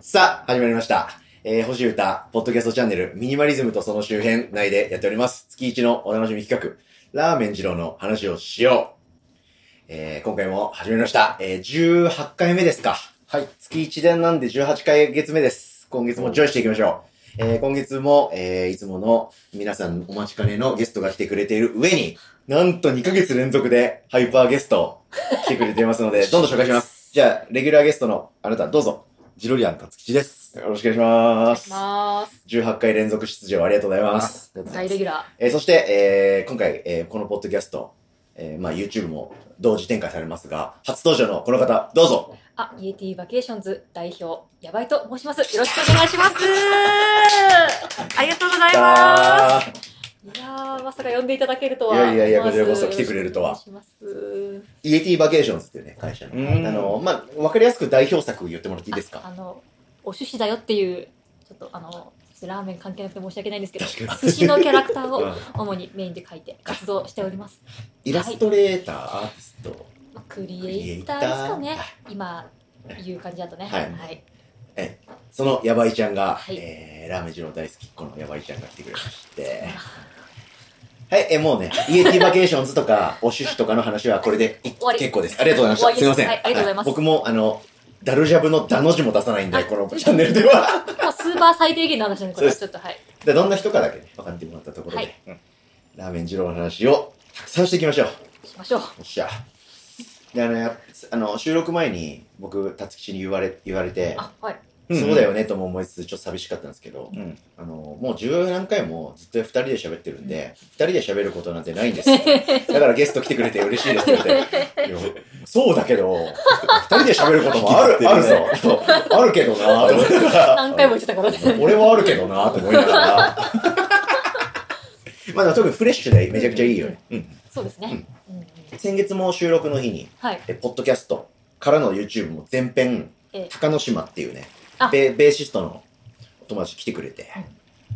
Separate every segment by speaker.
Speaker 1: さあ、始まりました。えー、星歌、ポッドキャストチャンネル、ミニマリズムとその周辺内でやっております。月一のお楽しみ企画、ラーメン二郎の話をしよう。えー、今回も始めました。えー、18回目ですか。
Speaker 2: はい。
Speaker 1: 月一でなんで18回月目です。今月もジョイしていきましょう。えー、今月も、えー、いつもの皆さんお待ちかねのゲストが来てくれている上に、なんと2ヶ月連続でハイパーゲスト来てくれていますので、どんどん紹介します。じゃあ、レギュラーゲストのあなた、どうぞ。ジロリアン達吉です。よろしくお願いします。
Speaker 3: まーす。
Speaker 1: 18回連続出場ありがとうございます。
Speaker 3: 大レギュラ
Speaker 1: えーそして、えー今回、えーこのポッドキャスト、えーまあ YouTube も同時展開されますが、初登場のこの方、どうぞ。
Speaker 3: ー。あ、イエティバケーションズ代表、やばいと申します。よろしくお願い します。ありがとうございま
Speaker 1: ー
Speaker 3: す。いやー、まさか呼んでいただけるとは。
Speaker 1: いやいやいや
Speaker 3: 思わず
Speaker 1: こちらこそ来てくれるとは
Speaker 3: よろしくお願いし
Speaker 1: イエティバケーションズっていうね、会社の。
Speaker 2: うん
Speaker 1: あの、まあ、わかりやすく代表作言ってもらっていいです
Speaker 3: ます。あ
Speaker 1: か
Speaker 3: の、お趣旨だよっていう、ちょっとあの、ラーメン関係なくて申し訳ないんですけ ど、
Speaker 1: 確かに
Speaker 3: 寿司のキャラクター
Speaker 1: うん
Speaker 3: を主にメインで書いて活動しております。
Speaker 1: イラストレーター、アーティスト。
Speaker 3: まあクリエイターですかね。今、いう感じだとね。
Speaker 1: はい
Speaker 3: はい。
Speaker 1: そのヤバイちゃんが、
Speaker 3: はい
Speaker 1: えー、ラーメン二郎大好きっ子のヤバイちゃんが来てくれまして。はい、えー、もうね、イエティバケーションズと か、お趣旨とかの話はこれでい
Speaker 3: 終わり
Speaker 1: 結構です。ありがとうございました。す
Speaker 3: 終
Speaker 1: いませ
Speaker 3: わりです
Speaker 1: ん。
Speaker 3: はいありがとうございます
Speaker 1: は僕も、あの、ダルジャブのダの字も出さないんで、
Speaker 3: あ
Speaker 1: このチャンネルでは。
Speaker 3: もうスーパー最低限の話なので、これはちょっと、はい。
Speaker 1: で、どんな人かだけね、分かってもらったところで、
Speaker 3: はい
Speaker 1: うんラーメン二郎の話をたくさんしていきましょう。
Speaker 3: しましょう。
Speaker 1: よっしゃ。で、あの、やあの収録前に僕、辰吉に言われ言われて、
Speaker 3: あ、はい。
Speaker 2: うん
Speaker 1: そうだよねとも思いつつ、ちょっと寂しかったんですけど、
Speaker 2: うん。
Speaker 1: あの、もう十何回もずっと2人で喋ってるんで、2人で喋ることなんてないんです。 だからゲスト来てくれて嬉しいですって言って、いやそうだけど、2人で喋ることもある、あるぞ。そうあるけどなと思って
Speaker 3: 何回も言ってたからね。
Speaker 1: 俺はあるけどなと思いながら。まあ、でも特にフレッシュでめちゃくちゃいいよね。うん
Speaker 3: そうですね。うんうん
Speaker 1: 先月も収録の日に、
Speaker 3: はい。
Speaker 1: えポッドキャストからの YouTube も全編
Speaker 3: ええ、
Speaker 1: 鷹の島っていうね
Speaker 3: あ
Speaker 1: ベベーシストのお友達来てくれて
Speaker 3: は、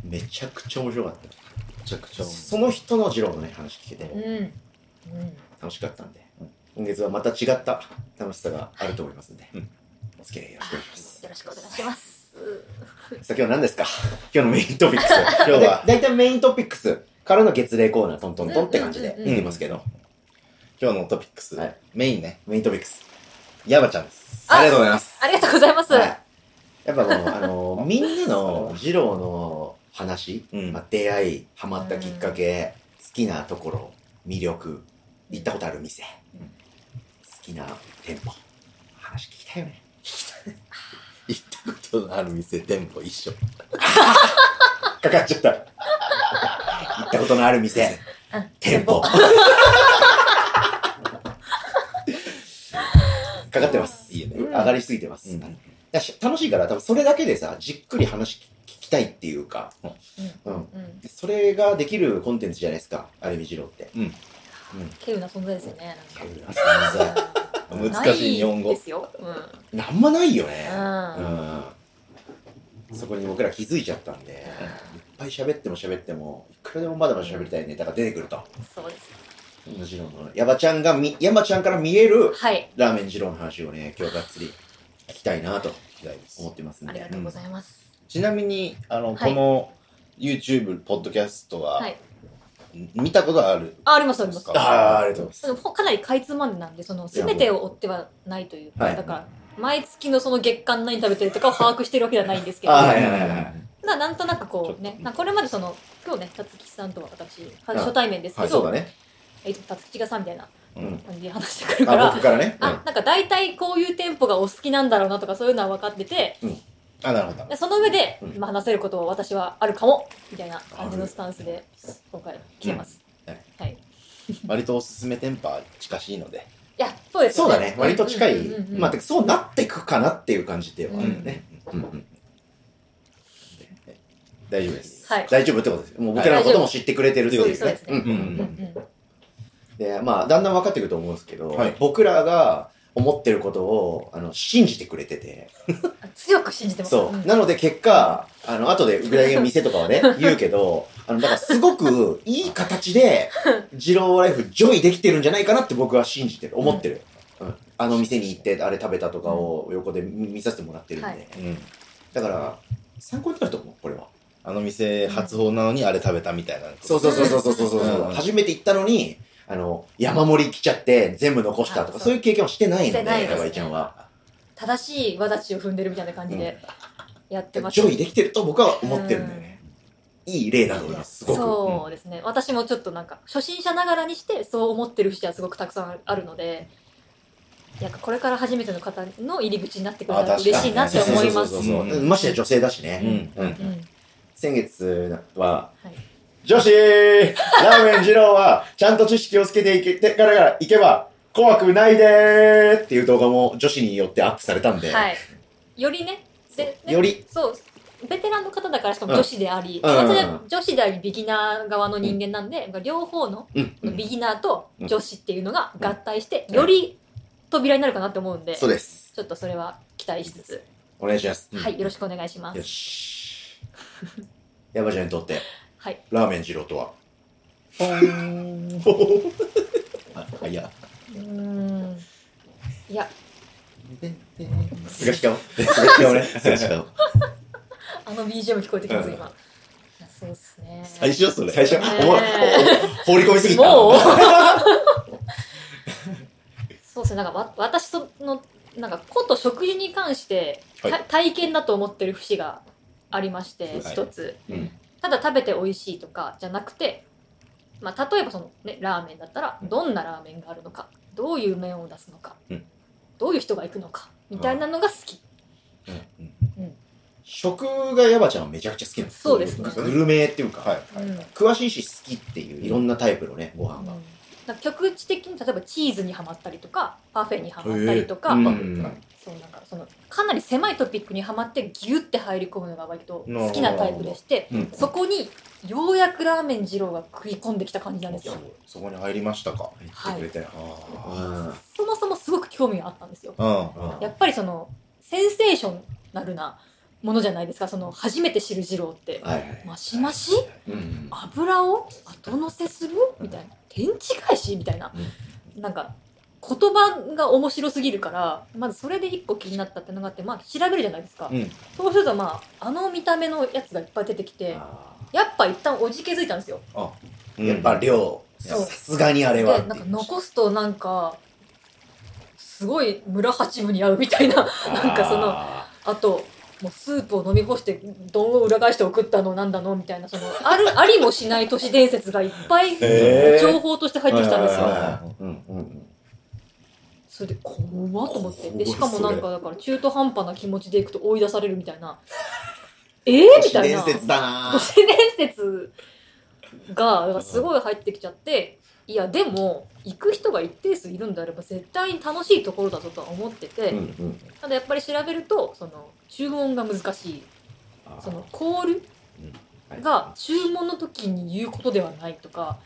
Speaker 1: めちゃくちゃ面白かっ
Speaker 2: めちゃくち
Speaker 1: た。
Speaker 2: ゃ。
Speaker 1: その人の二郎のね、話聞け
Speaker 3: うん。
Speaker 1: て
Speaker 3: うん。
Speaker 1: 楽しかったんで、今月はまた違った楽しさがあると思いますんで
Speaker 2: うん、
Speaker 1: お付き合いよ
Speaker 3: あ
Speaker 1: ろしくお願いします。
Speaker 3: よろしくお願いします。
Speaker 1: さあ今日は何ですか 今日のメイントピックス。今日は。だいたいメイントピックスからの月例コーナートントントンって感じで
Speaker 3: うんうんうん
Speaker 1: 言ってますけど、
Speaker 2: 今日のトピックス、
Speaker 1: はい
Speaker 2: メインね、
Speaker 1: メイントピックス。
Speaker 2: ヤバちゃんです。
Speaker 3: あ
Speaker 2: ありがとうございます。
Speaker 3: ありがとうございます。
Speaker 1: はいやっぱもう、あの、みんなの二郎の話、
Speaker 2: うん
Speaker 1: まあ、出会い、ハマったきっかけ、好きなところ、魅力、行ったことある店、
Speaker 2: うん
Speaker 1: 好きな店舗、話聞きたいよね。
Speaker 2: 行ったことのある店、店舗一緒。
Speaker 1: かかっちゃった。行ったことのある店
Speaker 3: うん、
Speaker 1: 店舗。 かかってます。
Speaker 2: いいよね
Speaker 1: 上がりすぎてます。
Speaker 2: うん
Speaker 1: だし楽しいから、多分それだけでさ、じっくり話聞きたいっていうか、
Speaker 3: うん。
Speaker 1: うん、
Speaker 3: うん。
Speaker 1: それができるコンテンツじゃないですか、アルミ二郎って。
Speaker 2: うん。
Speaker 3: 稀有な存在ですよね。なん
Speaker 1: 難
Speaker 3: か
Speaker 2: うん難しい日本語
Speaker 3: ないですよ。うん。うん。
Speaker 1: なんもないよね。う
Speaker 3: あ
Speaker 1: ん。そこに僕ら気づいちゃったんで、いっぱい喋っても喋っても、いくらでもまだまだ喋りたいネタが出てくると。
Speaker 3: そうです。
Speaker 1: もちろん、ヤバちゃんがみ、ヤバちゃんから見える
Speaker 3: はい。
Speaker 1: ラーメン二郎の話をね、今日がっつり聞きたいなと
Speaker 2: 行きたいです
Speaker 1: 思ってますん
Speaker 3: ありが
Speaker 1: で。
Speaker 3: とうございます。
Speaker 2: ちなみに、あ
Speaker 3: は
Speaker 2: の、
Speaker 3: い
Speaker 2: この YouTube、ポッドキャストは、
Speaker 3: はい。
Speaker 2: 見たことある
Speaker 3: あ、あります、あります。
Speaker 1: ああ、ありがとうござい
Speaker 3: そのかなりかいつまんでなんで、その、すべてを追ってはないというか、
Speaker 1: はい
Speaker 3: だから、毎月のその月間何食べてるとかを把握してるわけではないんですけど、
Speaker 1: あはいはいはいはい
Speaker 3: まあ、なんとなくこうね、まあ、これまでその、今日ね、たつきさんとは私、初対面です
Speaker 1: ま
Speaker 3: け
Speaker 1: す。そ
Speaker 3: ど、
Speaker 1: うだね。
Speaker 3: えっと、たつきがさんみたいな
Speaker 1: うん。
Speaker 3: 感じで話してくるか
Speaker 1: あ、
Speaker 3: ら
Speaker 1: 僕、からね。
Speaker 3: あ、なんか大体こういう店舗がお好きなんだろうなとかそういうのは分かってて、
Speaker 2: あ、なるほど。
Speaker 3: でその上で
Speaker 1: うん、
Speaker 3: まあ、話せることを私はあるかも、みたいな感じのスタンスで、今回来てます。
Speaker 2: うん
Speaker 3: はいはい。
Speaker 2: 割とおすすめ店舗は近しいので。
Speaker 3: いや、そうです
Speaker 1: そうだね。割と近い
Speaker 3: うんうんうんう。ん
Speaker 1: まあ、てかそうなってくかなっていう感じではあ
Speaker 3: う
Speaker 1: るよ
Speaker 3: ん
Speaker 1: ね。うんうん大丈夫です。
Speaker 3: はい
Speaker 1: 大丈夫ってことです。もう僕らのことも知ってくれてるってことです
Speaker 3: は
Speaker 1: ね
Speaker 3: い。
Speaker 1: うんうんうん
Speaker 3: 大丈う
Speaker 2: 夫
Speaker 3: ん
Speaker 1: で、まあ、だんだん分かってくると思うんですけど
Speaker 2: はい、
Speaker 1: 僕らが思ってることを、あの、信じてくれてて。
Speaker 3: 強く信じてます。
Speaker 1: そ
Speaker 3: ん
Speaker 1: う。なので結果、あの、後で具体的な店とかはね、言うけど、あの、だからすごくいい形で、二郎ライフジョイできてるんじゃないかなって僕は信じてる、思ってる。うんあの店に行って、あれ食べたとかを横で見見させてもらってるんで。
Speaker 3: はい
Speaker 2: うん。
Speaker 1: だから、参考になると思う、これは。
Speaker 2: あの店初訪なのにあれ食べたみたいな。
Speaker 1: そうそうそうそうそうそうそう、
Speaker 2: うん
Speaker 1: 初めて行ったのに、あの、山盛り来ちゃって、全部残したと
Speaker 3: あそ
Speaker 1: か、
Speaker 3: う
Speaker 1: そういう経験はしてないの
Speaker 3: して
Speaker 1: で、
Speaker 3: ないですね
Speaker 1: ヤバイちゃんは。
Speaker 3: 正しい輪立ちを踏んでるみたいな感じでやってます。
Speaker 1: ジョイできてると僕は思ってるんだよね。いい例だと思います、すごく。
Speaker 3: そうですね、私もちょっとなんか初心者ながらにしてそう思ってる節はすごくたくさんあるのでなんかこれから初めての方の入り口になってくれたら
Speaker 2: あ確
Speaker 3: 嬉
Speaker 2: かに
Speaker 3: しいなって思い
Speaker 1: そ
Speaker 3: ます
Speaker 1: うそうそうそう
Speaker 2: う
Speaker 1: ましてや女性だしね。
Speaker 2: うんう
Speaker 3: う
Speaker 2: ん。
Speaker 3: ん
Speaker 1: 先月は、
Speaker 3: はい
Speaker 1: 女子ラーメン二郎は、ちゃんと知識をつけていけてからがいけば、怖くないでーっていう動画も女子によってアップされたんで、
Speaker 3: はい、よりねでね
Speaker 1: より、
Speaker 3: そうベテランの方だからしかも女子であり、
Speaker 1: うんうん
Speaker 3: 私は女子でありビギナー側の人間なんで、両方の
Speaker 1: うん、
Speaker 3: ビギナーと女子っていうのが合体して、
Speaker 1: うん
Speaker 3: より扉になるかなって思うんで、
Speaker 1: そうです。
Speaker 3: ちょっとそれは期待しつつ、
Speaker 1: お願いします。
Speaker 3: はいよろしくお願いします
Speaker 1: よ。し。ヤバちゃんにとって、
Speaker 3: はい、
Speaker 1: ラーメン二郎とは。
Speaker 2: あ、いや。
Speaker 3: うーんいや
Speaker 1: すがしかも。すがしかもね。
Speaker 2: それしか
Speaker 3: あの BGM 聞こえてきます
Speaker 1: うん
Speaker 3: 今、いやそうっすね
Speaker 2: 最初それ。
Speaker 1: 最初、
Speaker 3: ね
Speaker 1: おお放り込みすぎた。
Speaker 3: もう そうっすねなんかわ私とのなんかこと食事に関して、
Speaker 1: はい
Speaker 3: た体験だと思ってる節がありまして
Speaker 2: はい
Speaker 3: 一つ、
Speaker 1: うん
Speaker 3: ただ食べて美味しいとかじゃなくてまあ、例えばその、ね、ラーメンだったら
Speaker 1: うん
Speaker 3: どんなラーメンがあるのかどういう麺を出すのか、
Speaker 2: うん
Speaker 3: どういう人が行くのかみたいなのが好き、
Speaker 2: うん
Speaker 1: 食がヤバちゃんはめちゃくちゃ好きなんです
Speaker 3: そうですね
Speaker 1: グルメっていうか、
Speaker 2: はい。
Speaker 3: うん
Speaker 1: 詳しいし好きっていういろんなタイプのねご飯が、
Speaker 3: なんか局地的に例えばチーズにはまったりとかパフェにはまったりとか、
Speaker 1: へえうん
Speaker 3: そうなんかそのかなり狭いトピックにはまってギュッて入り込むのが割と
Speaker 2: なるほど
Speaker 3: 好きなタイプでして
Speaker 1: うん
Speaker 3: そこにようやくラーメン二郎が食い込んできた感じなんですよ
Speaker 2: そうそこに入りましたか。
Speaker 1: 言ってくれたよ、あ
Speaker 3: そもそもすごく興味があったんですよ
Speaker 2: うん。
Speaker 1: あ
Speaker 3: やっぱりそのセンセーショナルなものじゃないですかその初めて知る二郎って
Speaker 1: はいはい
Speaker 3: マシマシ
Speaker 1: うん
Speaker 3: 油を後乗せするみたいな天地返しみたいな、なんか言葉が面白すぎるからまずそれで一個気になったってのがあってまあ調べるじゃないですか、
Speaker 2: うん
Speaker 3: そうするとまああの見た目のやつがいっぱい出てきて
Speaker 1: あ
Speaker 3: やっぱ一旦おじけづいたんですよ
Speaker 1: ーやっぱ量
Speaker 3: そう
Speaker 1: さすがにあれ
Speaker 3: で
Speaker 1: は
Speaker 3: なんか残すとなんかすごい村八分に合うみたいななんかその
Speaker 1: あ
Speaker 3: あともうスープを飲み干して丼を裏返して送ったのなんだのみたいなそのあるありもしない都市伝説がいっぱい
Speaker 1: へー
Speaker 3: 情報として入ってきたんです
Speaker 1: は
Speaker 3: よ
Speaker 1: いはいはい
Speaker 2: う
Speaker 1: ーう
Speaker 2: ん
Speaker 1: んうんうん
Speaker 3: それで怖っと思ってで
Speaker 2: 怖い
Speaker 3: しかもなん
Speaker 2: そ
Speaker 3: かだから中途半端な気持ちでいくと追い出されるみた いなえー、みたいな
Speaker 1: 都市伝説だな
Speaker 3: 都
Speaker 1: ー
Speaker 3: 市伝説がだからすごい入ってきちゃっていやでも行く人が一定数いるんであれば絶対に楽しいところだぞとは思ってて、
Speaker 1: うんうん
Speaker 3: ただやっぱり調べるとその注文が難しい
Speaker 1: あー
Speaker 3: そのコール
Speaker 1: はい
Speaker 3: が注文の時に言うことではないとか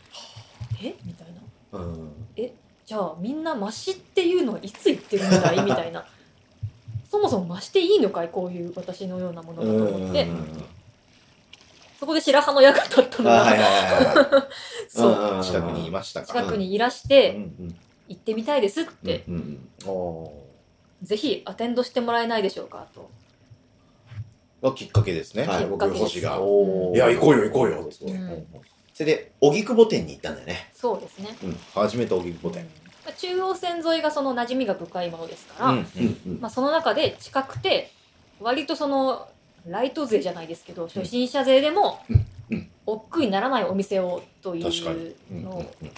Speaker 3: えみたいな
Speaker 1: うん
Speaker 3: じゃあみんな増しっていうのはいつ言ってるんだいみたい なそもそも増していいのかいこういう私のようなものだと思って
Speaker 1: うんうんうん
Speaker 3: そこで白羽の矢が立った
Speaker 1: あー
Speaker 3: の
Speaker 1: はい
Speaker 3: が
Speaker 1: はいはいはい
Speaker 3: そう
Speaker 1: うん
Speaker 2: 近くにいましたか。
Speaker 3: 近くにいらし
Speaker 2: う
Speaker 3: て
Speaker 2: んうん
Speaker 3: 行ってみたいですって
Speaker 1: うんうん
Speaker 2: お
Speaker 3: ぜひアテンドしてもらえないでしょうかと
Speaker 2: ーがきっかけですね。
Speaker 1: はい
Speaker 3: きっかけです
Speaker 1: 僕星が
Speaker 2: おー
Speaker 1: いや行こうよ行こうよって
Speaker 3: うん
Speaker 1: それで荻窪店に行ったんだよね
Speaker 3: そうですね
Speaker 2: 初めて荻窪店。
Speaker 3: まあ中央線沿いがその馴染みが深いものですから、
Speaker 1: うん
Speaker 3: まあ、その中で近くて割とそのライト勢じゃないですけど初心者勢でも
Speaker 1: うんうん
Speaker 3: 億劫にならないお店をとい
Speaker 2: 確かに
Speaker 3: うのを、ね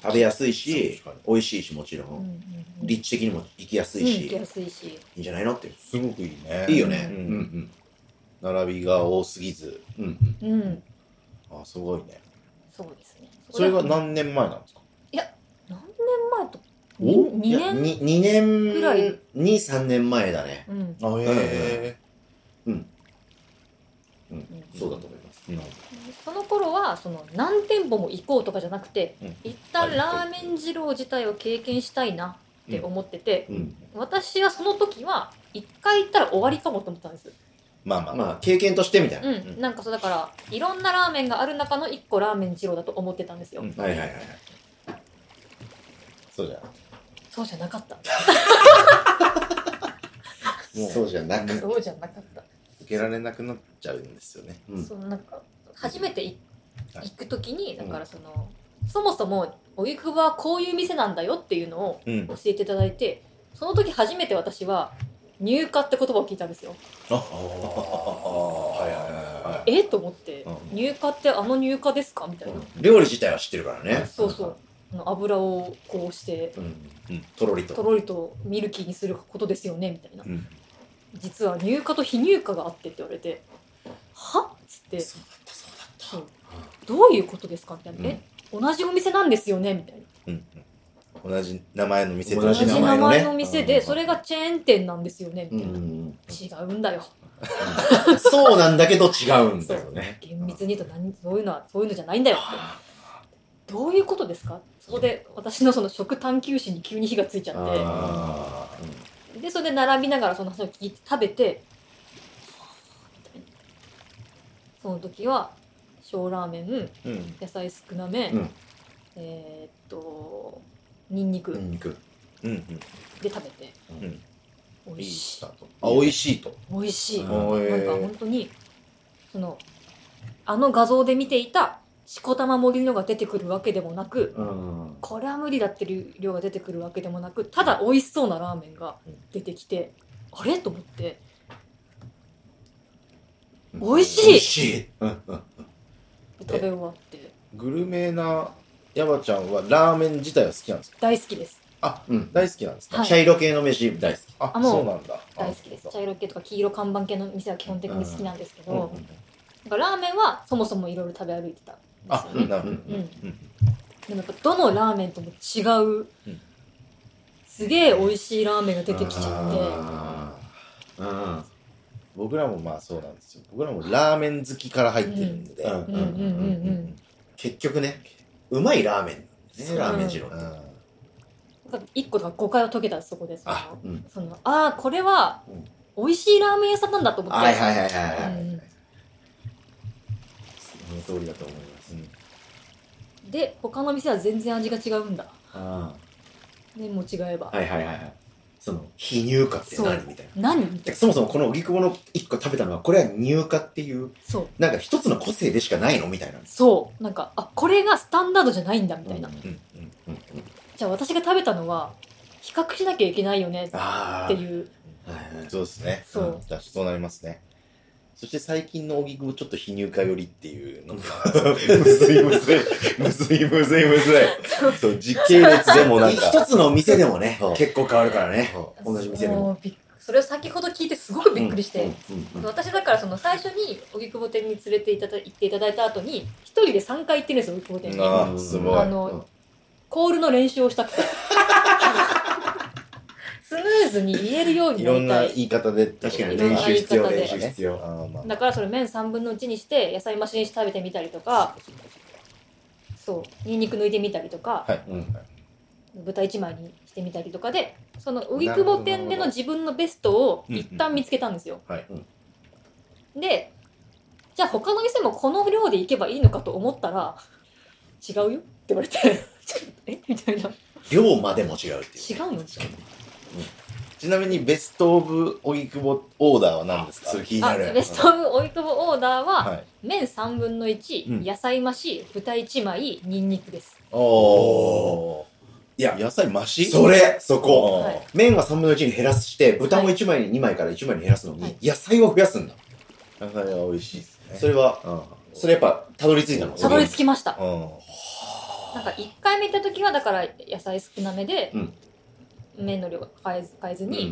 Speaker 1: 食べやすいし
Speaker 2: 確かに
Speaker 1: 美味しいしもちろ
Speaker 3: うんうんんうん
Speaker 1: 立地的にも行きやす
Speaker 3: うん
Speaker 1: いし
Speaker 3: 行きやすいし
Speaker 1: いいんじゃないのっていう
Speaker 2: すごくいいね。
Speaker 1: いいよね
Speaker 2: う
Speaker 1: うんん
Speaker 2: 並びが多すぎず。
Speaker 1: うんうん
Speaker 3: うん
Speaker 2: あ、すごいね。
Speaker 3: そうですね
Speaker 2: それが
Speaker 3: こ
Speaker 2: 何年前なんですか
Speaker 3: 何年前と2
Speaker 1: いや
Speaker 3: 年
Speaker 1: に二年
Speaker 3: くらい
Speaker 1: に3年前だね
Speaker 3: うん
Speaker 2: あ、
Speaker 1: へ
Speaker 3: うん
Speaker 1: そうだと思います
Speaker 2: え。
Speaker 3: その頃はその何店舗も行こうとかじゃなくて、
Speaker 2: うん
Speaker 3: 一旦ラーメン二郎自体を経験したいなって思ってて、
Speaker 1: うん
Speaker 3: 私はその時は一回行ったら終わりかもと思ったんです
Speaker 2: まあまあまあ。
Speaker 1: まあ経験としてみたいな
Speaker 3: うん、なんかそうだからいろんなラーメンがある中の1個ラーメン二郎だと思ってたんですよ、
Speaker 2: うん
Speaker 1: はいはいはいはい
Speaker 2: そうじゃん。
Speaker 3: そうじゃなかった
Speaker 1: そうじゃなく
Speaker 3: そうじゃなかった
Speaker 2: 受けられなくなっちゃうんですよね。
Speaker 1: うん
Speaker 3: そのなんか初めてい
Speaker 2: はい
Speaker 3: 行く時に
Speaker 1: う
Speaker 3: だ
Speaker 1: ん
Speaker 3: からその、そもそも荻窪はこういう店なんだよっていうのを
Speaker 2: うん
Speaker 3: 教。えていただいてその時初めて私は入荷って言葉を聞いたんですよ
Speaker 1: はいはいはいは
Speaker 3: えっと思って
Speaker 2: うん
Speaker 3: 入荷ってあの入荷ですかみたいな、
Speaker 1: い。料理自体は知ってるからね。
Speaker 3: そうそうあの油をこうして
Speaker 1: うん。
Speaker 2: うん
Speaker 1: とろり
Speaker 3: と
Speaker 1: と。
Speaker 3: ろりとミルキーにすることですよねみたいな
Speaker 2: うん。
Speaker 3: 実は入荷と非入荷があってって言われてはっつって
Speaker 2: うだったそうだっ
Speaker 3: そうどういうことですかみたいな、
Speaker 2: うん
Speaker 3: え同じお店なんですよねみたいな
Speaker 2: うん。うん同じ名前の店と
Speaker 1: 同
Speaker 3: 同
Speaker 1: じ
Speaker 3: じ
Speaker 1: 名
Speaker 3: 名
Speaker 1: 前
Speaker 3: 前
Speaker 1: の
Speaker 3: の,、
Speaker 1: ね
Speaker 3: 店
Speaker 2: うん
Speaker 3: でそれがチェーン店なんですよね
Speaker 1: う
Speaker 3: みたい
Speaker 1: ん。
Speaker 3: な、違うんだよ
Speaker 1: そうなんだけど違うんだよね。
Speaker 3: 厳密に言うと何そういうのはそういうのじゃないんだよってどういうことですかそこで私のその食探求心に急に火がついちゃっ
Speaker 1: あー
Speaker 3: てでそれで並びながらその話を聞いて食べてはぁみたいなその時は小ラーメン
Speaker 2: うん。
Speaker 3: 野菜少なめ、
Speaker 1: うん
Speaker 3: えーっとニンニク
Speaker 1: うん。うん。肉。
Speaker 2: うん。うん。
Speaker 3: で食べて、
Speaker 2: うん
Speaker 3: 美味しい
Speaker 1: あ、美味しいと。
Speaker 3: 美味しい、
Speaker 1: うん
Speaker 2: お
Speaker 3: なんか本当にそのあの画像で見ていたしこたま盛りのが出てくるわけでもなく
Speaker 1: うん。
Speaker 3: これは無理だっていう量が出てくるわけでもなくただ美味しそうなラーメンが出てきて、あれと思って美味しい
Speaker 1: 美味しい。うんうん。
Speaker 3: 食べ終わって
Speaker 2: グルメな山ちゃんはラーメン自体は好きなんですか
Speaker 3: 大好きです
Speaker 2: あ、
Speaker 1: うん。
Speaker 2: 大好きなんですか、
Speaker 3: はい
Speaker 1: 茶色系の飯大好き。
Speaker 2: あ
Speaker 3: あもう
Speaker 2: そうなんだ。
Speaker 3: 大好きです
Speaker 2: あ
Speaker 3: 茶色系とか黄色看板系の店は基本的に好きなんですけ
Speaker 2: うんう
Speaker 3: ど、
Speaker 2: ん
Speaker 3: なんかラーメンはそもそもいろいろ食べ歩いてたんですよ、
Speaker 2: あ
Speaker 1: うん
Speaker 3: ね
Speaker 2: なるほど。
Speaker 3: うん
Speaker 2: うん
Speaker 3: でもやっぱどのラーメンとも違う、
Speaker 2: うん
Speaker 3: すげえ美味しいラーメンが出てきちゃって
Speaker 1: あーうん。
Speaker 2: 僕らもまあそうなんですよ。僕らもラーメン好きから入ってるんで。
Speaker 1: うん
Speaker 3: うんうんうんうん
Speaker 1: 結局ね、うまいラーメンなんですね、
Speaker 2: うん
Speaker 1: ラーメン二郎って。
Speaker 2: うん
Speaker 3: なんか一個とか誤解を解けたそこでその
Speaker 1: あ、うん。
Speaker 3: そのあーこれは
Speaker 1: うん
Speaker 3: 美味しいラーメン屋さんなんだと思って、
Speaker 1: はいはいはいはいは
Speaker 3: うん
Speaker 1: い。
Speaker 3: うん
Speaker 1: その通りだと思います。
Speaker 3: で他の店は全然味が違うんだ
Speaker 1: あ
Speaker 3: ねもう違えば、
Speaker 1: ーはいはいはいはい。その、非乳化って
Speaker 3: そ
Speaker 1: 何
Speaker 3: う
Speaker 1: みたいな。
Speaker 3: 何みた
Speaker 1: て
Speaker 3: い
Speaker 1: かそもそもこの荻窪の一個食べたのは、これは乳化っていう、
Speaker 3: なそう
Speaker 1: なんか一つの個性でしかないのみたいな。
Speaker 3: そうなんかあこれがスタンダードじゃないんだみたいな、
Speaker 1: うん
Speaker 2: うんうん
Speaker 1: うんうん
Speaker 3: じゃあ私が食べたのは比較しなきゃいけないよねっ
Speaker 1: あ
Speaker 3: ていう
Speaker 1: あ。はいはい
Speaker 2: そうですね。
Speaker 3: そうん
Speaker 2: だそうなりますね。そして最近の荻窪ちょっと非入荷寄りってい うのが
Speaker 1: むずいむずい。むずいむずいむずい。
Speaker 2: そう時系列でもなんか
Speaker 1: 一つのお店でもね
Speaker 2: そう、
Speaker 1: 結構変わるからね。同じ店でも。
Speaker 3: うびっそれを先ほど聞いてすごくびっくりして、
Speaker 1: うんうんうんうん
Speaker 3: 私だからその最初に荻窪店に連れていただ行っていただいた後に一人で3回行ってるんですよ荻窪店に
Speaker 2: あーすごい
Speaker 3: あのコールの練習をしたくて スムーズに言えるように
Speaker 2: い
Speaker 3: な
Speaker 2: ろん
Speaker 3: り
Speaker 2: な
Speaker 3: た
Speaker 2: 言
Speaker 3: い
Speaker 2: い方で
Speaker 1: 確かに
Speaker 3: いろん
Speaker 1: 練
Speaker 3: な
Speaker 1: 習必要、
Speaker 3: 言い方で
Speaker 1: 練習必要。
Speaker 2: あーまあ
Speaker 3: だからそれ麺3分の1にして野菜増しにして食べてみたりとかそうにんにく抜いてみたりとか、
Speaker 2: はい、
Speaker 1: うん
Speaker 3: 豚一枚にしてみたりとかでその荻窪店での自分のベストを一旦見つけたんですよ、
Speaker 2: はい
Speaker 1: うん
Speaker 3: でじゃあ他の店もこの量で行けばいいのかと思ったら違うよって言われて ちょっとえみたいな
Speaker 1: 量までも違うっていう
Speaker 3: 違
Speaker 1: ね。
Speaker 3: うの
Speaker 2: ちなみにベストオブ荻窪オーダーは何ですか
Speaker 1: それ気にな
Speaker 3: あ
Speaker 1: る。
Speaker 3: ベストオブオイトボオーダーは、
Speaker 2: はい
Speaker 3: 麺3分の1、
Speaker 2: うん
Speaker 3: 野菜増し豚1枚にんにくです
Speaker 2: おー
Speaker 1: いや、
Speaker 2: 野菜増し
Speaker 1: それそこ
Speaker 2: おー
Speaker 3: はい
Speaker 1: 麺は3分の1に減らして、豚も
Speaker 3: はい
Speaker 1: 1枚に2枚から1枚に減らすのに、
Speaker 3: はい
Speaker 1: 野菜を増やすんだ。
Speaker 2: 野菜は美味しいですね
Speaker 1: それは、
Speaker 2: うん
Speaker 1: それやっぱ、たどり着いたの
Speaker 3: たどり着きました
Speaker 2: うん
Speaker 3: なんか1回目行った時はだから野菜少なめで、
Speaker 1: うん
Speaker 3: 麺の量が変えず変えずに、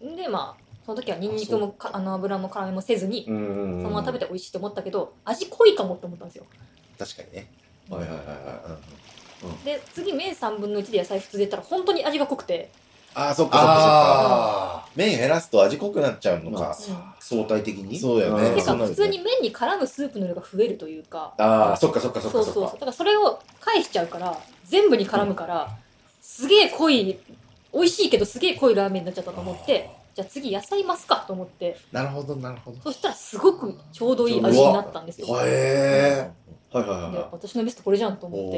Speaker 1: うん
Speaker 3: でまあその時はニンニクもかあの油も辛みもせずに、
Speaker 1: うんうんうん
Speaker 3: そのまま食べて美味しいと思ったけど味濃いかもって思ったんですよ
Speaker 2: 確かにね
Speaker 1: はいはいはいはい。
Speaker 3: で次麺3分の1で野菜普通でいったら本当に味が濃くて、
Speaker 2: ああそっかそっかそっか
Speaker 1: あ
Speaker 2: 麺減らすと味濃くなっちゃうの
Speaker 1: まあ
Speaker 2: か
Speaker 1: あ、相対的に
Speaker 2: そうやね
Speaker 1: ん
Speaker 3: て
Speaker 2: そ
Speaker 3: か
Speaker 2: うなんで
Speaker 3: 普
Speaker 2: すね
Speaker 3: 通に麺に絡むスープの量が増えるというか
Speaker 1: ああ、そっかそっかそっ
Speaker 3: そ
Speaker 1: か
Speaker 3: うそう
Speaker 1: そ
Speaker 3: そう
Speaker 1: っ
Speaker 3: だ
Speaker 1: か。
Speaker 3: からそれを返しちゃうから全部に絡むから、すげえ濃い美味しいけどすげえ濃いラーメンになっちゃったと思ってじゃあ次野菜増すかと思って
Speaker 2: なるほどなるほど
Speaker 3: そしたらすごくちょうどいい味になったんですよ
Speaker 1: へ
Speaker 3: で
Speaker 1: え。はいはいはい
Speaker 3: 私のベストこれじゃんと
Speaker 1: お
Speaker 3: 思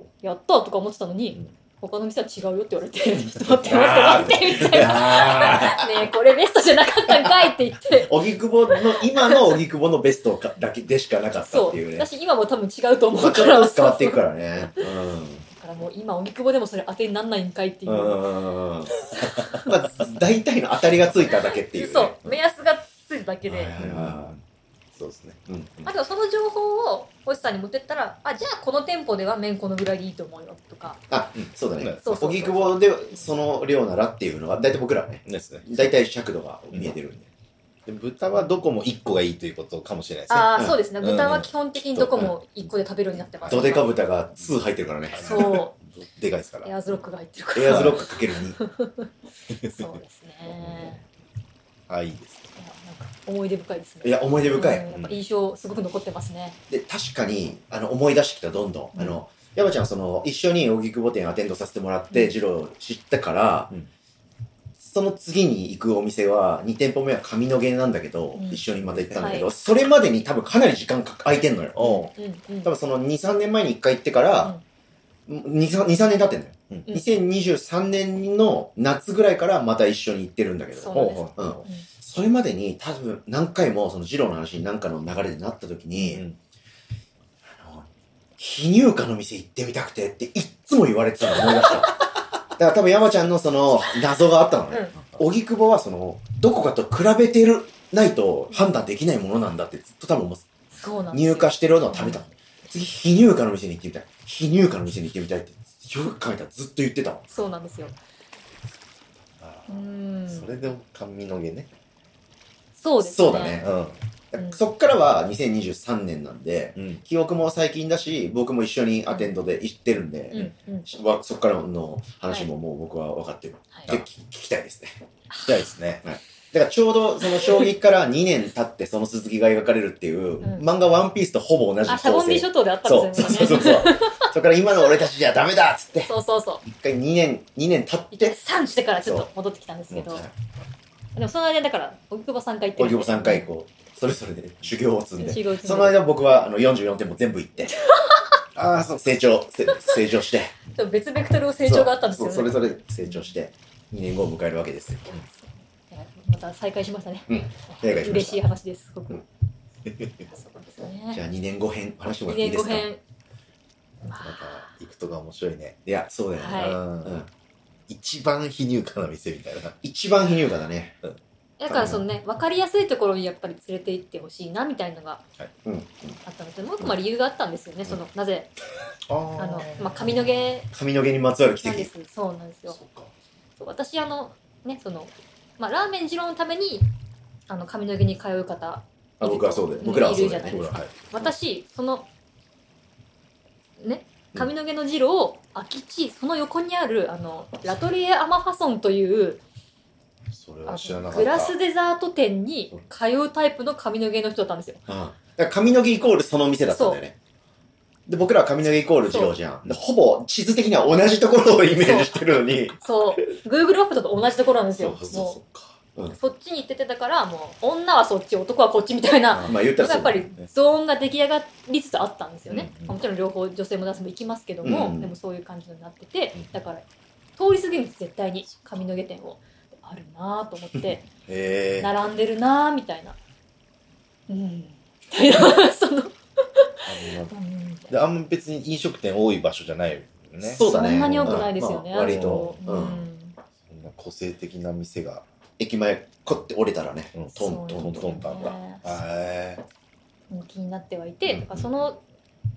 Speaker 3: って
Speaker 1: お
Speaker 3: やったとか思ってたのに、他の店は違うよって言われて、 ちょっと待って、待って、待って、みたいな。
Speaker 1: ああ。
Speaker 3: ねえ、これベストじゃなかったんかいって言って。
Speaker 1: 荻窪の、今の荻窪のベストかだけでしかなかった
Speaker 3: そ
Speaker 1: っていう
Speaker 3: う。
Speaker 1: ね。
Speaker 3: 私今も多分違うと思う
Speaker 1: ち
Speaker 3: か
Speaker 1: ょっ
Speaker 3: ら。
Speaker 1: とずつ変わっていく
Speaker 3: か
Speaker 1: から ね。うん。
Speaker 3: ら。もう今、荻窪でもそれ当てになんないんかいっていう。
Speaker 1: まあ、大体の当たりがついただけっていう、ね。
Speaker 3: そう。目安がついただけ
Speaker 1: はい
Speaker 3: で。
Speaker 1: はいは
Speaker 2: そうですね。
Speaker 1: いうんうん
Speaker 3: あとその情報を星さんに持ってったら、あ、じゃあこの店舗では麺このぐらいでいいと思うよとか。
Speaker 1: あ、そうだね。
Speaker 3: そうそうそう
Speaker 1: 荻窪でその量ならっていうのが、大体僕らはね、
Speaker 2: ですね。
Speaker 1: 大体尺度が見えてるんで。
Speaker 2: で豚はどこも1個がいいということかもしれないですね。
Speaker 3: ああ、
Speaker 1: うん
Speaker 3: そうですね。
Speaker 2: うん
Speaker 3: 豚は基本的にどこも一個で食べるようになってます。
Speaker 1: ドデカ豚が2入ってるからね。
Speaker 3: そ
Speaker 2: でかいですか
Speaker 3: う。エ
Speaker 2: ら。
Speaker 3: アーズロックが入ってるか
Speaker 1: エアー
Speaker 3: ら。
Speaker 1: ズロックかける2。
Speaker 3: そうですね。
Speaker 2: あ、いいです。
Speaker 3: いやなんか思い出深いですね。
Speaker 1: いや、思い出深い。
Speaker 3: うんやっぱ印象すごく残ってますね。
Speaker 1: で、確かに、あの、思い出してきた、どんど
Speaker 3: うん
Speaker 1: ん。あの、山ちゃん、その、一緒に荻窪店アテンドさせてもらって、
Speaker 3: うん
Speaker 1: 二郎を知ったから、
Speaker 2: うん
Speaker 1: その次に行くお店は、2店舗目は上野毛なんだけど、
Speaker 3: うん
Speaker 1: 一緒にまた行ったんだけど、
Speaker 3: は
Speaker 1: それまでに多分かなり時間か空いてんのよ。多
Speaker 3: うんうん。
Speaker 1: 分その2、3年前に1回行ってから、2、3 2 3年経ってんのよ。
Speaker 3: うん
Speaker 1: 2023年の夏ぐらいからまた一緒に行ってるんだけど、
Speaker 3: そうなんです
Speaker 1: う
Speaker 2: うん
Speaker 1: それまでに多分何回もその二郎の話に何かの流れでなった時に、
Speaker 2: うん
Speaker 1: あの非乳化の店行ってみたくてっていっつも言われてたの思い出した。だから多分山ちゃんのその謎があったのね。荻窪はそのどこかと比べてるないと判断できないものなんだってずっと多分思って
Speaker 3: そうなんですよ
Speaker 1: 入荷してるのを食べたの。次、非乳化の店に行ってみたい。非乳化の店に行ってみたいってよく考えたらずっと言ってたわ。
Speaker 3: そうなんですよ。
Speaker 2: あ
Speaker 3: う
Speaker 2: ー
Speaker 3: ん。
Speaker 2: それでも髪の毛ね。
Speaker 3: そうですね。
Speaker 1: だね。
Speaker 3: うん
Speaker 1: そっからは2023年なんで、
Speaker 2: うん。
Speaker 1: 記憶も最近だし、僕も一緒にアテンドで行ってるんで、
Speaker 3: うんうん。
Speaker 1: わそっからの話ももう僕は分かってる。
Speaker 3: はい
Speaker 1: で、き聞きたいですね。
Speaker 2: 聞きたいですね。
Speaker 1: だからちょうどその衝撃から2年経ってその鈴木が描かれるっていう、
Speaker 3: ん
Speaker 1: 漫画ワンピースとほぼ同じ
Speaker 3: あ、シャボンディ諸島であったんで
Speaker 1: そ
Speaker 3: すよ
Speaker 1: う
Speaker 3: ね。
Speaker 1: そうそうそう。 それから今の俺たちじゃダメだっつって、
Speaker 3: そうそうそう。
Speaker 1: 一回2年、2年経っ
Speaker 3: 一回
Speaker 1: て、
Speaker 3: 3してからちょっと戻ってきたんですけど、でもその間だから、荻窪さん回行って
Speaker 1: 小
Speaker 3: る
Speaker 1: 久保さん回こう、それぞれで修行を積んで、
Speaker 3: 集合地
Speaker 1: その
Speaker 3: ち
Speaker 1: 間
Speaker 3: ょ
Speaker 1: 僕はあの44点も全部行って、
Speaker 2: ああ、そう。
Speaker 1: 成長、せ成長して、
Speaker 3: っと別ベクトルを成長があったんですよね。
Speaker 1: そうそうそれぞれ成長して、2年後を迎えるわけですよ。
Speaker 3: いやまた再開しましたね。
Speaker 1: うん再開しま
Speaker 3: 嬉
Speaker 1: した
Speaker 3: しい話です、すごく。
Speaker 1: う
Speaker 3: い
Speaker 1: ん
Speaker 3: やそうですね
Speaker 1: じゃあ2年後編話してもらっ
Speaker 3: 2
Speaker 1: ていいで
Speaker 3: 年後
Speaker 1: すか
Speaker 3: 編。
Speaker 2: また行くとか面白いね。
Speaker 1: いや、そうだよね。
Speaker 3: はい
Speaker 2: うん
Speaker 1: うん
Speaker 2: 一番非入荷な店みたいな。
Speaker 1: 一番非乳化だね。
Speaker 3: だからそのね、分かりやすいところにやっぱり連れて行ってほしいなみたいなのが
Speaker 1: うん。
Speaker 3: あったので、もう一個まあ理由があったんですよね、その、なぜ、
Speaker 2: あ
Speaker 3: あの、まあ、髪の毛
Speaker 1: 髪の毛にまつわる奇
Speaker 3: なん
Speaker 1: 跡
Speaker 3: で。す。そうなんですよ。
Speaker 2: そうか。
Speaker 3: そう私あのねその、まあ、ラーメン二郎のためにあの髪の毛に通う方
Speaker 1: あ、僕はそうだよ。
Speaker 3: うん
Speaker 1: 僕らはそうだよ
Speaker 3: い
Speaker 1: ね
Speaker 3: る。
Speaker 2: ほら、はい。
Speaker 3: 私そのね髪の毛の二郎空き地その横にあるあのラトリエ・アマファソンという
Speaker 2: それ
Speaker 3: あ
Speaker 2: は知らな
Speaker 3: の
Speaker 2: かった。
Speaker 3: グラスデザート店に通うタイプの髪の毛の人だったんですよ。
Speaker 1: うん。だから髪の毛イコールその店だったんだよね。で、僕らは髪の毛イコール二郎じゃん。でほぼ地図的には同じところをイメージしてるのに。
Speaker 3: そう Google マップと同じところなん です
Speaker 2: そ
Speaker 3: よ
Speaker 2: う。そう
Speaker 3: も
Speaker 2: そうか。
Speaker 3: うそっちに行っててだからもう女はそっち男はこっちみたいな
Speaker 1: まあ言ったら
Speaker 3: や
Speaker 1: そ
Speaker 3: っ
Speaker 1: う
Speaker 3: ぱ
Speaker 1: だよ
Speaker 3: り
Speaker 1: ね。
Speaker 3: ゾーンが出来上がりつつあったんですよね、
Speaker 2: うんうん
Speaker 3: もちろん両方女性も男性も行きますけども、
Speaker 1: うんうん
Speaker 3: でもそういう感じになってて、
Speaker 2: うん
Speaker 3: だから通り過ぎるんです絶対に髪の毛店をあるなぁと思って
Speaker 1: へえ。
Speaker 3: 並んでるなぁみたいなうん みたいなその、
Speaker 2: あの
Speaker 3: うんみたい
Speaker 2: で
Speaker 3: な
Speaker 2: あんま別に飲食店多い場所じゃないよね。
Speaker 1: そうだね。
Speaker 3: そんなに多くないですよね、
Speaker 1: まあ割と。
Speaker 3: あの
Speaker 1: うん。
Speaker 2: そんな個性的な店が。
Speaker 1: 駅前、こって折れたらね。
Speaker 2: うん
Speaker 1: トントン
Speaker 2: トントンとあ
Speaker 3: ン
Speaker 2: へえ。
Speaker 3: もう気になってはいて、
Speaker 2: うん
Speaker 3: だからその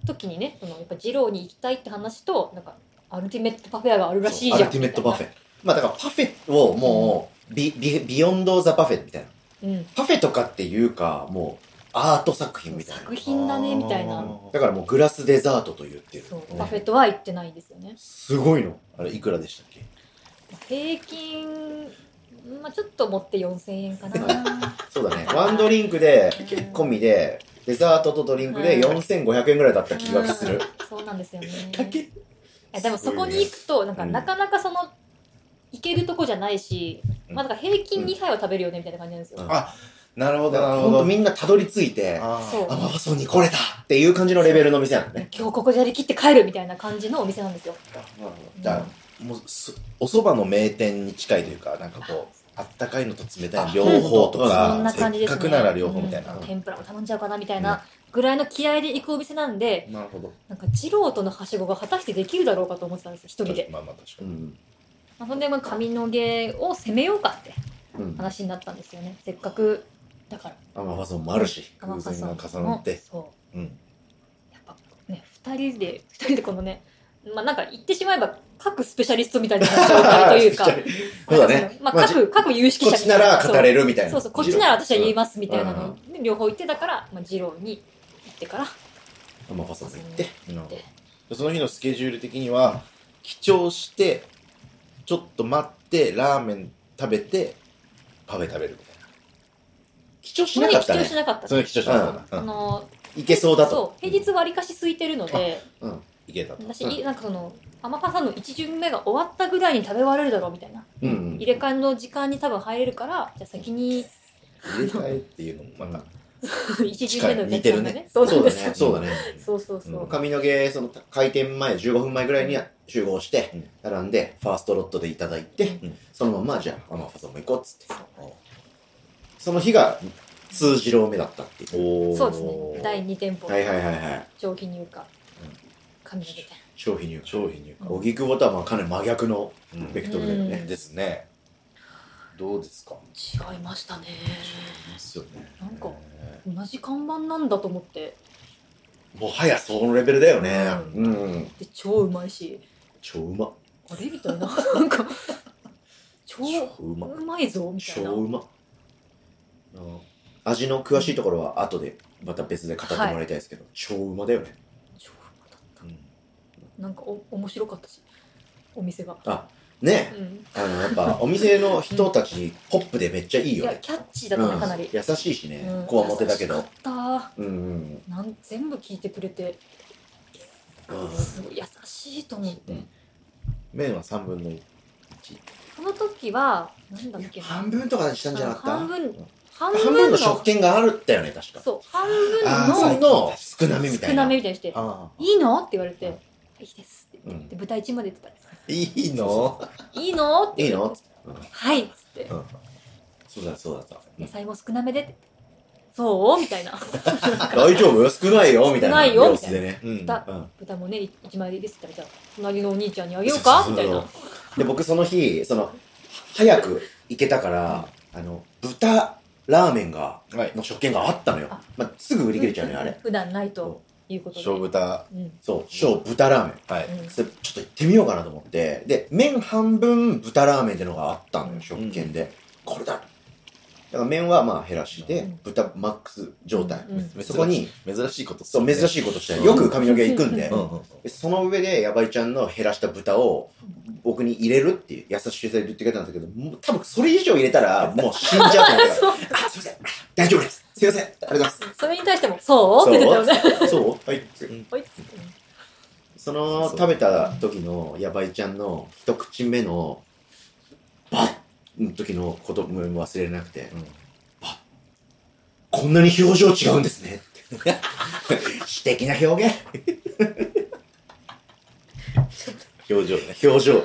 Speaker 3: 時にねそのやっぱ二郎に行きたいって話となんかアルティメットパフェアがあるらしいじゃ
Speaker 1: ア
Speaker 3: ん
Speaker 1: ルティメットパフェ。まあだからパフェをもう、ビ、ビ、ビヨンドザパフェみたいな。
Speaker 3: ェ、うん、
Speaker 1: パフェとかっていうか、もう、アート作品みたいな。
Speaker 3: 作品だねみたいな
Speaker 1: だからもうグラスデザートと言ってる
Speaker 3: そ。
Speaker 1: う
Speaker 3: うんパフェットは行ってないんですよね
Speaker 1: すごいの。
Speaker 2: あれいくらでしたっけ
Speaker 3: 平均まあちょっと持って4000円かな
Speaker 1: そうだね。ワンドリンクで、込みで、デザートとドリンクで
Speaker 3: うん
Speaker 1: 4500円ぐらいだ った気がする。
Speaker 3: うんそうなんですよね
Speaker 2: だけ
Speaker 3: いやでもそこに行くとなんかなかなかその行けるとこじゃないし、
Speaker 2: うん
Speaker 3: まあだから平均2杯は食べるよねみたいな感じなんですよ、
Speaker 1: うん
Speaker 2: あ、なるほ
Speaker 1: だか
Speaker 2: ど、な
Speaker 1: ら
Speaker 2: る
Speaker 1: ほ
Speaker 2: ほ
Speaker 1: んと
Speaker 2: ど。
Speaker 1: みんなたどり着いて、あ、
Speaker 2: あー
Speaker 3: そう
Speaker 1: マファソンに来れたっていう感じのレベルの店なのね。
Speaker 3: 今日ここでやりきって帰るみたいな感じのお店なんですよ
Speaker 2: なるほど。じゃあ、もうすお蕎麦の名店に近いというか、なんかこう、あったかいのと冷たいの両方と
Speaker 3: そ
Speaker 2: か
Speaker 3: ん、な感じ
Speaker 2: せ
Speaker 3: で
Speaker 2: っ
Speaker 3: す
Speaker 2: か
Speaker 3: ね。
Speaker 2: くなら両方みたいな。
Speaker 3: うん
Speaker 2: な
Speaker 3: 天ぷらも頼んじゃうかなみたいなぐらいの気合で行くお店なんで、
Speaker 2: るほど。
Speaker 3: なんか二郎とのはしごが果たしてできるだろうかと思ってたんですよ、一人で。
Speaker 2: まあまあ確か
Speaker 1: う
Speaker 2: に。
Speaker 1: ん。
Speaker 3: まあ、ほんで、まあ、髪の毛を攻めようかって
Speaker 1: うん。
Speaker 3: 話になったんですよね。せっかく、だから、
Speaker 1: アマファソンもあるし。、
Speaker 3: 天
Speaker 2: 偶
Speaker 3: 笠
Speaker 2: 然
Speaker 3: さん
Speaker 2: が
Speaker 3: も
Speaker 2: 重なって。
Speaker 3: そう。
Speaker 2: うん。
Speaker 3: やっぱね、二人で、二人でこのね、まあなんか言ってしまえば、各スペシャリストみたいな状態と いうか
Speaker 1: そうだね。
Speaker 3: まあ各、各有識
Speaker 1: こ
Speaker 3: 者
Speaker 1: っ
Speaker 3: み
Speaker 1: ち
Speaker 3: た
Speaker 1: ない
Speaker 3: な
Speaker 1: ら語れるみたいな。
Speaker 3: そうそうそう、こっちなら私は言え
Speaker 1: ま
Speaker 3: ますみたいなのを、両方言ってたから、まあ二郎に行ってから、
Speaker 1: す。アマファソンも行って。
Speaker 2: なるほど。その日のスケジュール的には、記帳して、ちょっと待って、ラーメン食べて、パフェ食べるみたいな。
Speaker 1: 貴重し
Speaker 3: そんな
Speaker 1: なかっ
Speaker 3: に貴
Speaker 1: た
Speaker 3: 重
Speaker 1: ね
Speaker 3: し。なかった
Speaker 2: そ。れ記帳しなかっ
Speaker 3: あ
Speaker 2: たな。うん
Speaker 3: の
Speaker 1: いけそうだと。
Speaker 3: そう平日割りかし空いてるので、
Speaker 2: いけたと。
Speaker 3: 私、
Speaker 1: うん
Speaker 3: いなんかそのアマパさんの1巡目が終わったぐらいに食べ終われるだろうみたいな
Speaker 1: うんう
Speaker 3: 入
Speaker 1: ん。
Speaker 3: れ替えの時間に多分入れるからじゃあ先に
Speaker 2: 入れ替えっていうのも、まあ、
Speaker 3: 1巡目のお客
Speaker 2: 似て
Speaker 3: さ
Speaker 2: る
Speaker 3: んがね
Speaker 2: ね。
Speaker 3: そうなん
Speaker 1: そう
Speaker 3: で
Speaker 1: だ
Speaker 3: すよ
Speaker 1: ね。そうだね。
Speaker 3: そうそうそう、
Speaker 2: うん
Speaker 1: 髪の毛、その開店前、15分前ぐらいに集合して
Speaker 2: うん、
Speaker 1: 並んで、ファーストロットでいただいて
Speaker 2: うん、
Speaker 1: そのまま、じゃあ、アマファソンも行こうっつって。その日が、通じ郎目だったっていう。
Speaker 2: おー
Speaker 3: そうですね第2店舗
Speaker 1: はいはいはいはい。
Speaker 3: 長期入荷髪の毛店
Speaker 1: 商品入荷。
Speaker 2: 商品入荷。
Speaker 1: 荻窪とはまあかなり真逆の
Speaker 2: うん
Speaker 1: ベクトルだよね。
Speaker 2: ですね。どうですか
Speaker 3: 違いましたね
Speaker 2: ですよね。
Speaker 3: なんか同じ看板なんだと思って
Speaker 1: もはやそのレベルだよね。
Speaker 3: う
Speaker 1: うん。
Speaker 3: で超うまいし
Speaker 1: 超うま。
Speaker 3: あれみたいななんか超
Speaker 1: 超うま。
Speaker 3: うまいぞみたいな
Speaker 1: 超うま。あの味の詳しいところは後で、また別で語ってもらいたいですけど、超うまだよね。
Speaker 3: 超うまだった
Speaker 2: うん
Speaker 3: なんかお面白かったしお店が、
Speaker 1: あ、ね
Speaker 3: うん、
Speaker 1: あの、やっぱお店の人たち、ポップでめっちゃいい
Speaker 3: い
Speaker 1: よ
Speaker 3: や
Speaker 1: ね。
Speaker 3: キャッチーだったねかなり、
Speaker 1: 優しいしね
Speaker 3: うん、
Speaker 1: こわもてだけど
Speaker 3: 優。しかっ
Speaker 1: うんうん
Speaker 3: たなん全部聞いてくれて
Speaker 1: うん。
Speaker 3: すごい優しいと思って、
Speaker 2: うん麺は3分の1。
Speaker 3: この時はなんだっけな
Speaker 1: 半分とかにしたんじゃなかった
Speaker 3: 半分半
Speaker 1: 半分の食券があるったよね、確か。
Speaker 3: そう半
Speaker 1: あー
Speaker 3: 分
Speaker 1: 最
Speaker 3: の
Speaker 1: の少なめみた
Speaker 3: 少
Speaker 1: いな。
Speaker 3: なめみたいにして
Speaker 2: あ
Speaker 3: 「いいの?」って言われて
Speaker 2: うん
Speaker 3: 「いいです」って
Speaker 1: う
Speaker 3: 言っ
Speaker 1: ん
Speaker 3: て豚一まで言ってたんです
Speaker 2: いいの
Speaker 3: 「いいの?」って
Speaker 1: いい
Speaker 3: 言われ
Speaker 1: の
Speaker 3: てはい」っつって
Speaker 2: うん
Speaker 1: そうだそうだそう
Speaker 3: 「
Speaker 1: だ
Speaker 3: 野菜も少なめで」って「そう?」みた いな
Speaker 1: 大丈夫よ少ないよみたいな
Speaker 3: 少ないよ
Speaker 1: 様子でね。
Speaker 2: うん
Speaker 3: だ
Speaker 1: うん
Speaker 3: 豚もねい一枚でいいですって言ったらじゃあ隣のお兄ちゃんにあげようか
Speaker 1: そう
Speaker 3: み
Speaker 1: そう
Speaker 3: たい
Speaker 1: そう
Speaker 3: な
Speaker 1: で僕その日その早く行けたから、あの豚ラーメンが
Speaker 2: はい。
Speaker 1: の食券があったのよ
Speaker 3: あ。
Speaker 1: まあ、すぐ売り切れちゃうのよあれ。
Speaker 3: 普段ないということで
Speaker 2: 小豚。
Speaker 3: うんうん
Speaker 1: そう小豚ラーメン。
Speaker 2: はい。
Speaker 1: それちょっと行ってみようかなと思ってで麺半分豚ラーメンってのがあったのよ食券で、これだだから麺はまあ減らして、
Speaker 3: うん
Speaker 1: 豚マックス状態、
Speaker 3: うん
Speaker 1: そこに
Speaker 2: 珍しいこと
Speaker 1: そう珍し
Speaker 2: い。
Speaker 1: いことしてよく髪の毛行くんで、
Speaker 2: うんうん。
Speaker 1: でその上で、ヤバイちゃんの減らした豚を僕に入れるっていう、優しい人で言ってくれたんですけど、もう多分それ以上入れたら、もう死んじゃうと思った
Speaker 3: そう
Speaker 1: から、あ、すいません、あ大丈夫です。すいません、ありがとう
Speaker 3: それに対しても「そう?」って言ってたよ
Speaker 1: ござい
Speaker 3: ね
Speaker 1: ます。そうそうはい。
Speaker 3: おいっ
Speaker 1: その食べた時のヤバイちゃんの一口目の、バッの時のことも忘れなくて、
Speaker 2: うん
Speaker 1: こんなに表情違うんです ね。詩的な表現。
Speaker 2: 表情ね。
Speaker 1: 表情。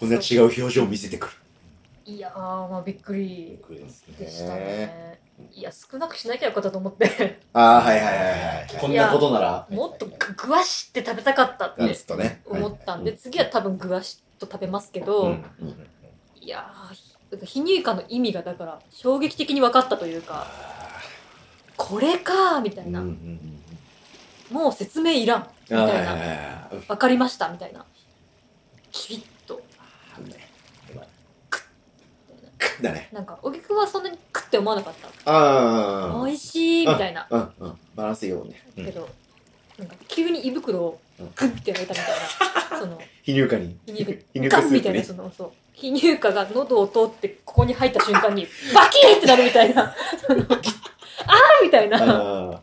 Speaker 1: こんな違う表情を見せてくる。
Speaker 3: いやーまあびっくり
Speaker 2: これですね
Speaker 3: でしたねいや少なくしなきゃよかったと思って
Speaker 1: ああ、はいはいはいはい。こんなことなら、
Speaker 3: もっとぐぐわしって食べたかったっ
Speaker 2: ガ
Speaker 3: て
Speaker 2: ツとね。
Speaker 3: 思ったんで次は多分ぐわしと食べますけ
Speaker 1: う
Speaker 3: ど
Speaker 1: んうん
Speaker 3: いやー非入荷の意味がだから衝撃的に分かったというかこれかーみたいな
Speaker 1: うん
Speaker 3: もう説明いらんみ
Speaker 1: あーは
Speaker 3: た
Speaker 1: いはい
Speaker 3: いな
Speaker 1: はい
Speaker 3: 分かりましたみたいなキリッと
Speaker 1: うんだね。
Speaker 3: なんか荻窪はそんなにクッて思わなかった
Speaker 1: あ
Speaker 3: 美味しいみたいな
Speaker 1: あ、うんうん。バランスいいよね。
Speaker 2: うん
Speaker 3: けど、なんか急に胃袋をグッてやられたみたい な、その
Speaker 1: 非入荷に。
Speaker 3: 皮肉
Speaker 1: 皮肉
Speaker 3: ガ
Speaker 1: スープ
Speaker 3: ン
Speaker 1: ね
Speaker 3: みたいなそのそう皮乳化が喉を通ってここに入った瞬間にバキーってなるみたいなそ のあーみたいな
Speaker 1: あ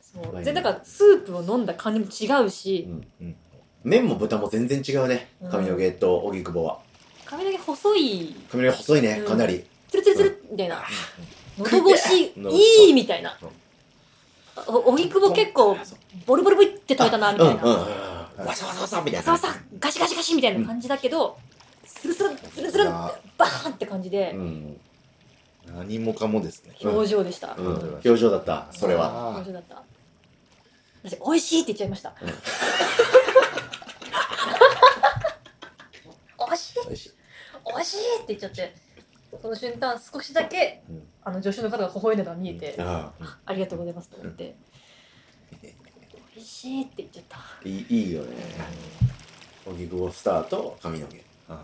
Speaker 3: そうでだからスープを飲んだ感じも違
Speaker 1: ー
Speaker 3: う
Speaker 1: う
Speaker 3: し
Speaker 1: んうん麺も豚も全然違うね
Speaker 3: うん。
Speaker 1: 髪の毛と荻窪は。
Speaker 3: 髪の毛細い
Speaker 1: 髪の毛細いね
Speaker 3: う、ん
Speaker 1: かなり。
Speaker 3: ツルツルツルみたいな喉越し
Speaker 2: 喉越し
Speaker 3: いいみたいな
Speaker 2: うん
Speaker 3: お荻窪結構ボルボルボリって食べたなみたいな
Speaker 1: うんうんうんうん
Speaker 2: はい
Speaker 1: わさわさわさみたいな。
Speaker 3: さわさガシガシガシみたいな感じだけど、スルスルスルスル
Speaker 2: う
Speaker 3: バ
Speaker 2: わ
Speaker 3: ーンって感じで
Speaker 1: うん。
Speaker 2: 何もかもですね。
Speaker 3: 表情でした、
Speaker 1: うん。表情だった、それは。
Speaker 2: あ
Speaker 3: 表情だった私美味しいって言っちゃいました美味しい
Speaker 2: ー。よし
Speaker 3: 美味しいって言っちゃってその瞬間少しだけ、
Speaker 2: うん
Speaker 3: あの助手の方が微笑んでたのが見えて、
Speaker 1: ああ
Speaker 3: ありがとうございますと思って、美味しいって言っちゃった
Speaker 1: いいいいよね。荻窪スターと髪の毛。
Speaker 2: あ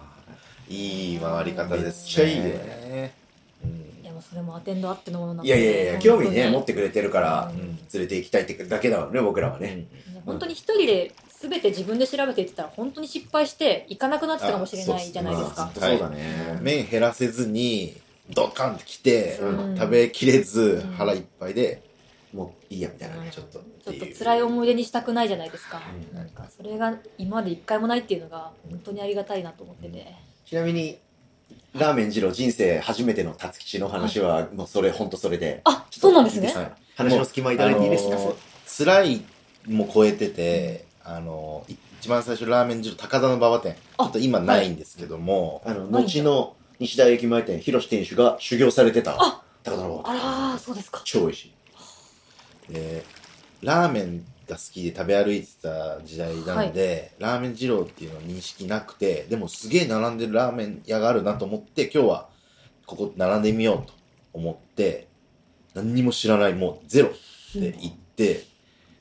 Speaker 2: ーいい回り方です
Speaker 1: め
Speaker 2: ね。
Speaker 1: っちゃいい
Speaker 2: ね。
Speaker 3: いやもうそれもアテンドあってのものなん
Speaker 1: い
Speaker 3: で
Speaker 1: やいやいや、興味ね、持っててくれてるから
Speaker 3: う、
Speaker 2: ん
Speaker 1: 連れて行きたいってだけだもんね、僕らはね。
Speaker 3: 本当に一人で全て自分で調べていってたら本当に失敗して行かなくなってたかもしれないじゃないです
Speaker 2: あ
Speaker 3: か
Speaker 1: まあそうだね。
Speaker 2: 麺減らせずにドカンってきて、
Speaker 3: うん
Speaker 2: 食べきれ
Speaker 3: う
Speaker 2: ず
Speaker 3: ん
Speaker 2: 腹いっぱいで、
Speaker 1: もういいや、みたいな
Speaker 3: うん
Speaker 1: ね。
Speaker 2: ちょっ
Speaker 3: ち
Speaker 2: と
Speaker 3: ょっと
Speaker 2: てう
Speaker 3: 辛い思い出にしたくないじゃないですか、
Speaker 1: うん
Speaker 3: なんかそれが今まで一回もないっていうのが本当にありがたいなと思ってて、
Speaker 1: ちなみに、ラーメン二郎人生初めての辰吉の話は、もうそれ、ほんとそれで。
Speaker 3: あそうなんですね
Speaker 1: はい話の隙間いただいていいですか
Speaker 2: あのー辛いも超えてて、あのーい一番最初ラーメン二郎高田の馬場店ち
Speaker 3: あ
Speaker 2: ょっと今ないんですけども、
Speaker 1: あの、
Speaker 3: ないんだ
Speaker 1: 後の西大駅前店、広志店主が修行されてた
Speaker 3: あ、
Speaker 1: 高田馬場。
Speaker 3: あらーそうですか
Speaker 1: 超美味しい。
Speaker 2: でラーメンが好きで食べ歩いてた時代なんで、ラーメン二郎っていうのは認識なくてでもすげえ並んでるラーメン屋があるなと思って今日はここ並んでみようと思って何にも知らないもうゼロって行って、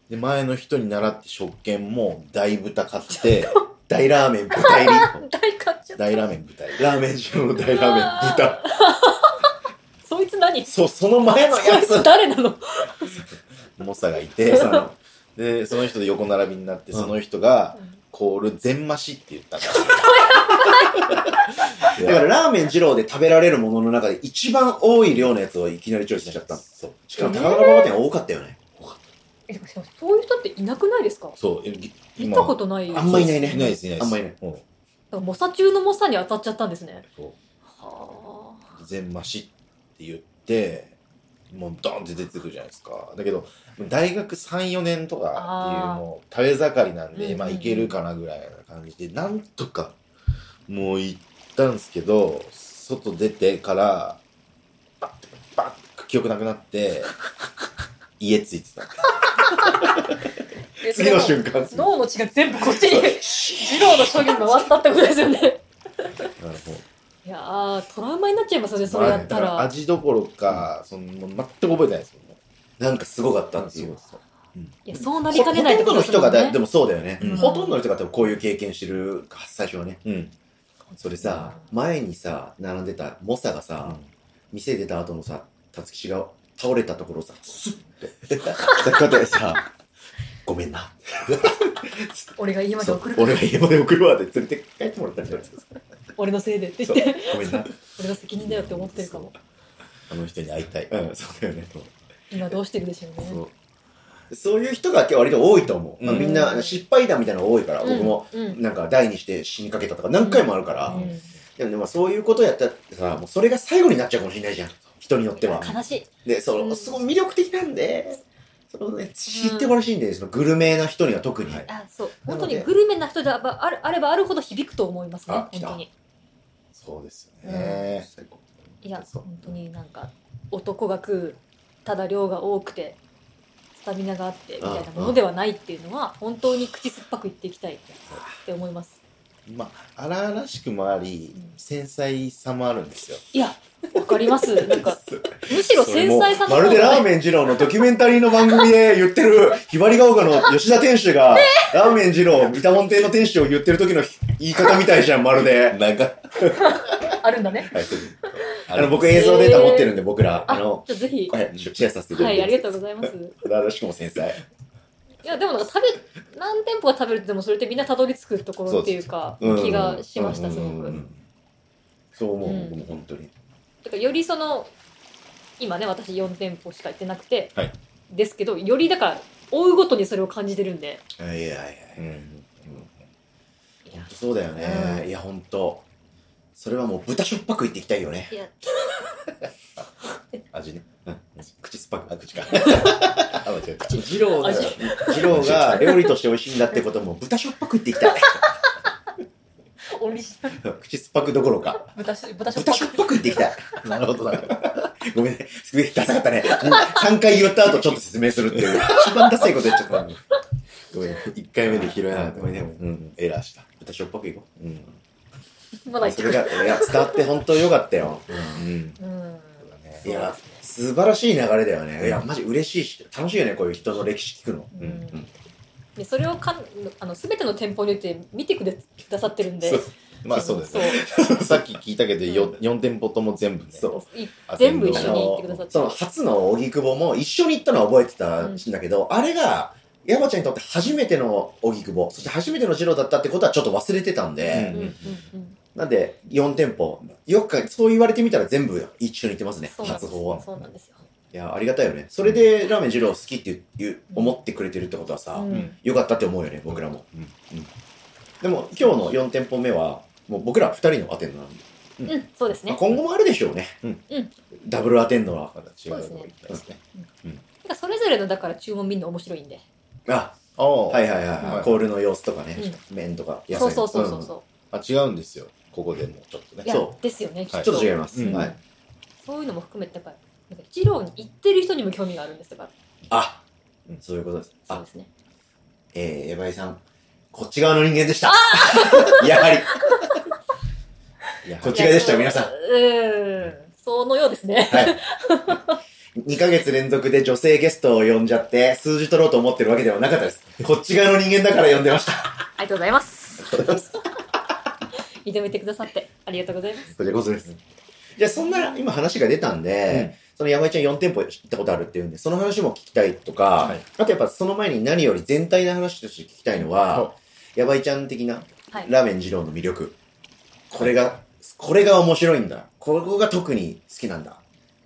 Speaker 2: で前の人に習って食券も大豚買って
Speaker 1: 大ラーメン豚入り。
Speaker 3: 大買っちゃった
Speaker 2: 大ラーメン豚入り
Speaker 1: ラーメン二郎の大ラーメン豚。
Speaker 3: そいつ何そ
Speaker 1: そう、その前のや
Speaker 3: いつ
Speaker 1: つ。
Speaker 3: 誰なの
Speaker 2: 猛者がい
Speaker 1: え
Speaker 2: て
Speaker 1: さの
Speaker 2: でその人で横並びになってその人が
Speaker 3: うん
Speaker 2: コール全増しって言ったか
Speaker 1: だからラーメン二郎で食べられるものの中で一番多い量のやつをいきなりチョイスしちゃった
Speaker 2: ら
Speaker 1: の。しかも高田馬場店多かったよね。
Speaker 3: えでもそういう人っていなくないですか
Speaker 2: そうえ
Speaker 3: 見
Speaker 2: 今
Speaker 3: たことない
Speaker 1: あんまいないね。
Speaker 2: いないですいないです
Speaker 1: あんまいない。
Speaker 2: うん
Speaker 3: 猛者中の猛者に当たっちゃったんですね
Speaker 2: そ
Speaker 3: はあ
Speaker 2: う全増しって言ってもうドンって出てくるじゃないですかだけど大学34年とかっていう
Speaker 3: あー
Speaker 2: もう食べ盛りなん
Speaker 3: うんうん
Speaker 2: で
Speaker 3: うん
Speaker 2: まあいけるかなぐらいな感じでなんとかもう行ったんですけど外出てからバッてバッて記憶なくなって 家着いてた
Speaker 1: 次の瞬間。
Speaker 3: 脳の血が全部こっちに二郎の処理に回ったってことですよね
Speaker 2: なるほど
Speaker 3: いやートラウマになっちゃいますよねそれやった
Speaker 2: まあだから
Speaker 3: ら
Speaker 2: 味どころか、そのもう全く覚えてないですもんね
Speaker 1: なんかすごかったっていう。
Speaker 2: そう
Speaker 3: いやそうな
Speaker 1: ほ
Speaker 3: り
Speaker 1: ほと
Speaker 3: かねないっ
Speaker 1: ん
Speaker 3: て
Speaker 1: ど
Speaker 3: こ
Speaker 1: の
Speaker 3: とです
Speaker 1: 人
Speaker 3: も
Speaker 1: が
Speaker 3: ん
Speaker 1: だ、で
Speaker 3: ね
Speaker 1: もそうだよね
Speaker 2: うん。
Speaker 1: ほとんどの人が多分こういう経験してる、最初はね。
Speaker 2: うん
Speaker 1: それさ、前にさ、並んでた猛者がさ、店出た後のさ、辰吉が倒れたところさ、スッて、 抱きかかってさ、ごめんな。
Speaker 3: 俺が家まで
Speaker 1: そう
Speaker 3: 送るから
Speaker 1: 俺が家まで送るわって連れて帰ってもらったんじゃないですか。
Speaker 3: 俺のせいでって言って
Speaker 1: ごめんな。
Speaker 3: 俺が責任だよって思ってるかも
Speaker 2: あの人に会いたい、
Speaker 1: うん、そうだよね。
Speaker 3: 今どうしてるでしょうね
Speaker 2: そう
Speaker 1: そういう人が割と多いと思う。
Speaker 2: うん
Speaker 1: みんな失敗談みたいなの多いから、僕も
Speaker 3: うんうん
Speaker 1: なんか第二して死にかけたとか何回もあるから、
Speaker 3: うん
Speaker 1: でもねまあそういうことやったらさ、もうそれが最後になっちゃうかもしれないじゃん。人によっては。
Speaker 3: 悲しい
Speaker 1: で、そうの、
Speaker 3: ん
Speaker 1: すごい魅力的なんで、そのね、知ってほしいんで、そのグルメな人には特に。
Speaker 2: はい
Speaker 3: あそう
Speaker 1: な
Speaker 3: 本
Speaker 1: ので
Speaker 3: 当にグルメな人であばあるあればあるほど響くと思いますね
Speaker 1: あ
Speaker 3: 本
Speaker 1: 来た
Speaker 3: 当に
Speaker 2: そうですよね、
Speaker 1: 最高
Speaker 3: いや
Speaker 1: そう
Speaker 3: 本当になんか男が食うただ量が多くてスタミナがあってみたいなものではないっていうのは本当に口酸っぱく言っていきたいって思います
Speaker 2: まあ荒々しくもあり
Speaker 3: うん
Speaker 2: 繊細さもあるんですよ
Speaker 3: いやわか りますなんかむしろ
Speaker 1: それ
Speaker 3: 繊
Speaker 1: もう
Speaker 3: 細さの
Speaker 1: まるでラーメン二郎のドキュメンタリーの番組で言ってる、 ひばりが丘の吉田店主が、ラーメン二郎、三田門店の店主を言ってる時の言い方みたいじゃん、まるで。
Speaker 2: なんか
Speaker 3: あるんだね
Speaker 1: あの、僕
Speaker 3: え
Speaker 1: 映像データ持ってるんで、僕ら、あ
Speaker 3: あ
Speaker 1: の、
Speaker 3: じゃあぜひ
Speaker 1: はい、シェアさせていただ
Speaker 3: はいい
Speaker 1: て。
Speaker 3: ありがとうございます
Speaker 1: う。しくも繊細。
Speaker 3: いやでもなんか食べ何店舗が食べるってでもそれってみんなたどり着くところっていうか
Speaker 1: そうそう
Speaker 3: 気がしました
Speaker 1: うん
Speaker 3: すご
Speaker 1: う
Speaker 3: く。
Speaker 1: んそう思う、
Speaker 3: うん
Speaker 1: 僕も本当に。
Speaker 3: だからよりその今ね私4店舗しか行ってなくて、
Speaker 2: はい
Speaker 3: ですけどよりだから追うごとにそれを感じてるんで
Speaker 1: いやいやいや。
Speaker 2: うん
Speaker 3: いや
Speaker 1: 本当そうだよね。
Speaker 3: う
Speaker 1: いや、本当それはもう豚しょっぱく言っていきたいよね。
Speaker 3: いや
Speaker 2: 味ね
Speaker 1: 口酸っぱく、あ、口か。
Speaker 2: あ、間違えた。
Speaker 1: 二郎が、
Speaker 3: 味
Speaker 1: 二郎が料理として美味しいんだってことも豚しょっぱく言っていきたい。
Speaker 3: オリジナル
Speaker 1: 口酸っぱくどころか。
Speaker 3: 豚し豚しょっぱ
Speaker 1: 豚しょっぱく言っていきたい。
Speaker 2: なるほどな。
Speaker 1: ごめんね。すげえダサかったね。3回言った後ちょっと説明するっていう。一番ダサいこと言っちゃったのに。
Speaker 2: ごめん、1回目で拾えなかった。
Speaker 1: ごめんね
Speaker 2: うん、エラーした。
Speaker 1: 豚しょっぱくいこ
Speaker 2: うん。
Speaker 3: まだ
Speaker 1: う。
Speaker 3: い
Speaker 1: そ
Speaker 3: け
Speaker 1: れが、いや、伝わって本当よかったよ。
Speaker 2: うん。
Speaker 3: うん
Speaker 1: いや、素晴らしい流れだよね。いや、マジ嬉しいし、楽しいよね、こういう人の歴史聞くの。
Speaker 3: う
Speaker 2: うん
Speaker 3: でそれをかんあの全ての店舗によって見てくれくださってるんで
Speaker 2: そうまあそうですね。
Speaker 3: ね
Speaker 2: さっき聞いたけど、
Speaker 3: う
Speaker 2: よ4店舗とも全部ね。
Speaker 1: そう
Speaker 3: 全部一
Speaker 1: あ
Speaker 3: 緒に行ってくださ
Speaker 1: の
Speaker 3: って
Speaker 1: その初の荻窪も一緒に行ったのは覚えてたんだけど、あれが山ちゃんにとって初めての荻窪そして初めての二郎だったってことはちょっと忘れてたんで、
Speaker 3: うんうんうん
Speaker 1: なんで4店舗よくかそう言われてみたら全部一緒に行ってますね
Speaker 3: そうなんで
Speaker 1: 初
Speaker 3: す
Speaker 1: 訪問
Speaker 3: そうなんですよ
Speaker 1: いやありがたいよねそれでラーメン二郎好きって言う思ってくれてるってことはさ、
Speaker 3: うん
Speaker 1: よかったって思うよね僕らも、
Speaker 2: うん
Speaker 1: うんでも今日の4店舗目はもう僕ら2人のアテンドなんで、
Speaker 3: うんそうです
Speaker 1: まあ
Speaker 3: ね
Speaker 1: 今後もあるでしょうね、
Speaker 2: うん
Speaker 3: うん
Speaker 1: ダブルアテンドは
Speaker 2: まだ違うとこ行ったんですね。
Speaker 3: なんかそれぞれのだから注文見るの面白いんで
Speaker 1: あ
Speaker 2: ああ、
Speaker 1: はいはいはい、は、
Speaker 2: はいい
Speaker 1: コールの様子とかね、麺とか野
Speaker 3: そう
Speaker 1: 菜
Speaker 3: そうそうそうんそ
Speaker 2: あ、違うんですよ。ここでもちょっと
Speaker 3: うい
Speaker 2: ね。
Speaker 3: や
Speaker 1: そ
Speaker 3: ですよねき
Speaker 2: は
Speaker 3: っ
Speaker 2: い
Speaker 1: ち
Speaker 3: と
Speaker 1: ょっと違います、
Speaker 2: うん
Speaker 1: はい、
Speaker 3: そういうのも含めてだからなんか一郎に行ってる人にも興味があるんですから
Speaker 1: あそういうことです
Speaker 3: そう
Speaker 1: あ
Speaker 3: ですね
Speaker 1: えー、エヴァイさんこっち側の人間でした やはり
Speaker 2: いや
Speaker 1: こっち側でしたよ皆さん
Speaker 3: んうんそのようですね
Speaker 1: はい2ヶ月連続で女性ゲストを呼んじゃって数字取ろうと思ってるわけではなかったですこっち側の人間だから呼んでました
Speaker 3: ありがとうございます。 認めてくださってありがとうございます。
Speaker 1: こちらこ そですじゃあそんな今話が出たんで、その山井ちゃん4店舗行ったことあるっていうんでその話も聞きたいとか、
Speaker 2: はい
Speaker 1: あとやっぱその前に何より全体の話として聞きたいのは、
Speaker 2: は
Speaker 1: ヤバイちゃん的な
Speaker 3: はい。
Speaker 1: ラーメン二郎の魅力。これが、これが面白いんだ。ここが特に好きなんだ。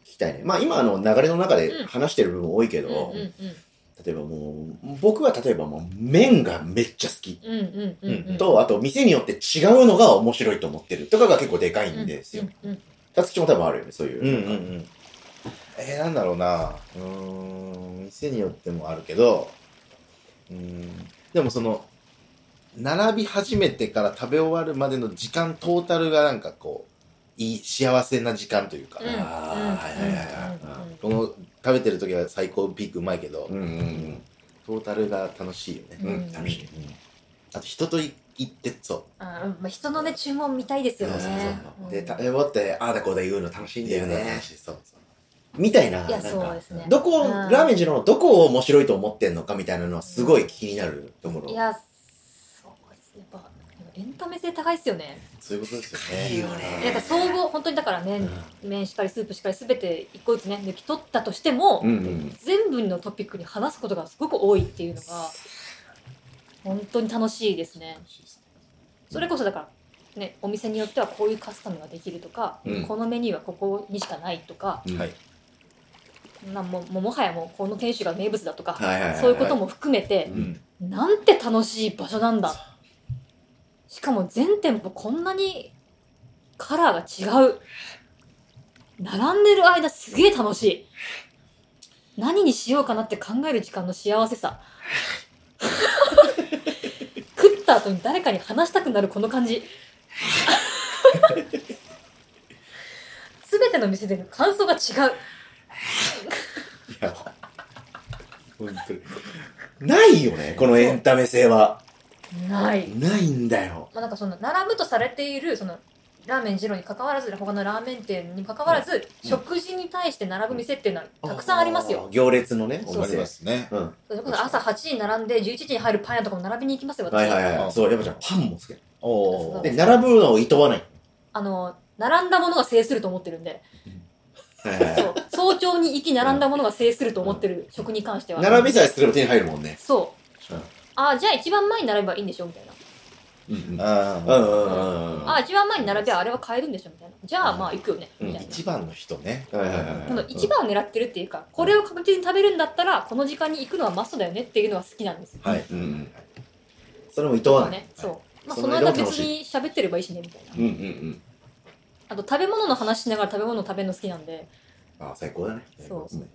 Speaker 1: 聞きたいね。まあ今あの流れの中で話してる部分多いけ
Speaker 3: う
Speaker 1: ど、
Speaker 3: んうん
Speaker 1: 例えばもう、僕は例えばもう麺がめっちゃ好き。
Speaker 3: うんうんうんうんうん。
Speaker 1: と、あと店によって違うのが面白いと思ってるとかが結構でかいんですよ。
Speaker 3: うんうん
Speaker 1: たつきも多分あるよね、そういう。
Speaker 2: うんうんうん。えー、なんだろうな。うーん、店によってもあるけど、うーん、でもその、並び始めてから食べ終わるまでの時間トータルがなんかこう、いい、幸せな時間というか、
Speaker 3: うん
Speaker 1: あー
Speaker 3: うん
Speaker 1: はいはいはいはい
Speaker 2: この食べてる時は最高ピークうまいけど、
Speaker 1: うんうん
Speaker 2: トータルが楽しいよね。
Speaker 1: うん。う
Speaker 3: うん
Speaker 1: ん、楽しい。
Speaker 2: あと人とい行ってそう。
Speaker 3: あーまあ人のね注文見たいですよ
Speaker 1: そうそう
Speaker 3: ね。
Speaker 1: そううんで、食べ終わって、ああだこうだ言うの楽しいんだよ
Speaker 2: っていうのが
Speaker 1: ね
Speaker 2: 楽。しいそうそう。
Speaker 1: みたいな。
Speaker 3: いや
Speaker 1: なん
Speaker 3: そ
Speaker 1: か
Speaker 3: うですね
Speaker 1: どこを、
Speaker 3: うん
Speaker 1: ラーメン二郎のどこを面白いと思ってんのかみたいなのはすごい気になるところ。
Speaker 3: いやそうですね。やっぱエンタメ性高いですよね。
Speaker 2: そういうことですよ
Speaker 1: 高い
Speaker 2: ね。
Speaker 1: よね
Speaker 3: なんか総合本当にだか
Speaker 1: う
Speaker 3: ら
Speaker 1: ん
Speaker 3: 麺麺しかりスープしかりすべて一個ずつね抜き取ったとしても
Speaker 1: うんうん。
Speaker 3: 全部のトピックに話すことがすごく多いっていうのが本当に楽しいですね。それこそだから、ね、お店によってはこういうカスタムができるとか、
Speaker 1: うん
Speaker 3: このメニューはここにしかないとか
Speaker 1: うん
Speaker 2: はい。
Speaker 3: なんもももはやもうこの店主が名物だとか、
Speaker 1: はいはいはい。
Speaker 3: そういうことも含めて、
Speaker 2: うん。
Speaker 3: なんて楽しい場所なんだしかも全店舗こんなにカラーが違う並んでる間すげえ楽しい何にしようかなって考える時間の幸せさ 食った後に誰かに話したくなるこの感じ全ての店での感想が違う
Speaker 2: 本当に。
Speaker 1: ないよね、このエンタメ性は。
Speaker 3: ない
Speaker 1: ないんだよ。
Speaker 3: まあ、なんかその並ぶとされているそのラーメン二郎に関わらず他のラーメン店に関わらず、食事に対して並ぶ店っていうのはたくさんありますよ。
Speaker 1: 行列のね、お
Speaker 3: そう
Speaker 2: あり
Speaker 1: 店
Speaker 2: ま。すね。
Speaker 1: うん。
Speaker 3: それこそ朝8時に並んで11時に入るパン屋とかも並びに行きますよ私、
Speaker 1: はいはいは
Speaker 2: う
Speaker 1: い。
Speaker 2: ん
Speaker 1: そう、やっぱちゃん、パンも好きな
Speaker 2: お
Speaker 3: そ
Speaker 2: お
Speaker 1: の。
Speaker 3: う
Speaker 1: で、並ぶのを厭わない。
Speaker 3: あの並んだものが制すると思ってるんで
Speaker 1: はいはい
Speaker 3: そう早朝に行き並んだものが制すると思ってる食に関しては、
Speaker 1: 並びさえすれば手に入るもんね。
Speaker 3: そう、
Speaker 1: うん
Speaker 3: ああじゃあ一番前に並べばいいんでしょみたいな
Speaker 1: うん
Speaker 2: あ
Speaker 1: うんう
Speaker 2: あ。
Speaker 1: んうんうん。
Speaker 3: ああ一番前に並べばあれは買えるんでしょみたいなじゃあまあ行くよねみたいな、
Speaker 2: 一番の人ね。
Speaker 1: はいはいはいはい
Speaker 3: この一番を狙ってるっていうか、これを確実に食べるんだったら、この時間に行くのはマストだよねっていうのは好きなんですよ。
Speaker 2: はい。
Speaker 1: うんうん。それも厭わない。
Speaker 3: ね、そう。まあ、
Speaker 1: そ
Speaker 3: そ
Speaker 1: の
Speaker 3: の
Speaker 1: 間
Speaker 3: 間
Speaker 1: 楽し
Speaker 3: 別
Speaker 1: い
Speaker 3: に喋ってればいいしね、みたいな
Speaker 1: うん。うんうん。
Speaker 3: あと、食べ物の話しながら食べ物を食べるの好きなんで、
Speaker 1: ああ、最高だね。
Speaker 3: そう
Speaker 1: うん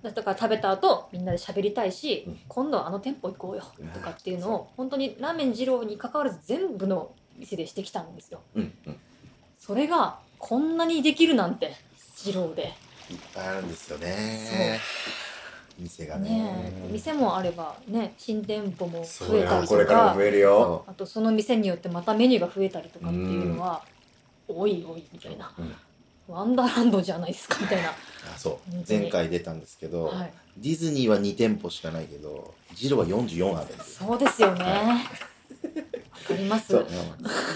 Speaker 3: だから食べた後みんなで喋りたいし、
Speaker 1: うん
Speaker 3: 今度はあの店舗行こうよとかっていうのを本当にラーメン二郎に関わらず全部の店でしてきたんですよ
Speaker 1: うん、うん。
Speaker 3: それがこんなにできるなんて二郎で、
Speaker 2: いっぱいあるんですよね。店がね。
Speaker 3: ねえ店もあればね新店舗も
Speaker 1: そ
Speaker 3: 増
Speaker 1: う
Speaker 3: えた
Speaker 1: や、
Speaker 3: り
Speaker 1: ことれから
Speaker 3: か
Speaker 1: も増えるよ。
Speaker 3: あとその店によってまたメニューが増えたりとかっていうのは、多い多いみたいな、
Speaker 1: うん
Speaker 3: ワンダーランドじゃないですかみたいな、
Speaker 2: あそう
Speaker 3: 本当に
Speaker 2: 前回出たんですけど、
Speaker 3: はい、
Speaker 2: ディズニーは2店舗しかないけどジローは44あるんですよ
Speaker 3: そうですよねわかります
Speaker 1: そう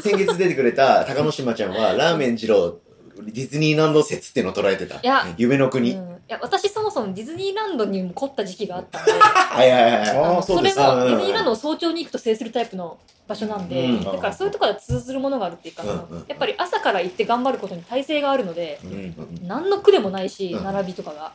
Speaker 1: 先月出てくれた 高野島ちゃんは、ラーメン二郎、ディズニーランド説っていうのを捉えてた。
Speaker 3: いや、
Speaker 1: 夢の
Speaker 3: うん、
Speaker 1: 国。
Speaker 3: いや私そもそもディズニーランドにも凝った時期があったんで
Speaker 1: はいはいはいはい。
Speaker 2: あ
Speaker 3: の
Speaker 2: ーそうです
Speaker 3: れも
Speaker 1: うん
Speaker 3: ディズニーランドを早朝に行くと制するタイプの場所なんで、
Speaker 1: うん
Speaker 3: だからそういうところは通ずるものがあるっていうか、
Speaker 1: うんうん
Speaker 3: やっぱり朝から行って頑張ることに耐性があるので、
Speaker 2: うんうん
Speaker 3: 何の苦でもないし、
Speaker 1: うん
Speaker 3: 並びとかが。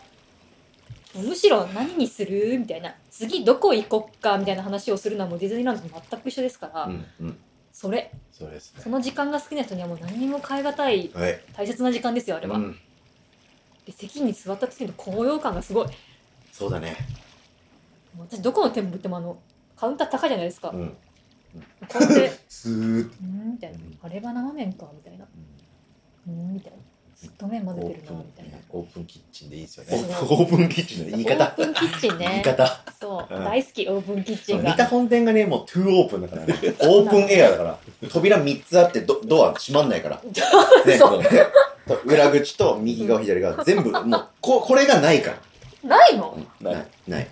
Speaker 3: むしろ何にするみたいな次どこ行こっかみたいな話をするのはもうディズニーランドと全く一緒ですから、
Speaker 1: うんうん。
Speaker 3: それ
Speaker 2: そうです
Speaker 3: その時間が好きな人にはもう何にも変え難い
Speaker 1: はい。
Speaker 3: 大切な時間ですよあれは、
Speaker 1: うん
Speaker 3: で席に座った時の高揚感がすごいも
Speaker 1: そうだね。
Speaker 3: う私どこの店舗行ってもあのカウンター高いじゃないですか、
Speaker 1: うん。
Speaker 3: こうやって
Speaker 1: スーッと。
Speaker 3: うーんみたいな
Speaker 1: うん
Speaker 3: あれが生麺かみたいなうーんみたいなずっと麺混ぜ
Speaker 2: オ
Speaker 3: て
Speaker 2: ー
Speaker 3: る
Speaker 2: プ
Speaker 3: な
Speaker 2: ン
Speaker 3: みたいな
Speaker 2: オープンキッチンでいいですよ
Speaker 1: オ
Speaker 2: ね
Speaker 1: ープンオープンキッチンの言い
Speaker 3: オー
Speaker 1: 方。
Speaker 3: プンキッチンね
Speaker 1: 言い方。
Speaker 3: そう、
Speaker 1: うん
Speaker 3: 大好きオープンキッチン
Speaker 1: 三
Speaker 3: が
Speaker 1: 田本店がね、もうトゥーオープンだからね。オープンエアだから。扉3つあってド、ドア閉まんない から。ね、
Speaker 3: そう
Speaker 1: もうと裏口と右側、左側、全部、もう、ここれがないか
Speaker 3: ないの
Speaker 1: ら。ない。ない。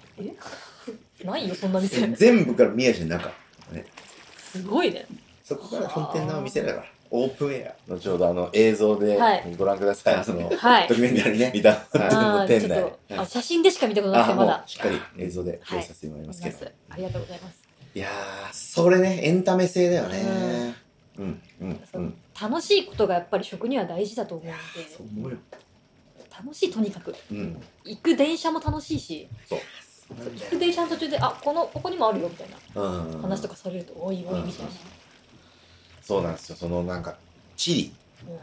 Speaker 3: ないよそんな店
Speaker 1: 全部から宮地の中。
Speaker 3: すごいね
Speaker 1: そこから本店のお店だから。オープンエア。
Speaker 2: 後ほどあの映像で
Speaker 3: はい
Speaker 2: ご覧ください、その
Speaker 3: はい
Speaker 1: ドキュメンタリーね。
Speaker 2: 見た
Speaker 3: あー
Speaker 2: 店
Speaker 3: ちょっ
Speaker 2: 内
Speaker 3: とあ写真でしか見たことなくてま
Speaker 1: も
Speaker 3: だ
Speaker 1: う、しっかり映像で
Speaker 3: はい
Speaker 1: 表させてもらい
Speaker 3: 見
Speaker 1: ま
Speaker 3: ます
Speaker 1: けど。
Speaker 3: すありがとうございます
Speaker 1: いやー、それね、エンタメ性だよね。うん、うん、。
Speaker 3: そううん楽しいことがやっぱり食には大事だと思うんで
Speaker 1: そう思うよ。
Speaker 3: 楽しいとにかく
Speaker 1: うん。
Speaker 3: 行く電車も楽しいし行く電車の途中であこのここにもあるよみたいな
Speaker 1: うん。
Speaker 3: 話とかされるとおいおいみたい
Speaker 2: そうなんですよそのなんか地理
Speaker 3: な、うん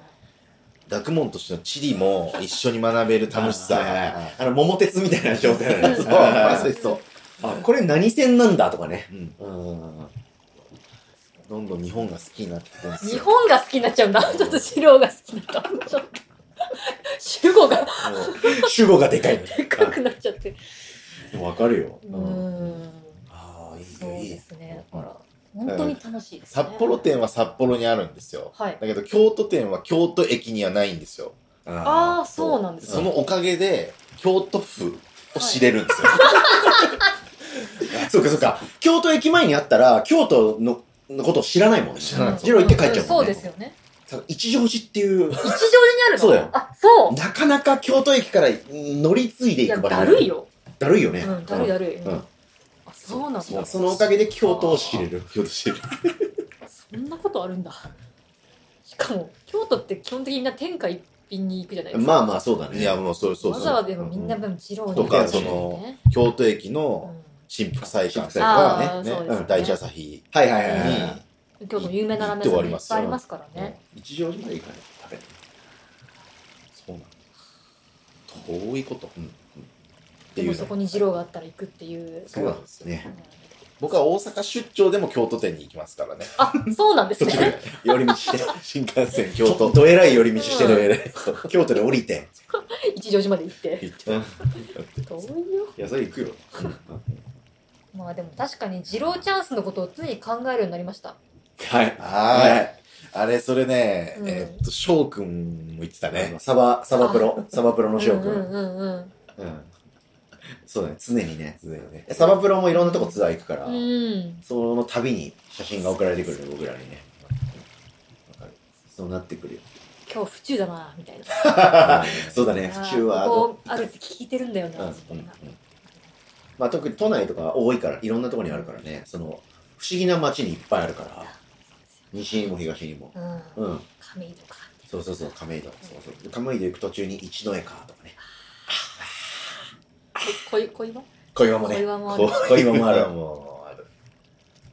Speaker 2: 学問としての地理も一緒に学べる楽し
Speaker 1: はいはい
Speaker 2: さ
Speaker 1: はいあの、桃鉄みたいな状態だね。
Speaker 3: そう
Speaker 2: そうまさにそう
Speaker 1: あ、これ何線なんだとかね。
Speaker 2: うん
Speaker 1: うん。
Speaker 2: どんどん日本が好きになってきてるんです
Speaker 3: 日
Speaker 2: よ
Speaker 3: 本が好きになっちゃうんだ。ちょっと資料が好きになった。ちょっと。主語が
Speaker 1: 主語がでかい。
Speaker 3: でかくなっちゃって。
Speaker 1: わかるよ。
Speaker 3: うーん。
Speaker 1: ああ、い
Speaker 3: そうですね。
Speaker 1: ほら。
Speaker 3: 本当に楽しいです、ね。
Speaker 2: 札幌。店は札幌にあるんですよ
Speaker 3: はい。
Speaker 2: だけど京都店は京都駅にはないんですよ
Speaker 3: ああ、そうなんです
Speaker 2: そ
Speaker 3: ね。
Speaker 2: のおかげで京都府を知れるんですよ、
Speaker 1: あ。そうかそうか。京都駅前にあったら、京都の、のことを知らないもんね。
Speaker 2: 知らない
Speaker 1: ジロー行って帰っちゃうも
Speaker 3: そ
Speaker 1: ん
Speaker 3: う
Speaker 1: ね。
Speaker 3: ですよね。
Speaker 1: 多分一乗寺っていう、
Speaker 3: 一条寺にあるの
Speaker 1: そうだよ
Speaker 3: あ、そう。
Speaker 1: なかなか京都駅から乗り継いで
Speaker 3: い
Speaker 1: い
Speaker 3: や、
Speaker 1: く場所。
Speaker 3: だるい。よ。
Speaker 1: だるいよね。
Speaker 3: うん、だるいだるい。
Speaker 1: うん
Speaker 3: あ、そうなんだ。
Speaker 1: そう
Speaker 3: そ
Speaker 1: そのおかげで京都を知れる。京都知れる。
Speaker 3: んなことあるんだ。しかも、京都って基本的にみんな天下一品に行くじゃないです か。
Speaker 1: まあまあ、そうだね。
Speaker 2: いやもうそれそう
Speaker 3: わ
Speaker 2: そう
Speaker 3: ざわざでもみんなでも二郎に行く
Speaker 2: とか
Speaker 3: んですよね
Speaker 2: そ京都駅
Speaker 3: う
Speaker 2: の
Speaker 3: ん
Speaker 2: 新福祭館と
Speaker 3: あ
Speaker 2: か
Speaker 3: ー
Speaker 2: ねね
Speaker 3: そうですね
Speaker 2: うん大社朝日
Speaker 1: はいはいはいはい
Speaker 2: に。
Speaker 3: 京都の有名なラーメン屋さんいっぱいありますからね。
Speaker 1: 一乗寺まで行かないと食べない。
Speaker 2: そうなん遠いこと、うんって
Speaker 3: で
Speaker 2: い
Speaker 3: も
Speaker 2: う
Speaker 3: そ
Speaker 2: の
Speaker 3: こに二郎があったら行くっていう。
Speaker 2: そうなんですよ
Speaker 1: ね。
Speaker 2: 僕は大阪出張でも京都店に行きますからね
Speaker 3: あ、そうなんです
Speaker 1: 途中
Speaker 3: ね。
Speaker 1: で寄り道して。
Speaker 2: 新幹線京
Speaker 1: 京都、
Speaker 2: 都
Speaker 1: どえらい寄り道して
Speaker 3: うん
Speaker 1: る。京都で降りて。
Speaker 3: 一乗寺まで行って。
Speaker 2: 行って
Speaker 3: 遠いよ。
Speaker 1: いや、それ行くよ。
Speaker 3: まあでも確かに二郎チャンスのことを常に考えるようになりました。
Speaker 1: はい。
Speaker 2: は
Speaker 1: はい
Speaker 2: あれそれね、
Speaker 3: うん
Speaker 2: えーっと翔くんも言ってた
Speaker 1: い。
Speaker 2: ね
Speaker 1: ね、サバ、サバプロ、サバプロの
Speaker 3: う
Speaker 1: 翔
Speaker 3: ん
Speaker 1: く
Speaker 3: うん
Speaker 1: ん。
Speaker 3: うんうん。
Speaker 1: うん。そうだね、常にね。
Speaker 2: 常にね
Speaker 1: サバプロもいろんなとこツアー行くから、
Speaker 3: うん。
Speaker 1: その度に写真が送られてくるね、僕らにね。わかるそうなってくるよ。
Speaker 3: 今日府中だな、みたいな。
Speaker 1: そうだね、府中は。
Speaker 3: あーここあるって聞いてるんだよ
Speaker 1: うんう
Speaker 3: な、
Speaker 1: ん
Speaker 3: みたいな。
Speaker 1: うんまあ特に都内とか多いから、いろんなとこにあるからね、その、不思議な街にいっぱいあるから、西にも東にも。
Speaker 3: うん。
Speaker 1: うん。
Speaker 3: 亀戸か。
Speaker 1: そうそうそう、亀戸。そうそう。で亀戸行く途中に一の江川とかね。
Speaker 3: 恋、恋は
Speaker 1: 小岩もね。
Speaker 3: 恋はもある。
Speaker 1: 小岩もある。
Speaker 2: もうある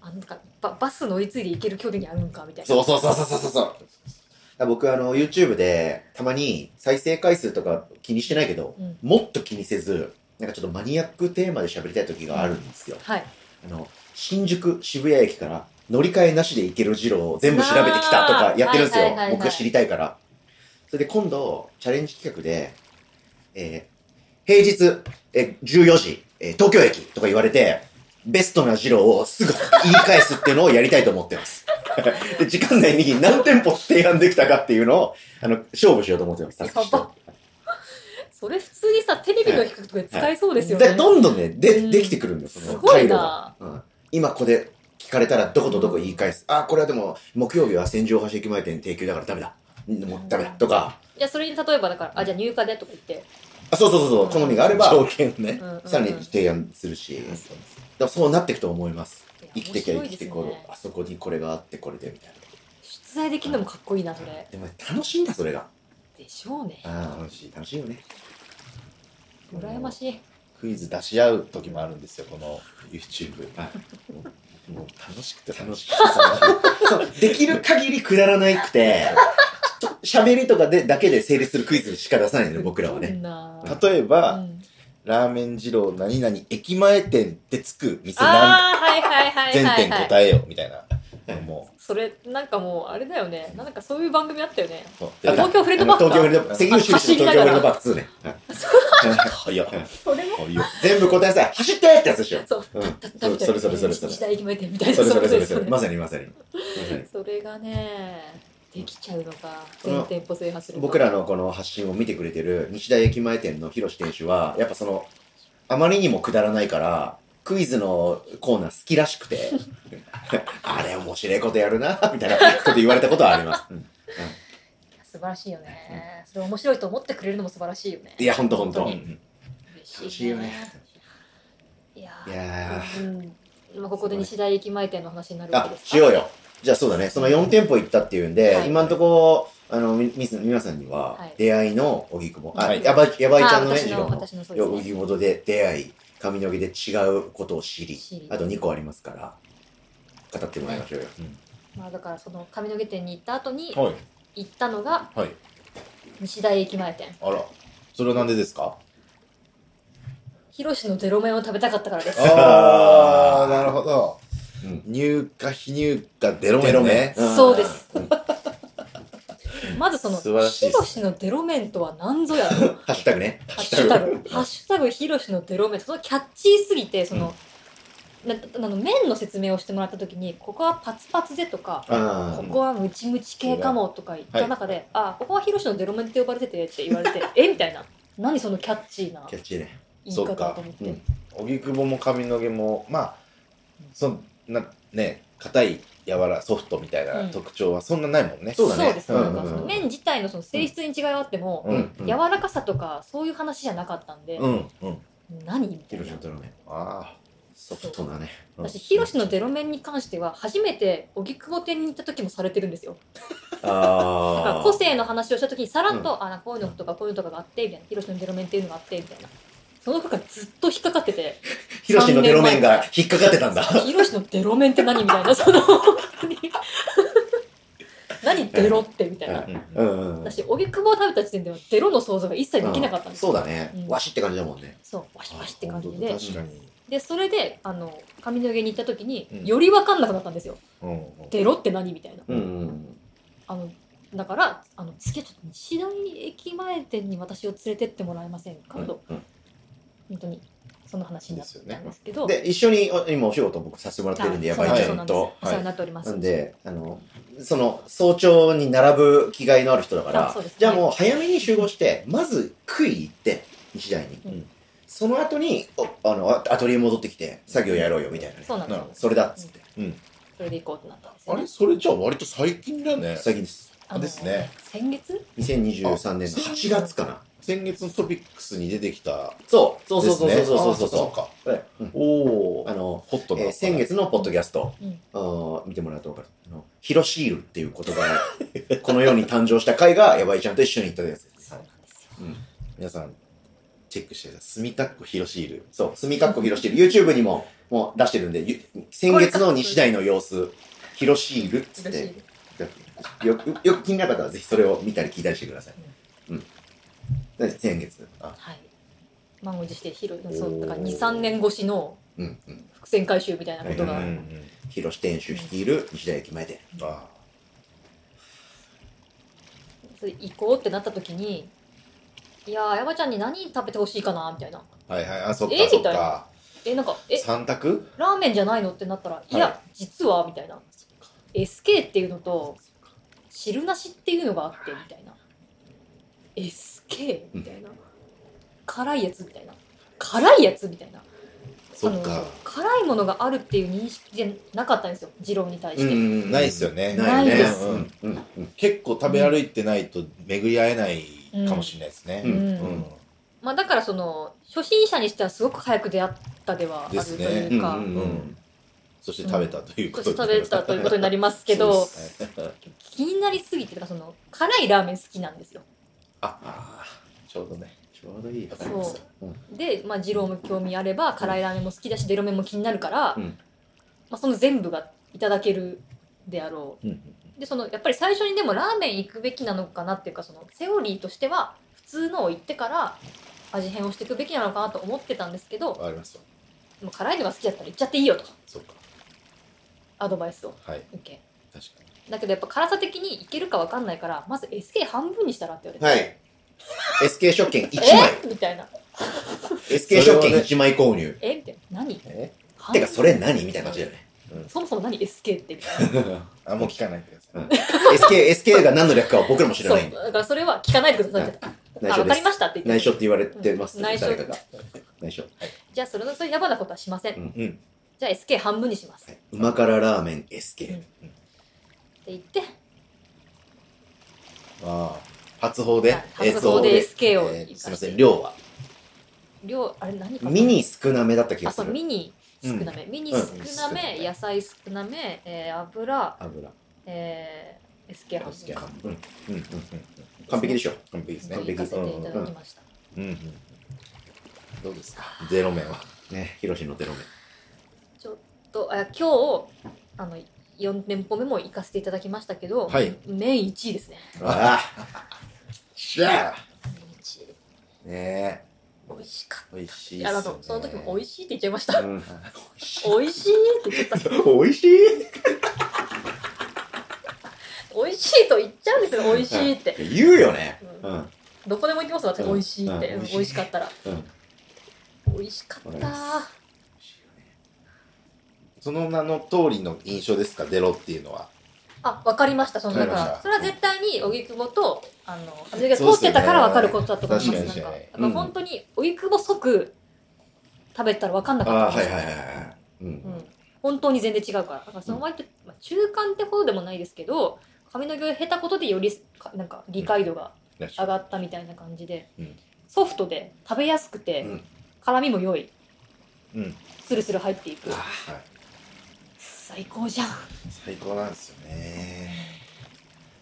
Speaker 3: あなんかババス乗り継いで行ける距離にあるんか、みたいな。
Speaker 1: そうそうそうそうそうそう。だから僕あの、YouTube で、たまに再生回数とか気にしてないけど、
Speaker 3: うん
Speaker 1: もっと気にせず、なんかちょっとマニアックテーマで喋りたい時があるんですよ。
Speaker 3: はい。
Speaker 1: あの、新宿、渋谷駅から乗り換えなしで行ける二郎を全部調べてきたとかやってるんですよ。
Speaker 3: あーはいはいはいはい
Speaker 1: 僕が知りたいから。それで今度、チャレンジ企画で、えー平日、えー14時、えー東京駅とか言われて、ベストな二郎をすぐ言い返すっていうのをやりたいと思ってます。 で時間内に何店舗提案できたかっていうのを、あの、勝負しようと思ってます。
Speaker 3: やばそれ普通にさ、テレビの企画で使えそうですよ
Speaker 1: だ
Speaker 3: ね。
Speaker 1: からどんどんね、で、
Speaker 3: うん
Speaker 1: できてくるんです、そ
Speaker 3: す
Speaker 1: の
Speaker 3: ごい
Speaker 1: 回路が。
Speaker 3: な。
Speaker 1: うん今ここで聞かれたらどことどこ言い返す。あ、これはでも、木曜日は戦場橋駅前店定休だからダメだ。んもうダメだ。とか、
Speaker 3: いや、それに例えばだから、あ、じゃあ入荷でとか言って。
Speaker 1: あそうそうそうそう、好みがあれば、
Speaker 2: 条件ね
Speaker 3: う。んうんうん
Speaker 1: さらに提案するし、だからそうなっていくと思います。生きてきゃ生きてこ
Speaker 3: 面白いですね
Speaker 1: う、あそこにこれがあってこれでみたい
Speaker 3: 出題できるのもかっこいいな、それ
Speaker 1: な。。でもね楽しいんだ、それが。
Speaker 3: でしょうね。
Speaker 1: ああ、楽しい。楽しいよね。
Speaker 3: 羨ましい。
Speaker 2: クイズ出し合う時もあるんですよ、この YouTube。もう楽しくて楽しくて。
Speaker 1: そうできる限りくだらないくて、ちょっと喋りとかでだけで成立するクイズしか出さないのよ、僕らは
Speaker 3: そ
Speaker 1: ね。
Speaker 3: んな。
Speaker 2: 例えば、
Speaker 3: うん
Speaker 2: ラーメン二郎何々駅前店ってつく店何
Speaker 3: ああ、はいはいはい
Speaker 2: 全
Speaker 3: はい、
Speaker 2: 店
Speaker 3: はい。
Speaker 2: 答えよみたいな。も
Speaker 3: それ、なんかもう、あれだよね。なんかそういう番組あったよね。
Speaker 2: う、
Speaker 1: あ
Speaker 3: 東京フレード
Speaker 1: あの
Speaker 3: バッグ
Speaker 1: 東
Speaker 3: か。
Speaker 1: 京フレードバッグ、関口修士の東京フレードバッグ2ね。はい
Speaker 2: 早っ。
Speaker 3: それも。
Speaker 2: 早っ。
Speaker 1: 全部答えなさい。走ってってやつでしょ。
Speaker 3: そう。
Speaker 1: うん
Speaker 3: だだだみたいな
Speaker 1: それそれそれそれ
Speaker 3: 時代駅前店みたいな。
Speaker 1: それそれそれそ
Speaker 3: そ
Speaker 1: れ。まさにまさに。まさに
Speaker 3: それがね、できちゃうのか。
Speaker 1: その
Speaker 3: 全店舗制覇するのか
Speaker 1: 僕らのこの発信を見てくれてる日大駅前店の広志店主は、やっぱその、あまりにもくだらないから、クイズのコーナー好きらしくて、 あれ面白いことやるな、みたいなこと言われたことはあります。うん
Speaker 3: 素晴らしいよね。それ面白いと思ってくれるのも素晴らしいよね。
Speaker 1: いや、ほんとほんと。う
Speaker 3: う
Speaker 1: ん
Speaker 3: 嬉しいね。いや
Speaker 1: いや
Speaker 3: ー。うんまあここで西大駅前店の話になるわけ
Speaker 1: あ
Speaker 3: で、す
Speaker 1: しようよ。じゃあそうだね。その4店舗行ったっていうんで、
Speaker 3: はい
Speaker 1: 今んとこ、あの、み、み皆さんには
Speaker 3: はい、
Speaker 1: 出会いの荻窪、あ、
Speaker 2: はい
Speaker 1: やばい、やばいちゃんのね、
Speaker 3: あ私
Speaker 1: 次
Speaker 3: の
Speaker 1: 郎の
Speaker 3: 私のそうですね
Speaker 1: 荻窪で出会い、髪の毛で違うことを知り
Speaker 3: 知り、
Speaker 1: あと2個ありますから、語ってもらいましょうよ。
Speaker 3: まあだからその髪の毛店に行った後に
Speaker 2: はい。
Speaker 3: 行ったのが
Speaker 2: はい。
Speaker 3: 西大駅前店。
Speaker 2: あら。それはなんでで すか
Speaker 3: ヒロシのゼロ麺を食べたかったからです。
Speaker 2: ああ、なるほど。
Speaker 1: うん
Speaker 2: 入荷、非入荷、デロメ
Speaker 1: デロ
Speaker 2: ロ
Speaker 1: メ
Speaker 2: ね。
Speaker 1: うん
Speaker 3: そうです。 まずその、
Speaker 2: 素晴らし
Speaker 3: ヒ
Speaker 2: いです
Speaker 3: ロシのデロ麺とは何ぞやと。
Speaker 1: ハッシュタグね。
Speaker 3: ハッシュタグ、 ハッシュタグヒロシのデロ麺、そのキャッチーすぎて、その、なあの麺の説明をしてもらったときに、ここはパツパツでとか、
Speaker 1: あ
Speaker 3: こ
Speaker 1: ー
Speaker 3: こはムチムチ系かもとか言った中で、あ、ここはヒロシのデロ麺って呼ばれててって言われ て、えみたいな。何そのキャッチーな
Speaker 1: キャッチーね。
Speaker 3: 言い方
Speaker 2: そうか
Speaker 3: と思って。
Speaker 1: うん
Speaker 2: 荻窪も髪の毛も、まあ、そんな、ね、硬い、柔ら、ソフトみたいな特徴はそんなないもんね。
Speaker 1: そうだね
Speaker 3: です、
Speaker 1: うん
Speaker 3: なんかその
Speaker 1: うん
Speaker 3: 麺自体のその性質に違いはあっても、
Speaker 2: うん。
Speaker 1: うん
Speaker 3: 柔らかさとかそういう話じゃなかったんで、
Speaker 2: うん。うん。
Speaker 3: 何みたいな
Speaker 1: 広島ドラメ。
Speaker 2: あ
Speaker 1: ソフトなね。
Speaker 2: うん
Speaker 3: 私ヒロシのゼロ麺に関しては初めて荻窪店に行った時もされてるんですよだから
Speaker 1: あ
Speaker 3: 個性の話をした時にさらっと、あなんかこういうのとかこういうのとかがあってみたいなヒロシのゼロ麺っていうのがあってみたいなその子がずっと引っかかってて
Speaker 1: ヒロシのデロメンが引っかかってたんだ。
Speaker 3: ヒロシのデロ麺って何みたいな、その、本当に何デロってみたい
Speaker 1: は
Speaker 3: な
Speaker 2: あ。。
Speaker 1: い
Speaker 2: うん。
Speaker 1: うんうんうん。
Speaker 3: 私、荻窪を食べた時点ではデロの想像が一切できなかったんですよ。
Speaker 1: そうだね
Speaker 3: うん。
Speaker 1: わしって感じだもんね。
Speaker 3: そう、ワシワシって感じ
Speaker 2: あ
Speaker 3: で
Speaker 2: 本当。だ確かに。
Speaker 3: で、それで、あの、髪の毛に行った時に
Speaker 2: う、ん
Speaker 3: よりわかんなくなったんですよ。
Speaker 2: うんうん。
Speaker 3: デロって何みたいな。
Speaker 1: うんうんうん。
Speaker 3: あの、だから、あの、次はちょっと西大駅前店に私を連れてってもらえませんかと、
Speaker 1: うん
Speaker 3: 本当に、その話になったん
Speaker 2: ですよね
Speaker 3: ですけど。
Speaker 1: で、一緒にあ今お仕事僕させてもらってるんで、やば
Speaker 3: はいい
Speaker 1: ち
Speaker 3: そ
Speaker 1: ゃ
Speaker 3: うな
Speaker 1: ん
Speaker 3: んです
Speaker 1: と。
Speaker 3: お世話になっております。
Speaker 1: なんで、あの、その、早朝に並ぶ気概のある人だか
Speaker 3: あ
Speaker 1: ら
Speaker 3: そうですね、
Speaker 1: じゃあもう早めに集合して、まず食い行って、日大に。
Speaker 3: うん
Speaker 1: その後に、おあの、アアトリエ戻ってきて、作業やろうよ、みたいなね。
Speaker 3: そうなんです
Speaker 2: なる
Speaker 3: よ
Speaker 2: ほ。
Speaker 1: それだっつって。
Speaker 3: それで行こうってなったんですよ
Speaker 2: あ
Speaker 3: ね
Speaker 2: れそれじゃあ割と最近だね。
Speaker 1: 最近です。
Speaker 3: あの
Speaker 2: ですね。
Speaker 3: 先月
Speaker 1: 2023年の8月かな。
Speaker 2: 先月のトピックスに出てきた。
Speaker 1: そう、そうそうそう
Speaker 2: ですね
Speaker 1: そうそう
Speaker 2: あ
Speaker 1: そう
Speaker 2: っかっ
Speaker 1: そ
Speaker 2: か。
Speaker 1: う。はいうん
Speaker 2: おお。
Speaker 1: あの、
Speaker 2: ホットな
Speaker 1: えー先月のポッドキャスト、
Speaker 3: うん
Speaker 1: あー見てもらうと分かる。あのヒロシールっていう言葉が、 この世に誕生した回が、やばいちゃんと一緒に行ったやつです。
Speaker 3: そうなんですよ。
Speaker 2: 皆さんチェックしてください。すみたっこひろシール。
Speaker 1: そう、すみかっこヒロシール。YouTube にも、もう出してるんで、ゆ先月の西大の様子、ヒロシールっつっ
Speaker 3: 嬉してい、
Speaker 1: よく、よく気になる方はぜひそれを見たり聞いたりしてください。うん。で先月。あ
Speaker 3: はい。満を持して広いそうだから23年越しの
Speaker 1: うんうん。
Speaker 3: 伏線回収みたいなこと
Speaker 2: うんう
Speaker 3: が、
Speaker 1: はいはい
Speaker 2: ん
Speaker 1: 広志店主率いる西田駅前店。
Speaker 2: あ
Speaker 3: それ行こうってなった時にいやー山ちゃんに何食べてほしいかなみたいな
Speaker 2: あはいはいあそっか
Speaker 3: え
Speaker 2: そっ
Speaker 3: みたい
Speaker 2: か
Speaker 3: えなんかえ
Speaker 2: 三択
Speaker 3: ラーメンじゃないのってなったらいや、
Speaker 2: はい
Speaker 3: 実はみたいな SK っていうのと汁なしっていうのがあってみたいな SK みたいな、辛いやつみたいな辛いやつみたいな
Speaker 2: そっ
Speaker 3: あの
Speaker 2: か
Speaker 3: 辛いものがあるっていう認識じゃなかったんですよ二郎に対
Speaker 2: う
Speaker 3: し
Speaker 2: ん
Speaker 3: て、
Speaker 2: うんないっすよね
Speaker 3: ないで
Speaker 2: ね
Speaker 3: す
Speaker 2: う
Speaker 1: うんんうんうん。
Speaker 2: 結構食べ歩いてないと巡り合えないかもしれないですね
Speaker 1: うん
Speaker 2: う
Speaker 3: うん
Speaker 2: ん
Speaker 3: まあ、だからその初心者にしてはすごく早く出会ったではあると
Speaker 2: です
Speaker 3: いう
Speaker 1: ね
Speaker 3: か、
Speaker 1: うん
Speaker 2: うんそして食べたという
Speaker 3: 少
Speaker 2: こ
Speaker 3: し
Speaker 2: と
Speaker 3: 食べたということになりますけど
Speaker 2: そうですね
Speaker 3: 気になりすぎてだからその辛いラーメン好きなんですよ
Speaker 2: あちょうどね
Speaker 1: ちょうどいい。。
Speaker 3: そう
Speaker 1: うん。
Speaker 3: で、まあ、二郎も興味あれば辛いラーメンも好きだしデロメンも気になるから、
Speaker 1: うん
Speaker 3: まあ、その全部がいただけるであろう
Speaker 2: うん
Speaker 3: でそのやっぱり最初にでもラーメン行くべきなのかなっていうかそのセオリーとしては普通のを行ってから味変をしていくべきなのかなと思ってたんですけど
Speaker 2: わかりますよ
Speaker 3: でも辛いのが好きだったら行っちゃっていいよと
Speaker 2: そっか
Speaker 3: アドバイスを
Speaker 2: はい
Speaker 3: 受け
Speaker 2: 確かに
Speaker 3: だけどやっぱ辛さ的にいけるかわかんないからまず SK 半分にしたらって言われて、
Speaker 1: はい。SK 食券1枚。
Speaker 3: えみたいな
Speaker 1: SK 食券1枚購入。
Speaker 3: えみたいな何
Speaker 2: え
Speaker 3: 半
Speaker 1: てか、それ何みたいな感じだよ ね。
Speaker 3: そもそも何 SK ってみたいな
Speaker 2: あもう聞かないでください
Speaker 1: SK、SK が何の略かは僕らも知ら
Speaker 3: そ
Speaker 1: ないん
Speaker 3: う
Speaker 1: で。
Speaker 3: だからそれは聞かないでくださいって
Speaker 1: 内
Speaker 3: あ
Speaker 1: 緒
Speaker 3: わ
Speaker 1: で
Speaker 3: か
Speaker 1: す
Speaker 3: り。ましたって言
Speaker 1: 内
Speaker 3: って
Speaker 1: 緒って言われてます。
Speaker 3: うん内緒
Speaker 1: 誰かが。内緒。
Speaker 3: じゃあそれのそれやばなことはしません、
Speaker 1: うん
Speaker 2: うん
Speaker 3: じゃあ SK 半分にします、
Speaker 1: はい旨辛ラーメン
Speaker 3: うん
Speaker 1: SK。
Speaker 3: って言って
Speaker 2: ああ初報で
Speaker 3: はい初報で SK を
Speaker 2: えーすいま
Speaker 3: 行か
Speaker 2: せ
Speaker 3: せて
Speaker 2: ん量は
Speaker 3: 量あれ何かな
Speaker 1: ミニ少なめだった気
Speaker 3: あ
Speaker 1: がす
Speaker 3: そう
Speaker 1: る。
Speaker 3: ミニ少なめ、ミニ
Speaker 1: うん
Speaker 3: 少なめ、
Speaker 2: うん
Speaker 3: 野菜少なめ、えー、油、
Speaker 1: 油。
Speaker 3: えー、SK 半
Speaker 2: SK
Speaker 3: 分
Speaker 2: 半分うんうんうん
Speaker 1: 完璧でしょ。
Speaker 2: 完璧ですね
Speaker 1: 完璧
Speaker 3: 行かせていた
Speaker 2: うん
Speaker 3: だ
Speaker 2: うん
Speaker 3: きました、
Speaker 2: うんうんどうですかゼロ面は
Speaker 1: ね、ヒロシのテロメ。
Speaker 3: ちょっとあ今日あの4店舗目も行かせていただきましたけど、
Speaker 2: はい
Speaker 3: 麺1位ですね
Speaker 1: ああ。
Speaker 2: しゃあ
Speaker 3: 麺1位
Speaker 2: ね
Speaker 3: 美味しかっ
Speaker 2: え美味したい
Speaker 3: い
Speaker 2: っす
Speaker 3: や
Speaker 2: よ
Speaker 3: あ
Speaker 2: ね
Speaker 3: のその時も美味しいって言っちゃいま した
Speaker 1: うん
Speaker 3: 美味しいって言っちゃった
Speaker 1: 美味しい
Speaker 3: 美味しいと言っちゃうんですよ美味しいって
Speaker 1: 言うよね。
Speaker 3: う
Speaker 1: うん。
Speaker 3: どこでも行きますよ私
Speaker 1: うん
Speaker 3: 美味しいって、
Speaker 1: うん
Speaker 3: 美味しかったら
Speaker 1: うん。
Speaker 3: 美味しかっ
Speaker 1: わか
Speaker 3: た
Speaker 1: りま
Speaker 2: その名の通りの印象ですかゼロっていうのは
Speaker 3: あわかりましたそのだか
Speaker 2: わかり
Speaker 3: ら
Speaker 2: ました
Speaker 3: それは絶対に荻窪とあの初めが通ってたからわかることだと思います
Speaker 2: そうっす
Speaker 3: なん
Speaker 2: よね
Speaker 3: か
Speaker 2: 確かに
Speaker 3: やっぱ本当に荻窪即食べたらわかんな
Speaker 1: あ
Speaker 3: か
Speaker 1: あ、
Speaker 3: った
Speaker 1: は
Speaker 3: で
Speaker 1: い
Speaker 3: す
Speaker 1: はいはいはい。うん
Speaker 3: う。ん本当に全然違うからだからその割と、まあ、中間ってほどでもないですけど髪の毛を経たことでよりかなんか理解度が
Speaker 2: 確か
Speaker 3: 上がったみたいな感じで、
Speaker 2: うん
Speaker 3: ソフトで食べやすくて、
Speaker 1: うん
Speaker 3: 辛みも良い
Speaker 2: にうん
Speaker 3: スルスル入っていく
Speaker 2: はい
Speaker 3: 最高じゃん
Speaker 2: 最高なんですよね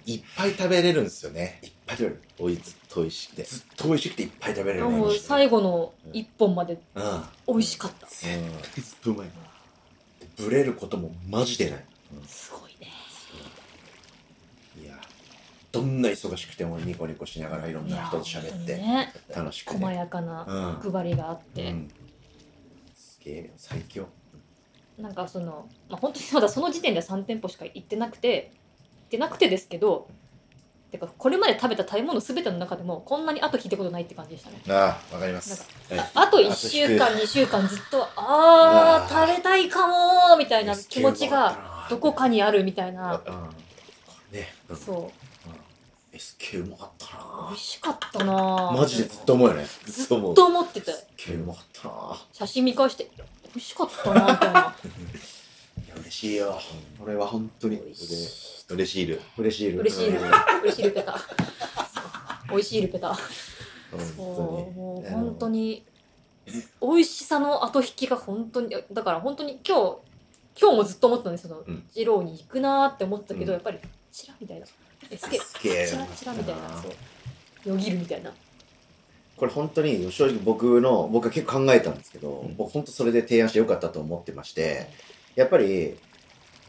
Speaker 2: いっぱい食べれるんですよね
Speaker 1: いっぱい食べる。
Speaker 2: おいつといしくて
Speaker 1: ずっと美味しくていっぱい食べれるように
Speaker 3: もう
Speaker 1: してる
Speaker 3: 最後の一本まで
Speaker 1: うん。
Speaker 3: 美味しかった、
Speaker 2: う
Speaker 1: 絶対うまい。ブレることもマジでない。
Speaker 3: すごいね
Speaker 2: んいや
Speaker 1: どんな忙しくてもニコニコしながらいろん
Speaker 3: い
Speaker 1: な
Speaker 3: や
Speaker 1: 人と喋
Speaker 3: 本
Speaker 1: っ
Speaker 3: 当に
Speaker 1: て
Speaker 3: ね
Speaker 1: 楽しくて。
Speaker 3: 細やかな
Speaker 1: うん。
Speaker 3: 配りがあっ
Speaker 1: う
Speaker 3: て、
Speaker 1: ん。すげえ、最強。
Speaker 3: なんかその、まあ、本当に まだその時点では3店舗しか行ってなくて行ってなくてですけどてかこれまで食べた食べ物全ての中でもこんなに後引いたことないって感じでしたね
Speaker 2: ああわかりま
Speaker 3: なん
Speaker 2: す
Speaker 3: かあと1週間2週間ずっとあ
Speaker 1: うわ
Speaker 3: ー食べたいかもーみたいな気持ちが
Speaker 1: SK
Speaker 3: どこかにあるみたいな
Speaker 1: うまかったな。うん。ね。うん
Speaker 3: そう
Speaker 1: うん SK うまかった
Speaker 3: 美
Speaker 1: な
Speaker 3: 味しかったなー
Speaker 1: マジでずっと思うよね。
Speaker 2: ずっ
Speaker 3: ずっと思ってて
Speaker 1: SK うまかったな
Speaker 3: 写真見返して美味しかったなーみたいな
Speaker 1: いや、嬉しいよ。これは本当に
Speaker 3: 美味しい
Speaker 2: 嬉しいる
Speaker 1: 嬉しい。
Speaker 3: 嬉しいル
Speaker 1: うん
Speaker 3: 嬉しいル ペタ美味しいルペタ
Speaker 2: 本
Speaker 3: そう
Speaker 2: 当
Speaker 3: もう本当に美味しさの後引きが本当にだから本当に今日今日もずっと思ってたんですよ
Speaker 1: うん
Speaker 3: 二郎に行くなーって思ってたけ
Speaker 1: うん
Speaker 3: ど、やっぱりチラみたいな SK チ
Speaker 1: SK う
Speaker 3: ラ
Speaker 1: まかっ
Speaker 3: チ
Speaker 1: た
Speaker 3: ラみたいな
Speaker 1: な
Speaker 3: そうよぎるみたいな
Speaker 1: これ本当に正直僕の僕は結構考えたんですけど、
Speaker 2: うん
Speaker 1: 僕本当それで提案してよかったと思ってましてやっぱり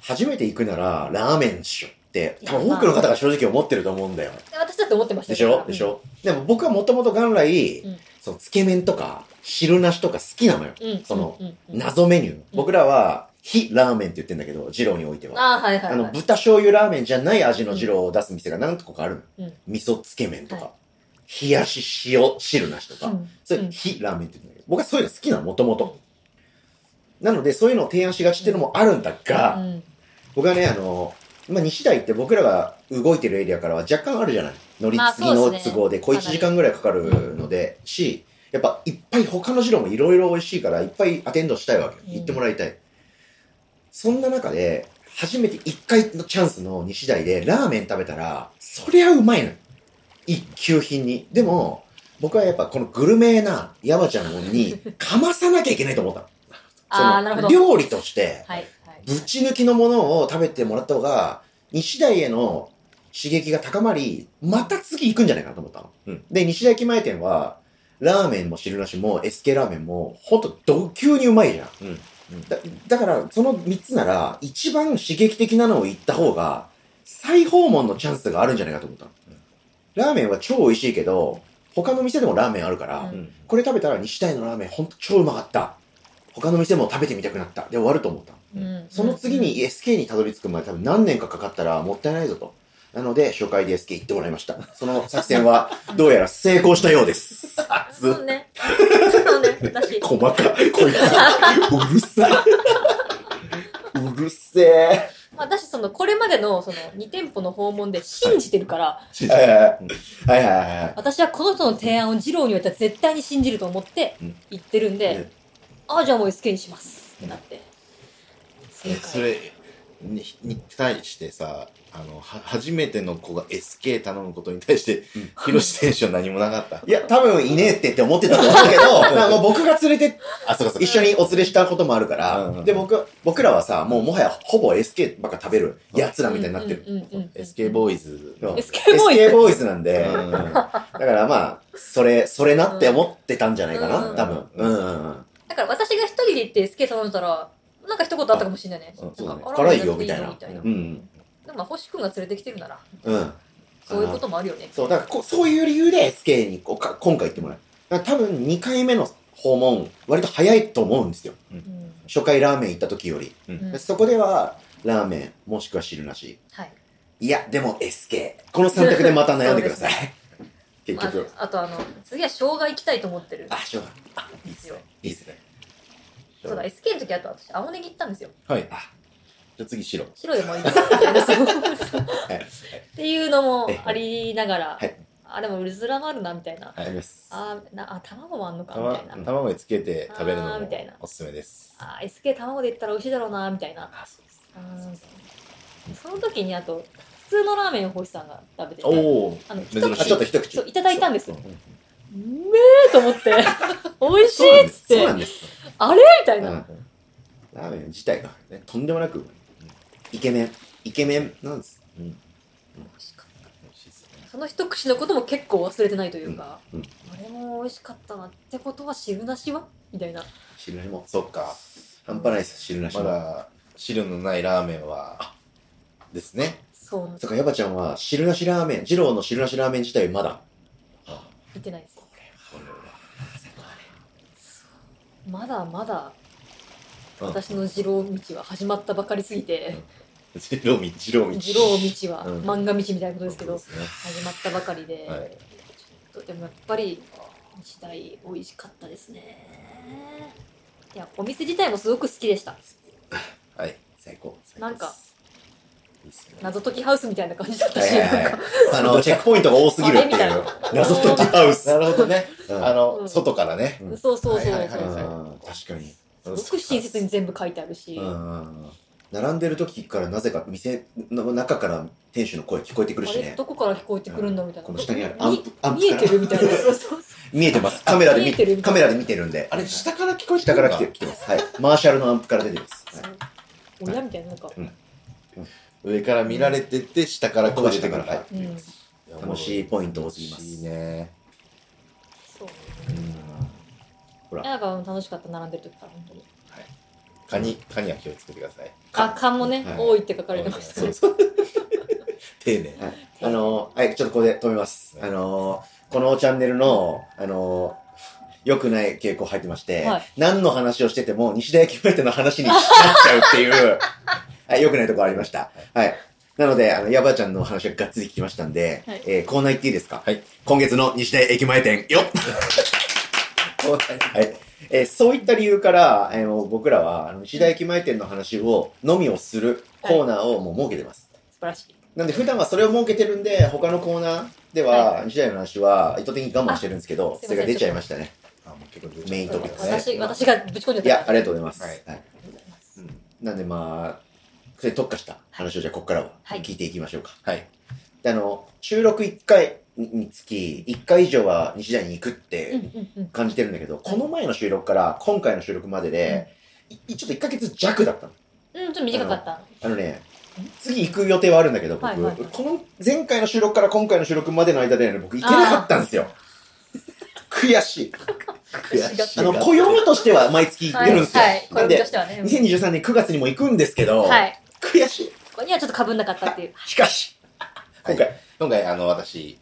Speaker 1: 初めて行くならラーメンっしょって多分多くの方が正直思ってると思うんだよ
Speaker 3: 私だって思ってました
Speaker 1: で
Speaker 3: よ
Speaker 1: しょでしょ、でも僕はもともと元来、
Speaker 3: うん
Speaker 1: そのつけ麺とか汁なしとか好きなのよ。
Speaker 3: うん。
Speaker 1: その
Speaker 3: うん、うんうん
Speaker 1: 謎メニュー。僕らは、非ラーメンって言ってんだけど、二郎においては。
Speaker 3: ああ、はいはい、
Speaker 1: あ
Speaker 3: は
Speaker 1: の、
Speaker 3: い。
Speaker 1: 豚醤油ラーメンじゃない味の二郎を出す店が何個かある
Speaker 3: う
Speaker 1: の
Speaker 3: ん。
Speaker 1: 味噌つけ麺と
Speaker 3: は
Speaker 1: か、冷やし塩汁なしと
Speaker 3: う
Speaker 1: か、
Speaker 3: ん
Speaker 1: そうれ、
Speaker 3: ん
Speaker 1: 非ラーメンって言うんだけど、僕はそういうの好きなの、もともと。なので、そういうのを提案しがちっていうのもあるんだが、
Speaker 3: うん
Speaker 1: 僕はね、あの、まあ、西台って僕らが動いてるエリアからは若干あるじゃない乗り
Speaker 3: まあ
Speaker 1: 継ぎ
Speaker 3: そ
Speaker 1: の
Speaker 3: うです
Speaker 1: 都
Speaker 3: ね
Speaker 1: 合で、小1時間ぐらいかかるので、し、やっぱいっぱい他の城もいろいろ美味しいから、いっぱいアテンドしたいわけよ
Speaker 3: う。ん
Speaker 1: 行ってもらいたい。そんな中で、初めて1回のチャンスの西台でラーメン食べたら、そりゃうまいのよ。一級品に。でも、僕はやっぱこのグルメなヤバちゃんにかまさなきゃいけないと思ったの。
Speaker 3: ああ、なる
Speaker 1: そ
Speaker 3: ほ
Speaker 1: の
Speaker 3: ど。
Speaker 1: 料理として、
Speaker 3: はい、はい。
Speaker 1: ぶち抜きのものを食べてもらった方が、西台への刺激が高まり、また次行くんじゃないかなと思ったの。
Speaker 2: うん
Speaker 1: で、西台駅前店は、ラーメンも汁なしも SK ラーメンも、ほんと、度級にうまいじゃん。
Speaker 2: うんうん
Speaker 1: だだから、その3つなら、一番刺激的なのを言った方が、再訪問のチャンスがあるんじゃないかと思ったの。ラーメンは超美味しいけど、他の店でもラーメンあるから、
Speaker 3: うん
Speaker 2: うん
Speaker 1: これ食べたら西台のラーメンほんと超うまかった。他の店も食べてみたくなった。で終わると思ったの。
Speaker 3: うん
Speaker 1: その次に SK にたどり着くまで多分何年かかかったらもったいないぞと。なので、初回で SK 行ってもらいました。その作戦 は、どうやら成功したようです。
Speaker 3: うんそうね。そうね。だし。
Speaker 1: 細か、 こいつ、うるさ。うるせえ。
Speaker 3: まあ、だし、その、これまでの、その、2店舗の訪問で信じてるから、
Speaker 1: はいはいはいはい。
Speaker 3: 私はこの人の提案を二郎においては絶対に信じると思って
Speaker 1: うん
Speaker 3: 言ってるんで、
Speaker 1: うん
Speaker 3: ああ、じゃあもう SK にしますってなって。正
Speaker 2: え
Speaker 3: 解。
Speaker 2: それにに対してさあのは初めての子が SK 頼むことに対して
Speaker 1: うん
Speaker 2: ヒロシ選手は何もなかった
Speaker 1: いや、多分いねえってって思ってたと思うけ ど、まあもう僕が連れて、
Speaker 2: あそうかそう
Speaker 1: 一緒
Speaker 2: か
Speaker 1: にお連れしたこともあるか
Speaker 2: うんうんう
Speaker 1: ら、
Speaker 2: ん
Speaker 1: で、僕、僕らはさ、もうもはやほぼ SK ばっか食べる奴らみたいになってる。
Speaker 3: うんうんうんうん。
Speaker 2: SK ボーイズ
Speaker 1: そう
Speaker 3: SK ボーイズ
Speaker 1: SK ボーイズなんで、
Speaker 2: うん
Speaker 1: だからまあ、それ、それなって思ってたんじゃないかな、
Speaker 3: うん
Speaker 1: 多分。うんうんうん。
Speaker 3: だから私が一人で行って SK 頼んだら、なんか一言あったかもしれないね。
Speaker 2: あうん
Speaker 1: そうだね
Speaker 3: なん。かあら
Speaker 1: 辛いよ、みたいな。う
Speaker 3: で
Speaker 1: ん。
Speaker 3: もまあ、星君が連れてきてるなら、
Speaker 1: うん。
Speaker 3: そういうこともあるよね。
Speaker 1: そう、だからこ、そういう理由で SK にこうか今回行ってもらう。だから多分2回目の訪問、割と早いと思うんですよ。
Speaker 3: うん
Speaker 1: 初回ラーメン行った時より。
Speaker 3: うん
Speaker 1: そこでは、ラーメン、もしくは汁なし。
Speaker 3: はい。
Speaker 1: いや、でも SK。この3択でまた悩んでください。 結局。
Speaker 3: まあ、あとあの、次は生姜行きたいと思ってる
Speaker 1: あ、しょうがない。あ、
Speaker 3: んですよ。
Speaker 1: いいですね。
Speaker 3: そうだ、SK の時あと私、青ネギ行ったんですよ。
Speaker 2: はいあじゃあ次白
Speaker 3: 白でもい いですみたいなっていうのも
Speaker 1: はいはい
Speaker 3: ありながら、
Speaker 1: はい
Speaker 3: あ、でもうずらもあるな、みたいな。
Speaker 1: あります。
Speaker 3: あーなあ、卵もあんのか、みたいな。
Speaker 2: 卵卵につけて食べる
Speaker 3: あ
Speaker 2: の
Speaker 3: ーみ
Speaker 2: も
Speaker 3: たいな
Speaker 2: おすすめです
Speaker 3: あー、SK 卵で言ったら美味しいだろうな、みたいな。
Speaker 2: あそうです
Speaker 3: あーその時に、あと、普通のラーメンを星さんが食べてて、
Speaker 2: おお
Speaker 3: あの
Speaker 2: 珍し
Speaker 1: あ、
Speaker 2: い
Speaker 1: ちょっと一口。
Speaker 3: そういただいたんですよ。う
Speaker 2: う
Speaker 3: んめえと思って、美味しいっつっ
Speaker 1: そう
Speaker 3: て、
Speaker 1: なんです。
Speaker 3: あれみたいな。
Speaker 1: うんラーメン自体が、ね、とんでもなくうまい、イケメンイケメンなんです
Speaker 3: 美味しかった
Speaker 2: 美味しいですね
Speaker 3: その一口のことも結構忘れてないというか、
Speaker 1: うんうん
Speaker 3: あれも美味しかったなってことは汁なしはみたいな。
Speaker 1: 汁なしも
Speaker 2: そっか
Speaker 1: 半端ないです汁なし
Speaker 2: ま
Speaker 1: も、
Speaker 2: だ汁のないラーメンはですね
Speaker 3: そうなんです
Speaker 1: そっかヤバちゃんは汁なしラーメン二郎の汁なしラーメン自体まだ
Speaker 3: 見てないです
Speaker 2: これは
Speaker 3: まだまだ
Speaker 2: うん
Speaker 3: 私の二郎道は始まったばかりすぎて、
Speaker 2: 白道白道
Speaker 3: 二郎道は
Speaker 2: うん
Speaker 3: 漫画道みたいなことですけど、
Speaker 2: そうですね
Speaker 3: 始まったばかりで、
Speaker 2: はい
Speaker 3: ちょっとでもやっぱり日大美味しかったですねいやお店自体もすごく好きでした
Speaker 2: はい
Speaker 1: 最高
Speaker 3: なんか
Speaker 2: いいっすね
Speaker 3: 謎解きハウスみたいな感じだった
Speaker 1: はいは
Speaker 3: し、
Speaker 1: い
Speaker 3: な
Speaker 1: は
Speaker 3: ん
Speaker 1: い
Speaker 3: か
Speaker 1: あのチェックポイントが多すぎるって
Speaker 3: あれ
Speaker 1: い
Speaker 3: み
Speaker 1: う謎解きハウス、
Speaker 2: なるほどね
Speaker 1: うん
Speaker 2: あの、
Speaker 3: うん
Speaker 2: 外からね
Speaker 1: うん
Speaker 3: そうそうそうそう、
Speaker 2: はいはいはい
Speaker 1: うん確かに
Speaker 3: すごく親切に全部書いてあるし、
Speaker 1: うん並んでる時からなぜか店の中から店主の声聞こえてくる
Speaker 3: あ
Speaker 1: し
Speaker 3: れ
Speaker 1: ね
Speaker 3: どこから聞こえてくるんだみたいな、
Speaker 1: この下にある
Speaker 3: み
Speaker 1: アンプアンプ
Speaker 3: 見えてるみた いなそうそうそ
Speaker 1: 見えてますカメラで
Speaker 3: 見えてる
Speaker 1: 見カメラで見てるんで
Speaker 2: あれ下から聞こえて
Speaker 1: 下
Speaker 2: く
Speaker 1: か
Speaker 2: る
Speaker 1: ら
Speaker 2: の
Speaker 1: 来て来てますはいマーシャルのアンプから出てます、はいう
Speaker 3: 親みたいななんか、
Speaker 2: 上から見られてて下から声出てくる
Speaker 1: はい
Speaker 2: は
Speaker 3: うん
Speaker 2: い
Speaker 1: 楽しいポイント多すぎま
Speaker 2: 楽
Speaker 1: す
Speaker 2: しいね
Speaker 3: そう
Speaker 1: ほら
Speaker 3: なんか楽しかった並んでる時から本当に
Speaker 2: カニカニは気をつけてください
Speaker 3: あ勘もね、
Speaker 1: はい
Speaker 3: 多いって書かれてました
Speaker 2: そう
Speaker 3: ね
Speaker 2: そう丁寧
Speaker 1: はい、あのーはい、ちょっとここで止めます。あのーこのチャンネルの、あの良くない傾向入ってまして、
Speaker 3: はい
Speaker 1: 何の話をしてても、西田焼きプレートの話になっちゃうっていう、 はい、良くないとこありました。はい。なので、あの、ヤバちゃんの話ががっつり聞きましたんで、
Speaker 3: はい
Speaker 1: えーコーナー行っていいですか
Speaker 2: はい。
Speaker 1: 今月の西田駅前店、よっ
Speaker 2: そうだね
Speaker 1: はい。えーそういった理由から、えーもう僕らは、あの、西田駅前店の話を、のみをするコーナーをもう設けてます。
Speaker 3: 素晴らしい。
Speaker 1: なんで、普段はそれを設けてるんで、他のコーナーで
Speaker 3: は
Speaker 1: は、西田駅の話は意図的に我慢してるんですけど
Speaker 3: あ、すいま
Speaker 1: そ
Speaker 3: せん
Speaker 1: れが出ちゃいましたね。
Speaker 2: あもう結構出ちゃった
Speaker 1: メイントピックね
Speaker 3: 私、私がぶち込んじゃった。
Speaker 1: いや、ありがとうございます。
Speaker 2: はい
Speaker 1: はい。
Speaker 3: ありがとうございます。
Speaker 2: うん
Speaker 1: なんで、まあ、それに特化した話を、じゃあ、ここからは、
Speaker 3: はい
Speaker 1: 聞いていきましょうか。
Speaker 2: はい。
Speaker 1: であの、収録1回につき、1回以上は西田に行くって、
Speaker 3: うんうんうん。
Speaker 1: 感じてるんだけど、この前の収録から今回の収録までで、いちょっと1ヶ月弱だったの。
Speaker 3: うん、ちょっと短かった。
Speaker 1: あのね、次行く予定はあるんだけど、僕、
Speaker 3: はいはい
Speaker 1: この前回の収録から今回の収録までの間で、ね、僕行けなかったんですよ。悔しい。
Speaker 2: 悔しい。
Speaker 1: あの、暦としては毎月行っ
Speaker 3: は
Speaker 1: て
Speaker 3: い、
Speaker 1: るんですよ。
Speaker 3: はい。こ
Speaker 1: な
Speaker 3: れ
Speaker 1: ん
Speaker 3: と
Speaker 1: で
Speaker 3: し、てはね。うん
Speaker 1: 2023年9月にも行くんですけど、
Speaker 3: はい。
Speaker 1: 悔しい。
Speaker 3: ここにはちょっと被んなかったっていう。
Speaker 1: しかし、
Speaker 2: は
Speaker 1: 今
Speaker 2: い
Speaker 1: 回、
Speaker 2: 今回、あの、私、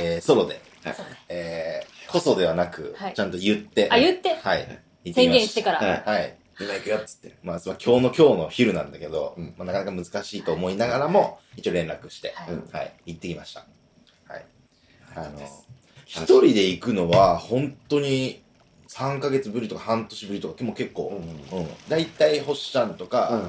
Speaker 2: えー、ソロで、
Speaker 1: はい
Speaker 3: そうね
Speaker 2: えー、こそではなく、
Speaker 3: はい
Speaker 2: ちゃんと言って、
Speaker 3: あ、言って、
Speaker 2: はい。行ってき
Speaker 3: 宣
Speaker 2: ま
Speaker 3: 言してから。
Speaker 1: はい
Speaker 2: はい。
Speaker 1: 今行くよっつって。
Speaker 2: まあ、その今日の今日の昼なんだけど、
Speaker 1: うん
Speaker 2: まあ、なかなか難しいと思いながらも、一応連絡して、
Speaker 3: はい
Speaker 2: うんはい、行ってきました。はい。あの、一
Speaker 1: 一
Speaker 2: 人で行くのは、本当に、3ヶ月ぶりとか半年ぶりとか、もう結
Speaker 1: うん
Speaker 2: 構、
Speaker 1: うん
Speaker 2: うん。大体、星ちゃんと
Speaker 1: う
Speaker 2: か、
Speaker 1: ん。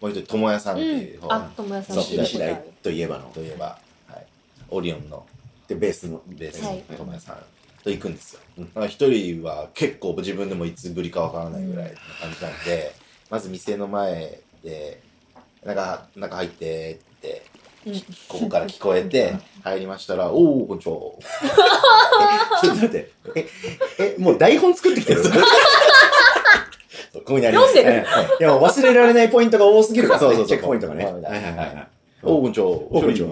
Speaker 2: もう一人、ともやさんっていう
Speaker 3: う
Speaker 2: 方
Speaker 3: ん。あ、友也さん
Speaker 2: そう
Speaker 3: 聞いたこ
Speaker 1: 西
Speaker 3: とあ
Speaker 1: 大
Speaker 3: る
Speaker 1: といえばの。
Speaker 2: といえば、はい、オリオンの
Speaker 1: で、ベースの。
Speaker 2: ベース
Speaker 3: は
Speaker 2: の
Speaker 3: い
Speaker 2: 友也さんと行くんですよ。だから一人は結構自分でもいつぶりかわからないぐらいな感じなんで、まず店の前で、中、中入ってって、
Speaker 3: うん
Speaker 2: ここから聞こえて、入りましたら、おー、こんにちは。
Speaker 1: ちょっと待って。え、え、もう台本作ってきてるそうこういうのあります
Speaker 3: 読んでる
Speaker 1: はいいや、もう忘れられないポイントが多すぎるから、
Speaker 2: そう
Speaker 1: ね、
Speaker 2: そうそ
Speaker 1: チ
Speaker 2: う
Speaker 1: ェックポイントがね。
Speaker 2: はいはいはい
Speaker 1: はい
Speaker 2: おー、こんにちは。
Speaker 1: ーこんにちは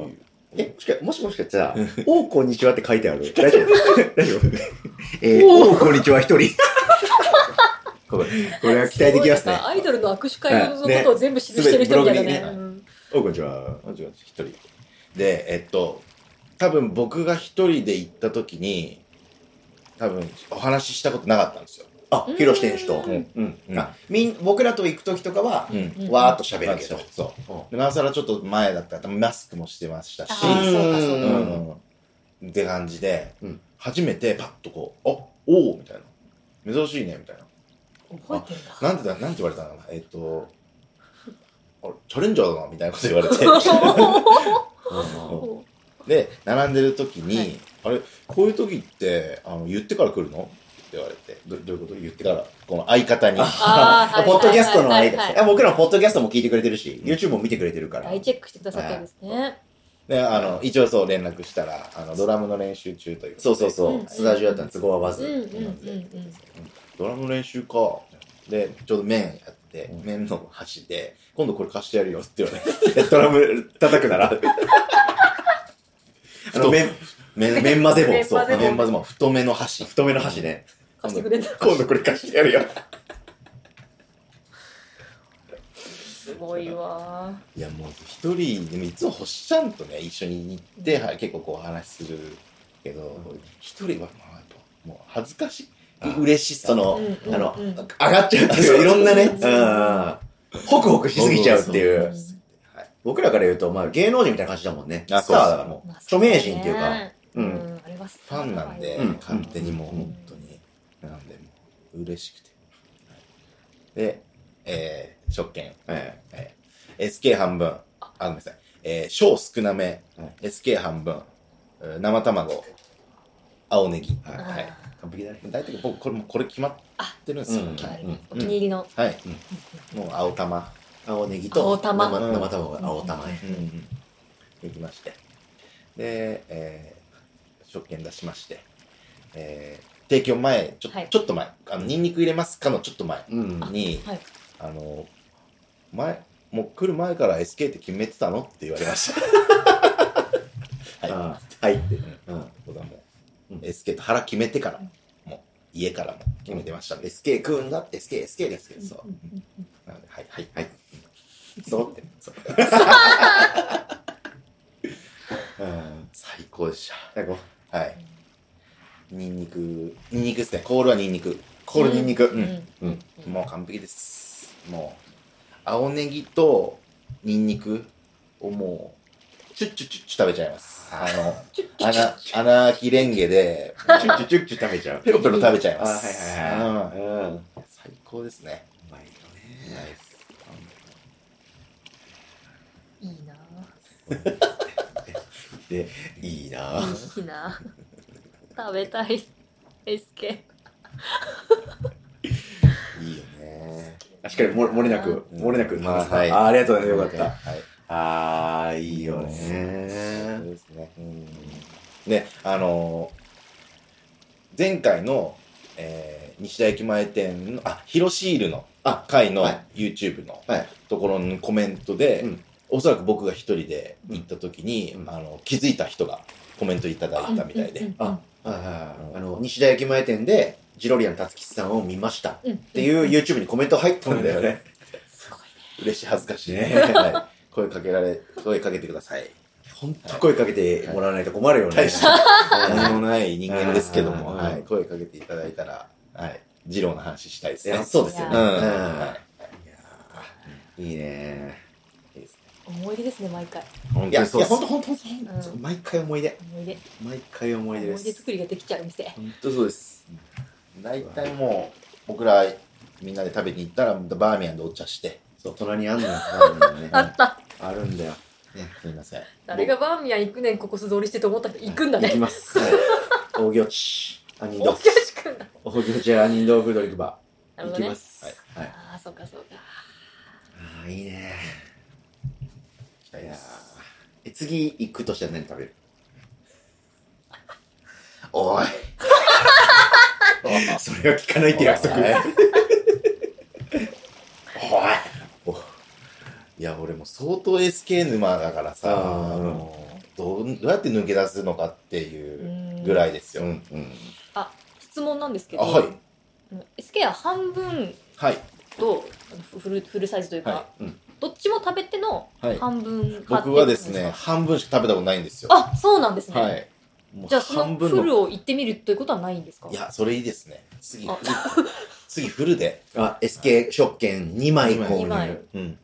Speaker 1: え、もしか、もしもしかしたら、おうこんにちはって書いてある。 大丈夫大丈夫 えー、おうこんにちは一人。
Speaker 2: ここ
Speaker 1: これは期待でき ますね
Speaker 3: ごい。なアイドルの握手会の
Speaker 1: はいね
Speaker 3: ことを全部記してる人みたいなね
Speaker 1: 全部。
Speaker 2: ブログにね
Speaker 3: う
Speaker 1: お
Speaker 3: ん
Speaker 1: うこんにちは。
Speaker 2: こんにちは、一人。で、えっと、多分僕が一人で行った時に、多分お話ししたことなかったんですよ。
Speaker 1: あ、ひろし店主と。
Speaker 3: うん
Speaker 1: うん。
Speaker 2: うん
Speaker 1: あ、みん、僕らと行くときとかは、
Speaker 2: うん
Speaker 3: うん
Speaker 1: わーっと喋るけど。
Speaker 2: そう
Speaker 1: うん
Speaker 2: でなおさらちょっと前だったらマスクもしてましたし、
Speaker 3: あーそうかそううんか。
Speaker 2: うんって感じで、
Speaker 1: うん
Speaker 2: 初めてパッとこう「あおお」みたいな「珍しいね」みたいな
Speaker 3: 覚えてるな。
Speaker 2: なんてだなんて言われたのかなえっ、とあれチャレンジャーだなみたいなこと言われて
Speaker 1: うん
Speaker 2: で並んでる時に、
Speaker 3: はい
Speaker 2: あれこういう時ってあの言ってから来るのって言われて
Speaker 1: どどういうこと言って
Speaker 2: だからこの相方に
Speaker 3: あーはい
Speaker 1: ポッドキャストの
Speaker 3: はい
Speaker 1: 相
Speaker 3: はいはいはい
Speaker 1: 手。あ僕らもポッドキャストも聞いてくれてるし、
Speaker 2: うん
Speaker 1: YouTube も見てくれてるから。
Speaker 3: 大チェックしてくださってるんですね。
Speaker 2: であの一応そう連絡したらあのドラムの練習中ということ
Speaker 1: そう
Speaker 2: で
Speaker 1: そうそう
Speaker 3: う。ん
Speaker 1: スタジオだったの、都合は合わ
Speaker 3: うん
Speaker 1: ず。
Speaker 3: うんうん
Speaker 1: う
Speaker 3: うんん。
Speaker 2: ドラム練習か。で、ちょうど麺やって
Speaker 1: う、ん
Speaker 2: 麺の箸で、今度これ貸してやるよって言われて、
Speaker 1: でドラム叩くなら。あの、麺、
Speaker 2: 麺、
Speaker 1: 麺混ぜ棒。そ
Speaker 2: そうう、。麺まずも太めの箸。
Speaker 1: 太めの箸ね。
Speaker 3: 貸してくれた。
Speaker 1: 今度これ貸してやるよ。
Speaker 3: すごいわー。
Speaker 2: いや、もう一人、でもいつも星ちゃんとね、一緒に行って、はい、結構こうお話しするけど
Speaker 1: うん、
Speaker 2: 一人は、まあ、やっぱ、もう恥ずかしい。
Speaker 1: 嬉しい、その
Speaker 3: う、ん
Speaker 1: あの、
Speaker 3: う
Speaker 1: 上
Speaker 3: ん
Speaker 1: がっちゃうっていう、いろんなね、うん。ホクホクしすぎちゃうってい
Speaker 3: そう
Speaker 1: う
Speaker 3: そうそう。
Speaker 2: はい。
Speaker 1: 僕らから言うと、まあ芸能人みたいな感じだもんね。
Speaker 2: あ
Speaker 1: スターだからもう。
Speaker 3: まあ
Speaker 1: 著名人っていうか。
Speaker 3: ね
Speaker 1: う
Speaker 3: うんん。あれは
Speaker 2: ファンなんで、
Speaker 1: うん
Speaker 2: 勝手にもう
Speaker 1: うん
Speaker 2: 本当に、なんでもう嬉しくて、はいで、えー、食券、
Speaker 1: え
Speaker 2: えー SK 半分あごめんなさい、えー、小少なめ、
Speaker 1: はい
Speaker 2: SK 半分えー生卵青ネギ、
Speaker 1: はい
Speaker 2: はい、
Speaker 1: 完璧だね。
Speaker 2: 大体僕これもうこれ決まってるんですよ、
Speaker 1: うん
Speaker 2: は
Speaker 3: はい
Speaker 2: い
Speaker 3: お気に入りの。
Speaker 2: はい、もう青玉、
Speaker 1: 青ネギと
Speaker 3: 青
Speaker 1: 生
Speaker 3: 玉
Speaker 1: 生卵が青玉ね。
Speaker 2: うんうん、できましてで、えー、食券出しまして、えー、提供前ちょ,、
Speaker 3: はい
Speaker 2: ちょっと前あのニンニク入れますかのちょっと前
Speaker 1: うん
Speaker 2: に
Speaker 3: はい。
Speaker 2: あの前もう来る前から SK って決めてたのって言われましたはい
Speaker 1: はい。はいって。うん。
Speaker 2: 僕はもう、
Speaker 1: うん
Speaker 2: SK と腹決めてから、もう家からも決めてましたんで、
Speaker 1: SK 食うんだって、SK、SK ですけど、
Speaker 2: そう
Speaker 1: そ
Speaker 3: うんうんうん
Speaker 2: なのではいはい
Speaker 1: はい
Speaker 2: うんそうってそう
Speaker 1: う。うん。
Speaker 2: 最高でし
Speaker 1: 最後。
Speaker 2: たはいニンニク、ニンニクですね。コールはニンニク。
Speaker 1: コールニンニク。
Speaker 3: う
Speaker 1: うんん。
Speaker 3: う
Speaker 1: うんん
Speaker 2: もう完璧です。もう、青ネギとニンニクをもう、チュッチュッチュッチュ食べちゃいます。あの、
Speaker 3: ちょっと
Speaker 2: アナ、アナーキレンゲで、
Speaker 1: チュッチュッチュッチュ食べちゃう。
Speaker 2: ペロペロ食べちゃい
Speaker 1: あ、
Speaker 2: ま
Speaker 1: はい
Speaker 2: す。
Speaker 1: はい
Speaker 2: うん
Speaker 1: はい。うん。う
Speaker 2: 最高ですね。
Speaker 1: まいよ
Speaker 2: ナ
Speaker 1: ね。
Speaker 2: イス。
Speaker 3: いいな
Speaker 1: で、いいなぁ。
Speaker 3: ぁいいなぁ食べたい SK
Speaker 2: いいよね。
Speaker 1: 確かにも、漏れなく、
Speaker 2: うん
Speaker 1: 漏れなく。
Speaker 2: まあ
Speaker 1: あ
Speaker 2: はい
Speaker 1: ー、ありがとうございます。よかっ
Speaker 2: はい。
Speaker 1: た。あー、いいよ
Speaker 2: そう
Speaker 1: ね。
Speaker 2: ですね。ね、あのー前回の、えー西田駅前店の、あ、ヒロシールの、あ、回の
Speaker 1: はい
Speaker 2: YouTube の
Speaker 1: はい。
Speaker 2: ところのコメントで、
Speaker 1: うん
Speaker 2: おそらく僕が一人で行った時に、
Speaker 1: うん
Speaker 2: あの、気づいた人がコメントいただいたみたいで、
Speaker 3: うん
Speaker 1: あ、はいはいはい。あの、西田駅前店で、ジロリアン達吉さんを見ました。っ
Speaker 3: うんって
Speaker 1: いう YouTube にコメント入ったんだよ ね。
Speaker 3: すごいね
Speaker 2: 嬉しい恥ずかしいね。
Speaker 1: ね
Speaker 2: はい、声かけられ、声かけてください。
Speaker 1: ほんと声かけてもらわないと困るよ ね。
Speaker 2: 大した 何
Speaker 1: うん
Speaker 2: もない人間ですけども、
Speaker 1: うん
Speaker 2: はい、声かけていただいたら、はい、二郎の話したいです
Speaker 1: い
Speaker 2: ね
Speaker 1: や。そうですよ
Speaker 2: う
Speaker 1: ね
Speaker 2: ん。
Speaker 3: いや
Speaker 2: はい
Speaker 1: いね
Speaker 2: いいですね
Speaker 3: 思い出ですね毎回
Speaker 1: い
Speaker 2: 本当
Speaker 1: や、
Speaker 2: に
Speaker 1: い
Speaker 2: そう
Speaker 1: や、
Speaker 2: で
Speaker 1: ほ
Speaker 2: す
Speaker 1: んとほんとほんとほんと
Speaker 3: うん
Speaker 1: 毎回思い出。
Speaker 3: 思い出
Speaker 1: 毎回思い出で
Speaker 3: 思い出
Speaker 1: す。
Speaker 3: 作りができちゃう店
Speaker 1: ほんとそうです。
Speaker 2: 大体もう、僕らみんなで食べに行ったら、バーミヤンでお茶して、
Speaker 1: そう、隣にあんのよ。
Speaker 3: あった
Speaker 1: あるんだよ。
Speaker 2: すみません。
Speaker 3: 誰がバーミヤン行くねんここ素通りしてと思ったけど行くんだ
Speaker 1: 行き
Speaker 3: ね
Speaker 1: ます。大行地、杏仁
Speaker 3: 大
Speaker 1: 豆
Speaker 3: き
Speaker 1: 腐。
Speaker 3: しくんだ
Speaker 1: 大行地、杏仁豆腐ドリンクバ
Speaker 3: な
Speaker 1: ー。行
Speaker 3: るほ
Speaker 1: き
Speaker 3: どね
Speaker 1: ます。はい。はい
Speaker 3: ああそうかそうか
Speaker 1: ああ、いいね。
Speaker 2: 行きたい
Speaker 1: いや
Speaker 2: で
Speaker 1: ー
Speaker 2: す。
Speaker 1: え、次行くとしたら何食べる おい。それは聞かないって約束。
Speaker 2: おい
Speaker 1: おい。
Speaker 2: いや、俺も相当 SK 沼だからさ、
Speaker 1: うん
Speaker 2: あのどうどうやって抜け出すのかっていうぐら
Speaker 3: い
Speaker 2: いですよ。
Speaker 1: うんうん。
Speaker 3: あ質問なんですけど
Speaker 2: あはい
Speaker 3: あの SK は半分
Speaker 2: はい。
Speaker 3: とあのフルフルサイズというか、
Speaker 2: は
Speaker 1: うん
Speaker 3: どっちも食べての
Speaker 2: はい。
Speaker 3: 半分買って
Speaker 2: 僕はですね、
Speaker 3: 買って
Speaker 2: 半分しか食べたことないんですよ。
Speaker 3: あそうなんですね、
Speaker 2: はい。もう
Speaker 3: じゃあそのフルを行ってみるということはないんですか
Speaker 2: いや、それいいですね。次、フ
Speaker 3: あ
Speaker 2: ル 次フルで。
Speaker 1: あ、SK 食券2枚購
Speaker 3: 二枚
Speaker 1: 入。
Speaker 2: うん。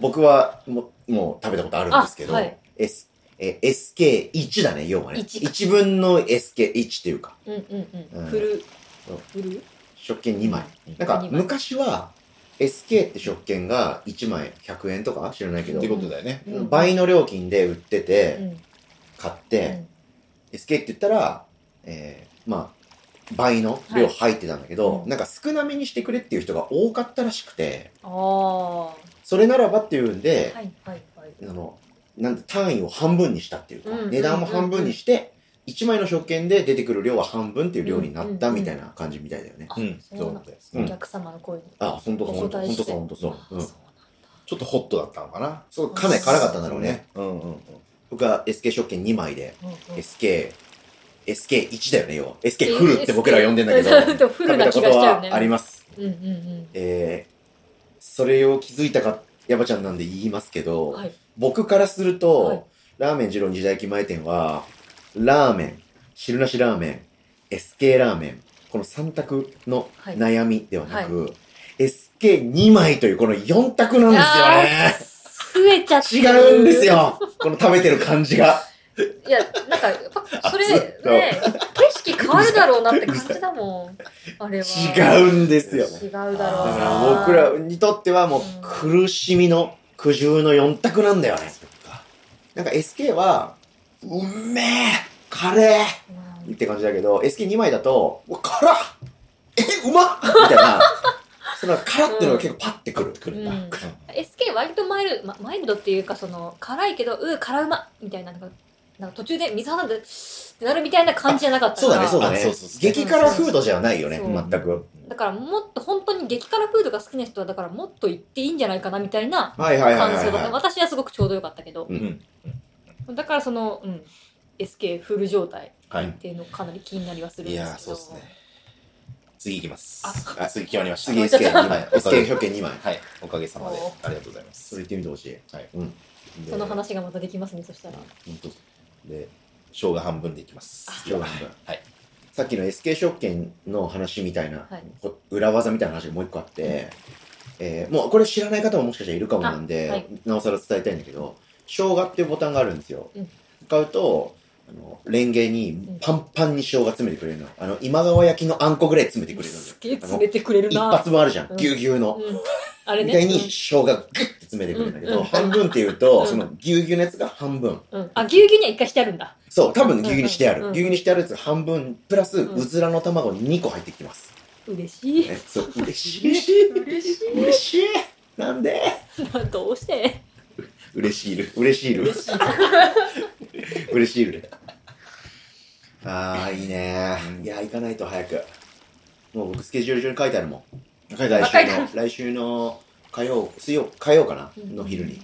Speaker 1: 僕はもうもう食べたことあるんですけど、
Speaker 3: あはい
Speaker 1: S え SK1 だね、要はね。
Speaker 3: 一か
Speaker 1: 1分の SK1 っていうか、
Speaker 3: うんうんうん、
Speaker 1: うん
Speaker 3: フル
Speaker 1: そう
Speaker 3: フル
Speaker 1: 食券2枚。なんか
Speaker 3: 二枚
Speaker 1: 昔は SK って食券が1枚100円とか知らないけ
Speaker 2: っ
Speaker 1: ど
Speaker 2: て、ことだよね。
Speaker 3: うん
Speaker 1: 倍の料金で売ってて、
Speaker 3: うん
Speaker 1: 買って、SK って言ったら、えー、まあ、倍の量入ってたんだけど、
Speaker 3: はいうん
Speaker 1: なんか少なめにしてくれっていう人が多かったらしくて、
Speaker 3: ああは
Speaker 1: それならばっていうん
Speaker 3: い
Speaker 1: で、
Speaker 3: はいはい
Speaker 1: あの、なんて単位を半分にしたっていうか、
Speaker 3: うん
Speaker 1: 値段も半分にして、1枚の食券で出てくる量は半分っていう量になった
Speaker 3: うん
Speaker 1: みたいな感じみたいだよね。
Speaker 3: あ
Speaker 2: うん。
Speaker 3: そ
Speaker 2: そうう
Speaker 3: ないだ
Speaker 2: うんことです。
Speaker 1: うん
Speaker 3: お客様の声に
Speaker 1: あ、ほんと
Speaker 3: お
Speaker 1: そう、ほんと
Speaker 3: 答
Speaker 1: ほ
Speaker 3: え
Speaker 1: んと
Speaker 3: して
Speaker 1: そう、ほんとそう。
Speaker 3: あ
Speaker 1: うん
Speaker 3: そう
Speaker 2: ちょっとホットだったのかな。
Speaker 1: そう、かなり辛かったんだろうね。。
Speaker 2: うんうんうん。
Speaker 1: 僕は SK 食券2枚で、
Speaker 3: なんだうんうん
Speaker 1: SK、SK1 だよね、要は。SK フルって僕らは呼んでんだけ
Speaker 3: そう
Speaker 1: ど、
Speaker 3: そうフルな気
Speaker 1: 食べ
Speaker 3: がしちゃうね
Speaker 1: たことはあります。
Speaker 3: うんうんうん
Speaker 1: えーそれを気づいたか、ヤバちゃんなんで言いますけど、
Speaker 3: はい
Speaker 1: 僕からすると、
Speaker 3: はい
Speaker 1: ラーメン二郎二大駅前店は、ラーメン、汁なしラーメン、SK ラーメン、この3択の
Speaker 3: はい
Speaker 1: 悩みではなく、SK2 枚というこの4択なんで
Speaker 3: 増えちゃっ
Speaker 1: す
Speaker 3: て
Speaker 1: よ
Speaker 3: る
Speaker 1: ね。違うんですよ。この食べてる感じが。
Speaker 3: いやなんかやっぱそれ
Speaker 1: 熱っ
Speaker 3: ね景色変わるだろうなって感じだもんあれは
Speaker 1: 違うんですよ。
Speaker 3: 違うだろうな
Speaker 1: だから僕らにとってはもう苦しみの苦渋の4択なんだよね。なんか SK は、うんめえカレ
Speaker 3: うん
Speaker 1: ーって感じだけど、SK2 枚だと、うわ辛っえうまっみたいな、 その辛ってのが結構パッてくる。
Speaker 2: くる
Speaker 3: う
Speaker 2: な。
Speaker 3: ん SK 割とマイル、ま、マイルドっていうかその辛いけどうー辛うまみたいななんかなんか途中で水挟んでってなるみたいな感じじゃなかったか
Speaker 1: そう
Speaker 3: ら
Speaker 1: だね、そうだ
Speaker 2: あ
Speaker 1: ね
Speaker 2: そうそうそう。
Speaker 1: 激辛フードじゃないよね、
Speaker 3: そう
Speaker 1: 全く。
Speaker 3: だからもっと本当に激辛フードが好きな人はだからもっと行っていいんじゃないかなみたいな
Speaker 1: はいはいはい
Speaker 3: 感
Speaker 1: はい
Speaker 3: 想だった
Speaker 1: は
Speaker 3: 私はすごくちょうどよかったけど
Speaker 1: う
Speaker 2: うん。
Speaker 3: だからその、うん、SK フル状態
Speaker 2: は
Speaker 1: うん
Speaker 2: い
Speaker 3: っ。ていうのかなり気になりはするん
Speaker 2: い
Speaker 3: ですけど
Speaker 2: やー、そうですね。次行きます。
Speaker 1: あ
Speaker 2: あ、次決まりま
Speaker 1: い。
Speaker 2: した。
Speaker 1: 次 SK2 枚、
Speaker 2: おか
Speaker 1: SK
Speaker 2: げ
Speaker 1: 食券2枚。
Speaker 2: はい。おかげさまで
Speaker 3: お。
Speaker 2: ありがとうございます。
Speaker 1: それ言ってみてほしい。
Speaker 2: はい
Speaker 1: うん。
Speaker 2: で
Speaker 3: その話がまたできますねそしたら
Speaker 1: ほんと
Speaker 2: で、生姜半分でいきます。
Speaker 1: 生姜半分
Speaker 2: はい。
Speaker 1: さっきの SK 証券の話みたいな、
Speaker 3: はい
Speaker 1: こ裏技みたいな話がもう一個あって、えーもうこれ知らない方ももしかしたらいるかもなんで、
Speaker 3: あはい
Speaker 1: なおさら伝えたいんだけど、生姜っていうボタンがあるんですよ。
Speaker 3: うん
Speaker 1: 買うと、あの、レンゲにパンパンに生姜詰めてくれるの。あの、今川焼きのあんこぐらい詰めてくれるのよ。
Speaker 3: すげえ詰めてくれる
Speaker 1: 一
Speaker 3: な。
Speaker 1: 発もあるじゃ
Speaker 3: うん
Speaker 1: ん。ぎゅうぎゅうの。
Speaker 3: うんあれ
Speaker 1: みたい
Speaker 3: ね。
Speaker 1: に生姜グッて詰めてくるんだけ
Speaker 3: うん
Speaker 1: ど、
Speaker 3: うん
Speaker 1: 半分って言うと、
Speaker 3: うん
Speaker 1: そのぎゅうぎゅうのやつが半分。
Speaker 3: うんうんあ、ぎゅうぎゅうには一回してあるんだ。
Speaker 1: そう、多分ぎゅうぎゅうにしてあ
Speaker 3: うんう
Speaker 1: る。
Speaker 3: ん
Speaker 1: ぎゅうぎゅうにしてあるやつが半分、プラス
Speaker 3: うん
Speaker 1: うずらの卵2個入ってきてます。
Speaker 3: 嬉しい。
Speaker 1: ねそう、嬉しい。嬉しい。
Speaker 3: 嬉し
Speaker 1: 嬉しい。なんで
Speaker 3: い。 どうして
Speaker 1: 嬉しいる。嬉しいる。嬉しいる。ああ、いいね
Speaker 2: う。ん
Speaker 1: いや、行かないと早く。もう僕スケジュール上に書いてあるもん。
Speaker 2: 書いてあ
Speaker 1: 来
Speaker 2: る
Speaker 1: 週
Speaker 3: 書いてあ
Speaker 1: の、来週の火曜、水曜、火曜かなの昼に。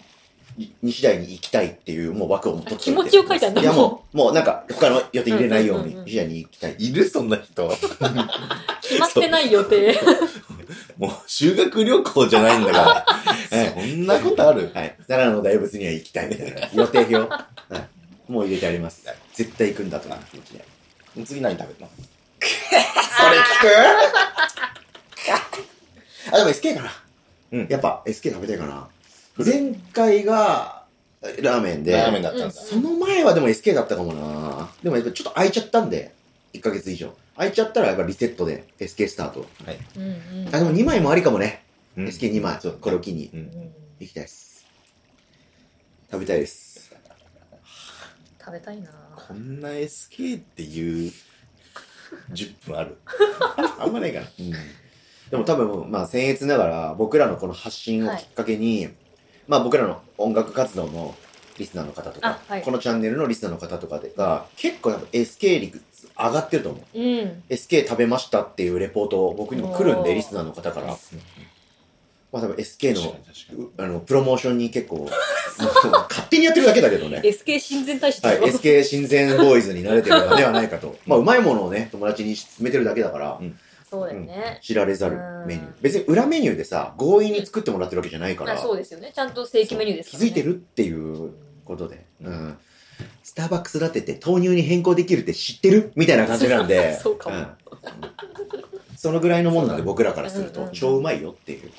Speaker 1: い西台に行きたいっていう、もう枠を持っとっといて
Speaker 3: あ気持ちを書いてあるんだ
Speaker 1: いや
Speaker 3: も
Speaker 1: もう、もうなんか、他の予定入れないよう
Speaker 3: うんうんうん
Speaker 1: に
Speaker 3: うん、
Speaker 1: 西台に行きたい。
Speaker 2: いるそんな人。
Speaker 3: 決まってない予定。
Speaker 2: もう修学旅行じゃないんだ から。
Speaker 1: え
Speaker 2: そんなことある
Speaker 1: はい。奈良の大仏には行きたいみたいな。予定表。はい。もう入れてあります。絶対行くんだとな、気持ちで。
Speaker 2: 次何食べるの
Speaker 1: それ聞く あ、でも SK かな。
Speaker 2: うん
Speaker 1: やっぱ SK 食べたいかな。
Speaker 2: 古い
Speaker 1: 前回がラーメンで、
Speaker 2: ラーメンだったんだ。
Speaker 1: その前はでも SK だったかもな。でもやっぱちょっと空いちゃったんで、1ヶ月以上。空いちゃったらやっぱリセットで SK スタート。
Speaker 3: うんうん
Speaker 1: あ、でも2枚もありかもね。
Speaker 2: うん
Speaker 1: SK2 枚。
Speaker 2: そう
Speaker 1: これを機に。
Speaker 2: うん
Speaker 1: 行きたいです。食べたいです。
Speaker 3: 食べたいな。
Speaker 2: こんな SK っていう10分あ る。
Speaker 1: あんまないかな。うん。でも多分、まあ、僭越ながら、僕らのこの発信をきっかけに、まあ、僕らの音楽活動のリスナーの方とか、
Speaker 3: あはい
Speaker 1: このチャンネルのリスナーの方とかが、結構やっぱ SK 率上がってると思う。
Speaker 3: うん。
Speaker 1: SK 食べましたっていうレポート、僕にも来るん
Speaker 3: おー
Speaker 1: で、リスナーの方から。まあ、多分 SK
Speaker 2: 確か
Speaker 1: の
Speaker 2: に、確かに
Speaker 1: うあの、プロモーションに結構、もう 勝手にやってるだけだけどね。
Speaker 3: SK 親善大使
Speaker 1: は
Speaker 3: だ
Speaker 1: い、
Speaker 3: よ
Speaker 1: SK 親善ボーイズに慣れてるのではないかと。まあ、うまいものをね、友達に勧めてるだけだから、
Speaker 3: そうだよね。
Speaker 1: 知られざるメニュー
Speaker 3: うん
Speaker 1: 別に裏メニューでさ強引に作ってもらってるわけじゃないから
Speaker 3: あそうですよね。ちゃんと正規メニューです
Speaker 1: 気
Speaker 3: から、
Speaker 1: づ
Speaker 3: ね。
Speaker 1: いてるっていうことで、うん、スターバックスラテって豆乳に変更できるって知ってるみたいな感じなんで
Speaker 3: そうかも
Speaker 1: うんそのぐらいのもんなんで僕らからする
Speaker 3: うん
Speaker 1: と
Speaker 3: うんうん
Speaker 1: 超うまいよっていう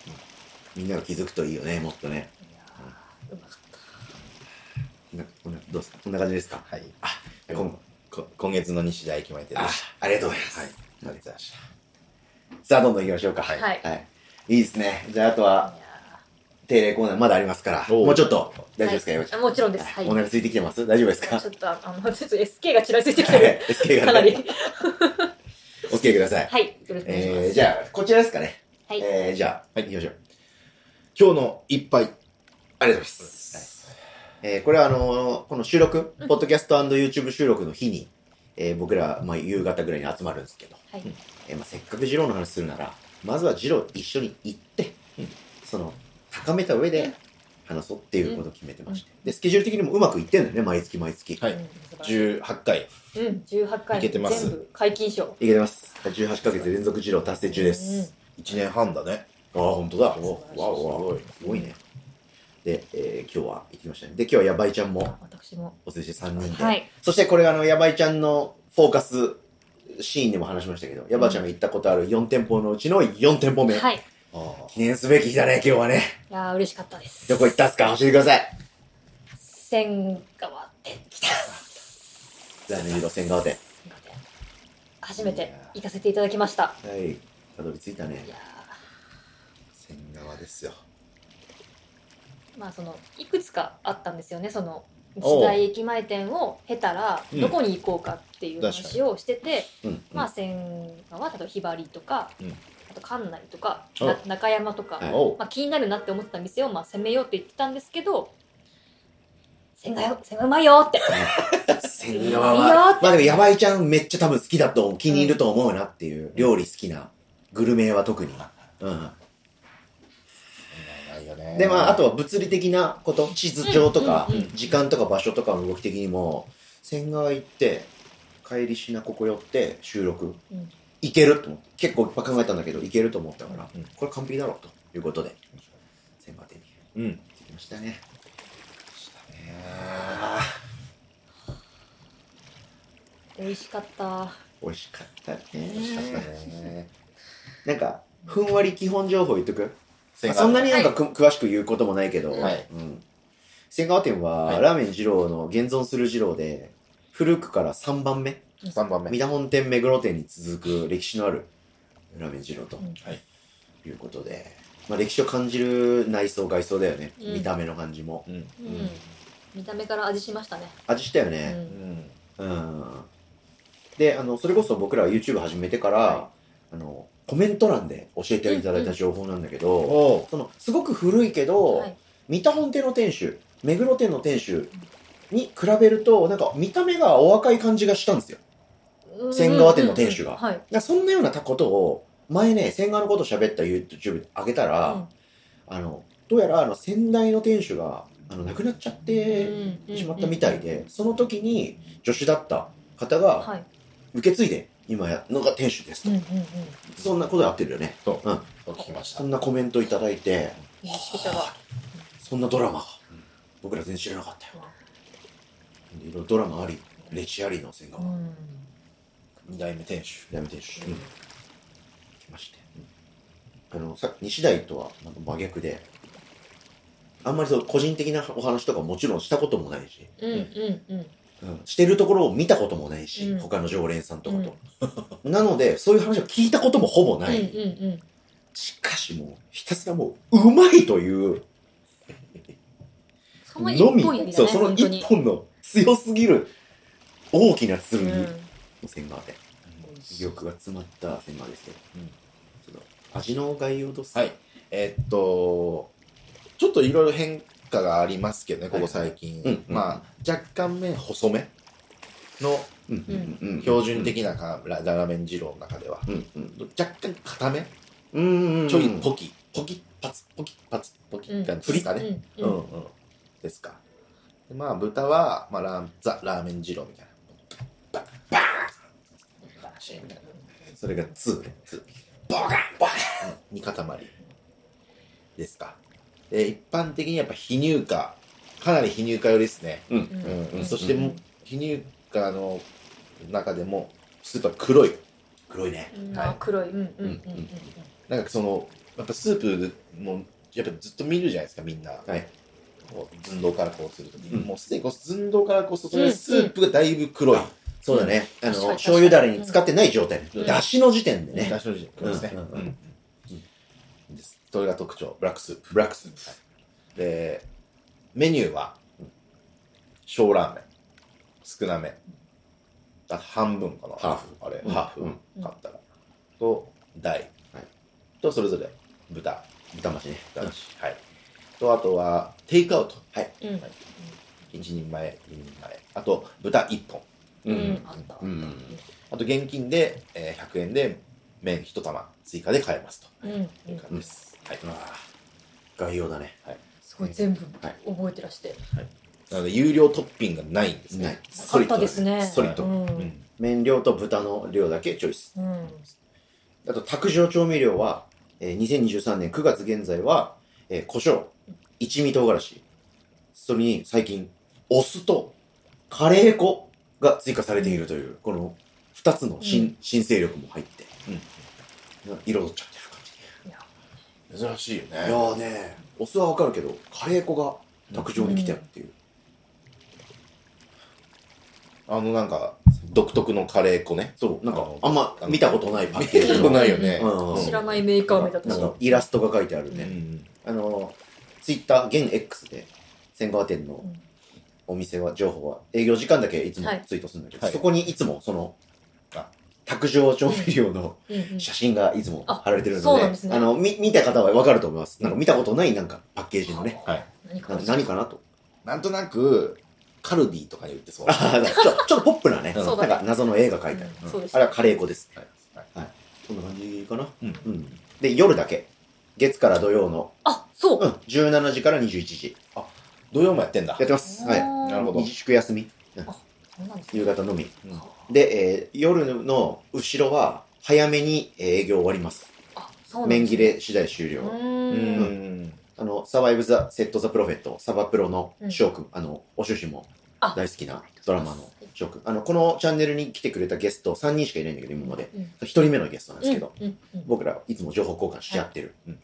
Speaker 1: みんなが気づくといいよねもっとね
Speaker 3: いやーうまかった。
Speaker 1: なこんなどうですかこんな感じですか
Speaker 2: はい。
Speaker 1: こん
Speaker 2: ここ今月の西大駅前店で
Speaker 1: あ
Speaker 2: し
Speaker 1: ありがとうございま
Speaker 2: た。
Speaker 1: す、
Speaker 2: はい。ありがとうございました。
Speaker 1: さあどんどん行きましょうかはい
Speaker 3: はい
Speaker 1: いいですねじゃああと
Speaker 3: い
Speaker 1: は
Speaker 3: や
Speaker 1: 定例コーナーまだありますから
Speaker 2: おう
Speaker 1: もうちょっと大丈夫ですか、
Speaker 3: はい
Speaker 1: 山口さん
Speaker 3: もちろんですはい
Speaker 1: お腹空いてきてます大丈夫ですか
Speaker 3: ーちょっとあのちょっと SK がちらついてきて る。
Speaker 1: SK
Speaker 3: か
Speaker 1: が
Speaker 3: な
Speaker 1: ね
Speaker 3: り。
Speaker 1: お付き合いください。
Speaker 3: はい。よろしくお願いします。
Speaker 1: えー、じゃあ、こちらですかね。
Speaker 3: はい
Speaker 1: えー、じゃあ、はい、行きましょう。
Speaker 2: 今日の一杯。
Speaker 1: ありがとうございます。えー、これはあのーこの収録、ポッドキャスト &YouTube 収録の日に、えー、僕ら、まあ、夕方ぐらいに集まるんですけど、
Speaker 3: はい。
Speaker 1: えーまあ、せっかく二郎の話するなら、まずは二郎一緒に行って、その、高めた上で話そうっていうことを決めてまして。で、スケジュール的にもうまくいってんだよね、毎月毎月。
Speaker 2: はい。18回。
Speaker 3: うん、18回
Speaker 2: いけてます
Speaker 3: 全部解禁賞。
Speaker 1: いけてます。18ヶ月連続二郎達成中です。
Speaker 2: 1年半だね。
Speaker 1: ああ、本当だ。お
Speaker 3: 素晴らしい
Speaker 1: わおわお、すごいね。で、えー今日は行きましたね。で、今日はヤバイちゃん
Speaker 3: うん
Speaker 1: も
Speaker 3: 私も。
Speaker 1: お寿司3人で。
Speaker 3: はい。
Speaker 1: そしてこれあの、ヤバイちゃんのフォーカスシーンでも話しましたけど、ヤバイちゃんが行ったことある4店舗のうちの4店舗目。
Speaker 3: はい。い
Speaker 2: あ
Speaker 1: 記念すべき日だね、今日はね。
Speaker 3: やー嬉しかったです。
Speaker 1: どこ行ったっすか教えてください。
Speaker 3: 千川店来た
Speaker 1: じゃあね、二郎線側で。は
Speaker 3: 千川店初めて行かせていただきました。
Speaker 1: い。たどり着いたね
Speaker 3: い。や
Speaker 2: 千川ですよ。
Speaker 3: ーまあそのいくつかあったんですよね。その
Speaker 2: おう
Speaker 3: 時代駅前店を経たら
Speaker 2: うん
Speaker 3: どこに行こうかっていう
Speaker 2: 確か
Speaker 3: 話
Speaker 2: に
Speaker 3: をしてて、
Speaker 1: うん。
Speaker 3: まあ千川例えばひばりとか、
Speaker 2: うん
Speaker 3: あと館内とか、
Speaker 2: お
Speaker 3: な中山とか、
Speaker 1: はい
Speaker 2: おう。
Speaker 3: まあ、気になるなって思ってた店を、まあ、攻めようって言ってたんですけど千賀よ千賀うまいよって
Speaker 1: 千川
Speaker 3: いいよ
Speaker 1: は。まあでもヤバイちゃんめっちゃ多分好きだと、気に入ると思うなっていう。料理好きな。グルメは特に。うん。
Speaker 2: ないよね。
Speaker 1: でまあ、あとは物理的なこと地図上とか、
Speaker 3: うんうんうん
Speaker 1: 時間とか場所とかの動き的にも仙川行って帰りしなここ寄って収録、
Speaker 3: うん
Speaker 1: 行けると思って結構いっぱい考えたんだけど行けると思ったから、
Speaker 2: うん
Speaker 1: これ完璧だろうということで仙川店に
Speaker 2: うん。
Speaker 1: 行ってきましたね
Speaker 2: ね
Speaker 1: あ
Speaker 3: 美味しかった
Speaker 1: 美味しかったね。
Speaker 2: 美味しかったね。
Speaker 1: なんか、ふんわり基本情報言っとく、
Speaker 2: 千
Speaker 1: まあ
Speaker 2: 賀
Speaker 1: そんなになんかく、詳しく言うこともないけど、
Speaker 2: はい
Speaker 1: うん。千川店は、
Speaker 2: はい
Speaker 1: ラーメン二郎の現存する二郎で、古くから3番目、
Speaker 2: 三番目。
Speaker 1: 三田本店、目黒店に続く歴史のあるラーメン二郎と
Speaker 3: うん
Speaker 2: はい
Speaker 1: いうことで、まあ歴史を感じる内装、外装だよね。
Speaker 3: うん
Speaker 1: 見た目の感じも。
Speaker 2: うん。
Speaker 3: うん
Speaker 1: うん
Speaker 3: 見た目から味しましたね。
Speaker 1: 味したよ
Speaker 3: う
Speaker 1: ね。
Speaker 2: うんん。
Speaker 1: うん。で、あの、それこそ僕らは YouTube 始めてから、
Speaker 2: は
Speaker 1: あの、コメント欄で教えていただいた情報なんだけど、
Speaker 2: おう
Speaker 1: その、すごく古いけど、
Speaker 3: はい
Speaker 1: 三田本店の店主、目黒店の店主に比べると、なんか見た目がお若い感じがしたんですよ。
Speaker 3: うん
Speaker 1: 千川店の店主が
Speaker 3: うんはい。
Speaker 1: だからそんなようなことを、前ね、千賀のこと喋った YouTube で上げたら、
Speaker 3: うん
Speaker 1: あの、どうやらあの先代の店主が、あの、亡くなっちゃってしまったみたい。で、その時に助手だった方
Speaker 3: うんうん
Speaker 1: が
Speaker 3: はい。
Speaker 1: 受け継いで、今やのが店主ですと。
Speaker 3: うんうんうん。
Speaker 1: そんなことで合ってるよね。
Speaker 2: と聞きました
Speaker 1: そ。んなコメントいただいて、
Speaker 3: 認識者が。
Speaker 1: そんなドラマが、僕ら全然知らなかったよ。いろいろドラマあり、歴史ありの千賀
Speaker 3: う
Speaker 1: は、
Speaker 3: ん。
Speaker 2: 二代目店主。
Speaker 1: やめてるし、来まして。あの、さ西大とはなんか真逆で、あんまりそう個人的なお話とかもちろんしたこともないし、
Speaker 3: うんうんうん。
Speaker 1: うんしてるところを見たこともないし、
Speaker 3: うん
Speaker 1: 他の常連さんとかと。なので、そういう話を聞いたこともほぼない。
Speaker 3: うんうんうん。
Speaker 1: しかしもう、ひたすらもう、うまいという
Speaker 3: その一
Speaker 1: のみ、
Speaker 3: 本やりだ
Speaker 1: そ
Speaker 3: ね。
Speaker 1: う、その
Speaker 3: 本当に
Speaker 1: 一。本の強すぎる大きな
Speaker 3: うん。
Speaker 1: 剣、千賀で。魅力が詰まったセンマーですけど、
Speaker 2: うん
Speaker 1: ちょっと味の概要どうすか
Speaker 2: はい。えーっと、ちょっといろいろ変化がありますけどね、ここ最
Speaker 1: はい
Speaker 2: 近。
Speaker 1: うんうん
Speaker 2: まあ、若干目細めの
Speaker 1: うんうんうん
Speaker 2: 標準的なか、ララーメン二郎の中では。
Speaker 1: うんうん
Speaker 2: 若干硬め、
Speaker 1: うんうん
Speaker 2: ちょいポキ、ポキッパツ、ポキッパツ、ポキッって感じですかね。
Speaker 3: う
Speaker 2: うん
Speaker 3: ん
Speaker 2: うん。ですか。でまあ、豚は、まあ、ラーザ・ラーメン二郎みたいな。ババーンバシーンみたいな。
Speaker 1: それが2ね2
Speaker 2: 二塊ですか。で、一般的にやっぱ非乳化、かなり非乳化寄りですね。
Speaker 1: うん
Speaker 3: うん
Speaker 2: うん
Speaker 3: うん
Speaker 2: そしても
Speaker 3: う
Speaker 2: うん非乳化の中でも、スープは黒い。
Speaker 1: 黒いね
Speaker 3: うん
Speaker 2: はい
Speaker 3: あ黒い。うんうんうんうん
Speaker 1: うんうん
Speaker 2: なんかその、やっぱスープも、やっぱずっと見るじゃないですか、みんな。
Speaker 1: はい
Speaker 2: こう寸胴からこうするとき、
Speaker 1: うん
Speaker 2: もうすでにこう寸胴からこう注いだスープがだいぶ黒い。
Speaker 1: そうだねあの
Speaker 3: 確かに
Speaker 1: 醤油だれに使ってない状態
Speaker 2: うん
Speaker 1: だしの時点でね
Speaker 2: ね、出汁の時点黒いですね。
Speaker 1: う
Speaker 2: うん
Speaker 1: うんうん
Speaker 2: んですそれが特徴、ブラックスープ。ブラックスープ。で、メニューは、小ラーメン、少なめ、あと半分かな、
Speaker 1: ハーフ
Speaker 2: あれ、
Speaker 1: うん
Speaker 2: ハー
Speaker 1: うん
Speaker 2: フ買ったら、と、大、
Speaker 1: はい
Speaker 2: と、それぞれ豚、
Speaker 1: 豚増しね
Speaker 2: だし、はい。と、あとは、テイクアウト。はい。
Speaker 3: うんうん。
Speaker 2: 1人前、2人前。あと、豚1本。
Speaker 1: う
Speaker 3: うんあった
Speaker 1: うん
Speaker 2: あと、現金で、えー100円で、麺1玉追加で買えますと。
Speaker 3: うんうん
Speaker 2: いう感じです。はい。
Speaker 1: うわ概要だね
Speaker 3: すごい全部
Speaker 1: はい
Speaker 3: 覚えてらして。
Speaker 2: なので、有料トッピングがないんです
Speaker 1: な
Speaker 2: ね
Speaker 1: い。
Speaker 3: あったですね。
Speaker 1: ストリートス
Speaker 3: う
Speaker 1: トリー
Speaker 3: ん
Speaker 2: う。ん。
Speaker 1: 麺量と豚の量だけチョイス
Speaker 3: うん。
Speaker 1: あと卓上調味料は、えー、2023年9月現在は、えー、胡椒一味唐辛子それに最近お酢とカレー粉が追加されているという、この2つの新,、
Speaker 3: う
Speaker 1: 新勢力も入って、な彩っちゃってる感
Speaker 2: 珍しいよね。
Speaker 1: じ、いやーねお酢はわかるけどカレー粉が卓上に来てるっていう、
Speaker 2: あの、なんか、独特のカレー粉ね。
Speaker 1: そうなん
Speaker 2: あ
Speaker 1: か
Speaker 2: の
Speaker 1: あんま見たことないパッケー
Speaker 2: 見
Speaker 1: ジ
Speaker 2: た
Speaker 1: の
Speaker 2: ことないよね。
Speaker 1: うん
Speaker 2: うん
Speaker 3: 知らないメーカー名だった
Speaker 1: なん
Speaker 3: し。
Speaker 1: かイラストが書いてある
Speaker 2: う
Speaker 1: ね、
Speaker 2: ん
Speaker 1: あのツイッター現 X で千川店の
Speaker 3: うん
Speaker 1: お店は情報は営業時間だけいつも
Speaker 3: はい
Speaker 1: ツイートするんだけど、
Speaker 2: はい
Speaker 1: そこにいつもその
Speaker 2: あ
Speaker 1: 卓上調味料の
Speaker 3: うんうん
Speaker 1: 写真がいつも
Speaker 3: あ
Speaker 1: 貼られてる
Speaker 3: そ
Speaker 1: の
Speaker 3: う
Speaker 1: で,、
Speaker 3: なんですね
Speaker 1: あのみ見た方はわかると思いますなんか見たことないなんかパッケージのね
Speaker 2: はい。
Speaker 3: 何か
Speaker 1: な何かな と
Speaker 2: なんとなく、カルディとかに売ってそう。
Speaker 1: あーちょちょっとポップなね
Speaker 2: うん
Speaker 3: そう
Speaker 1: な
Speaker 3: だ
Speaker 1: ん
Speaker 3: ね
Speaker 1: か謎の絵が描いてある、
Speaker 3: うんそうです
Speaker 1: あれはカレー粉です
Speaker 2: はいはい
Speaker 1: こんな感じかな、
Speaker 2: うん
Speaker 1: で夜だけ月から土曜の、
Speaker 3: あ、そうう。
Speaker 1: ん、17時から21時
Speaker 2: 土曜もやってんだ
Speaker 1: やっ。てますはい
Speaker 2: なるほど
Speaker 1: 自粛休み
Speaker 3: そうなんですね
Speaker 1: 夕方のみ
Speaker 2: うん
Speaker 1: で、えー夜の後ろは早めにえー営業終わります。
Speaker 3: あ、そうなん
Speaker 1: 麺
Speaker 3: です
Speaker 1: 切
Speaker 3: ね。
Speaker 1: れ次第終了。
Speaker 3: う
Speaker 2: う
Speaker 3: ーん。
Speaker 2: ん。
Speaker 1: あの、サバイブ・ザ・セット・ザ・プロフェット、サバプロの
Speaker 3: うん
Speaker 1: 翔くん、あの、お主人も
Speaker 3: あ
Speaker 1: 大好きなドラマの食。あの、このチャンネルに来てくれたゲスト3人しかいないんだけど、今まで。
Speaker 3: うん
Speaker 1: 1人目のゲストなんですけど、
Speaker 3: うんうんうん
Speaker 1: 僕らいつも情報交換し合ってる。うん。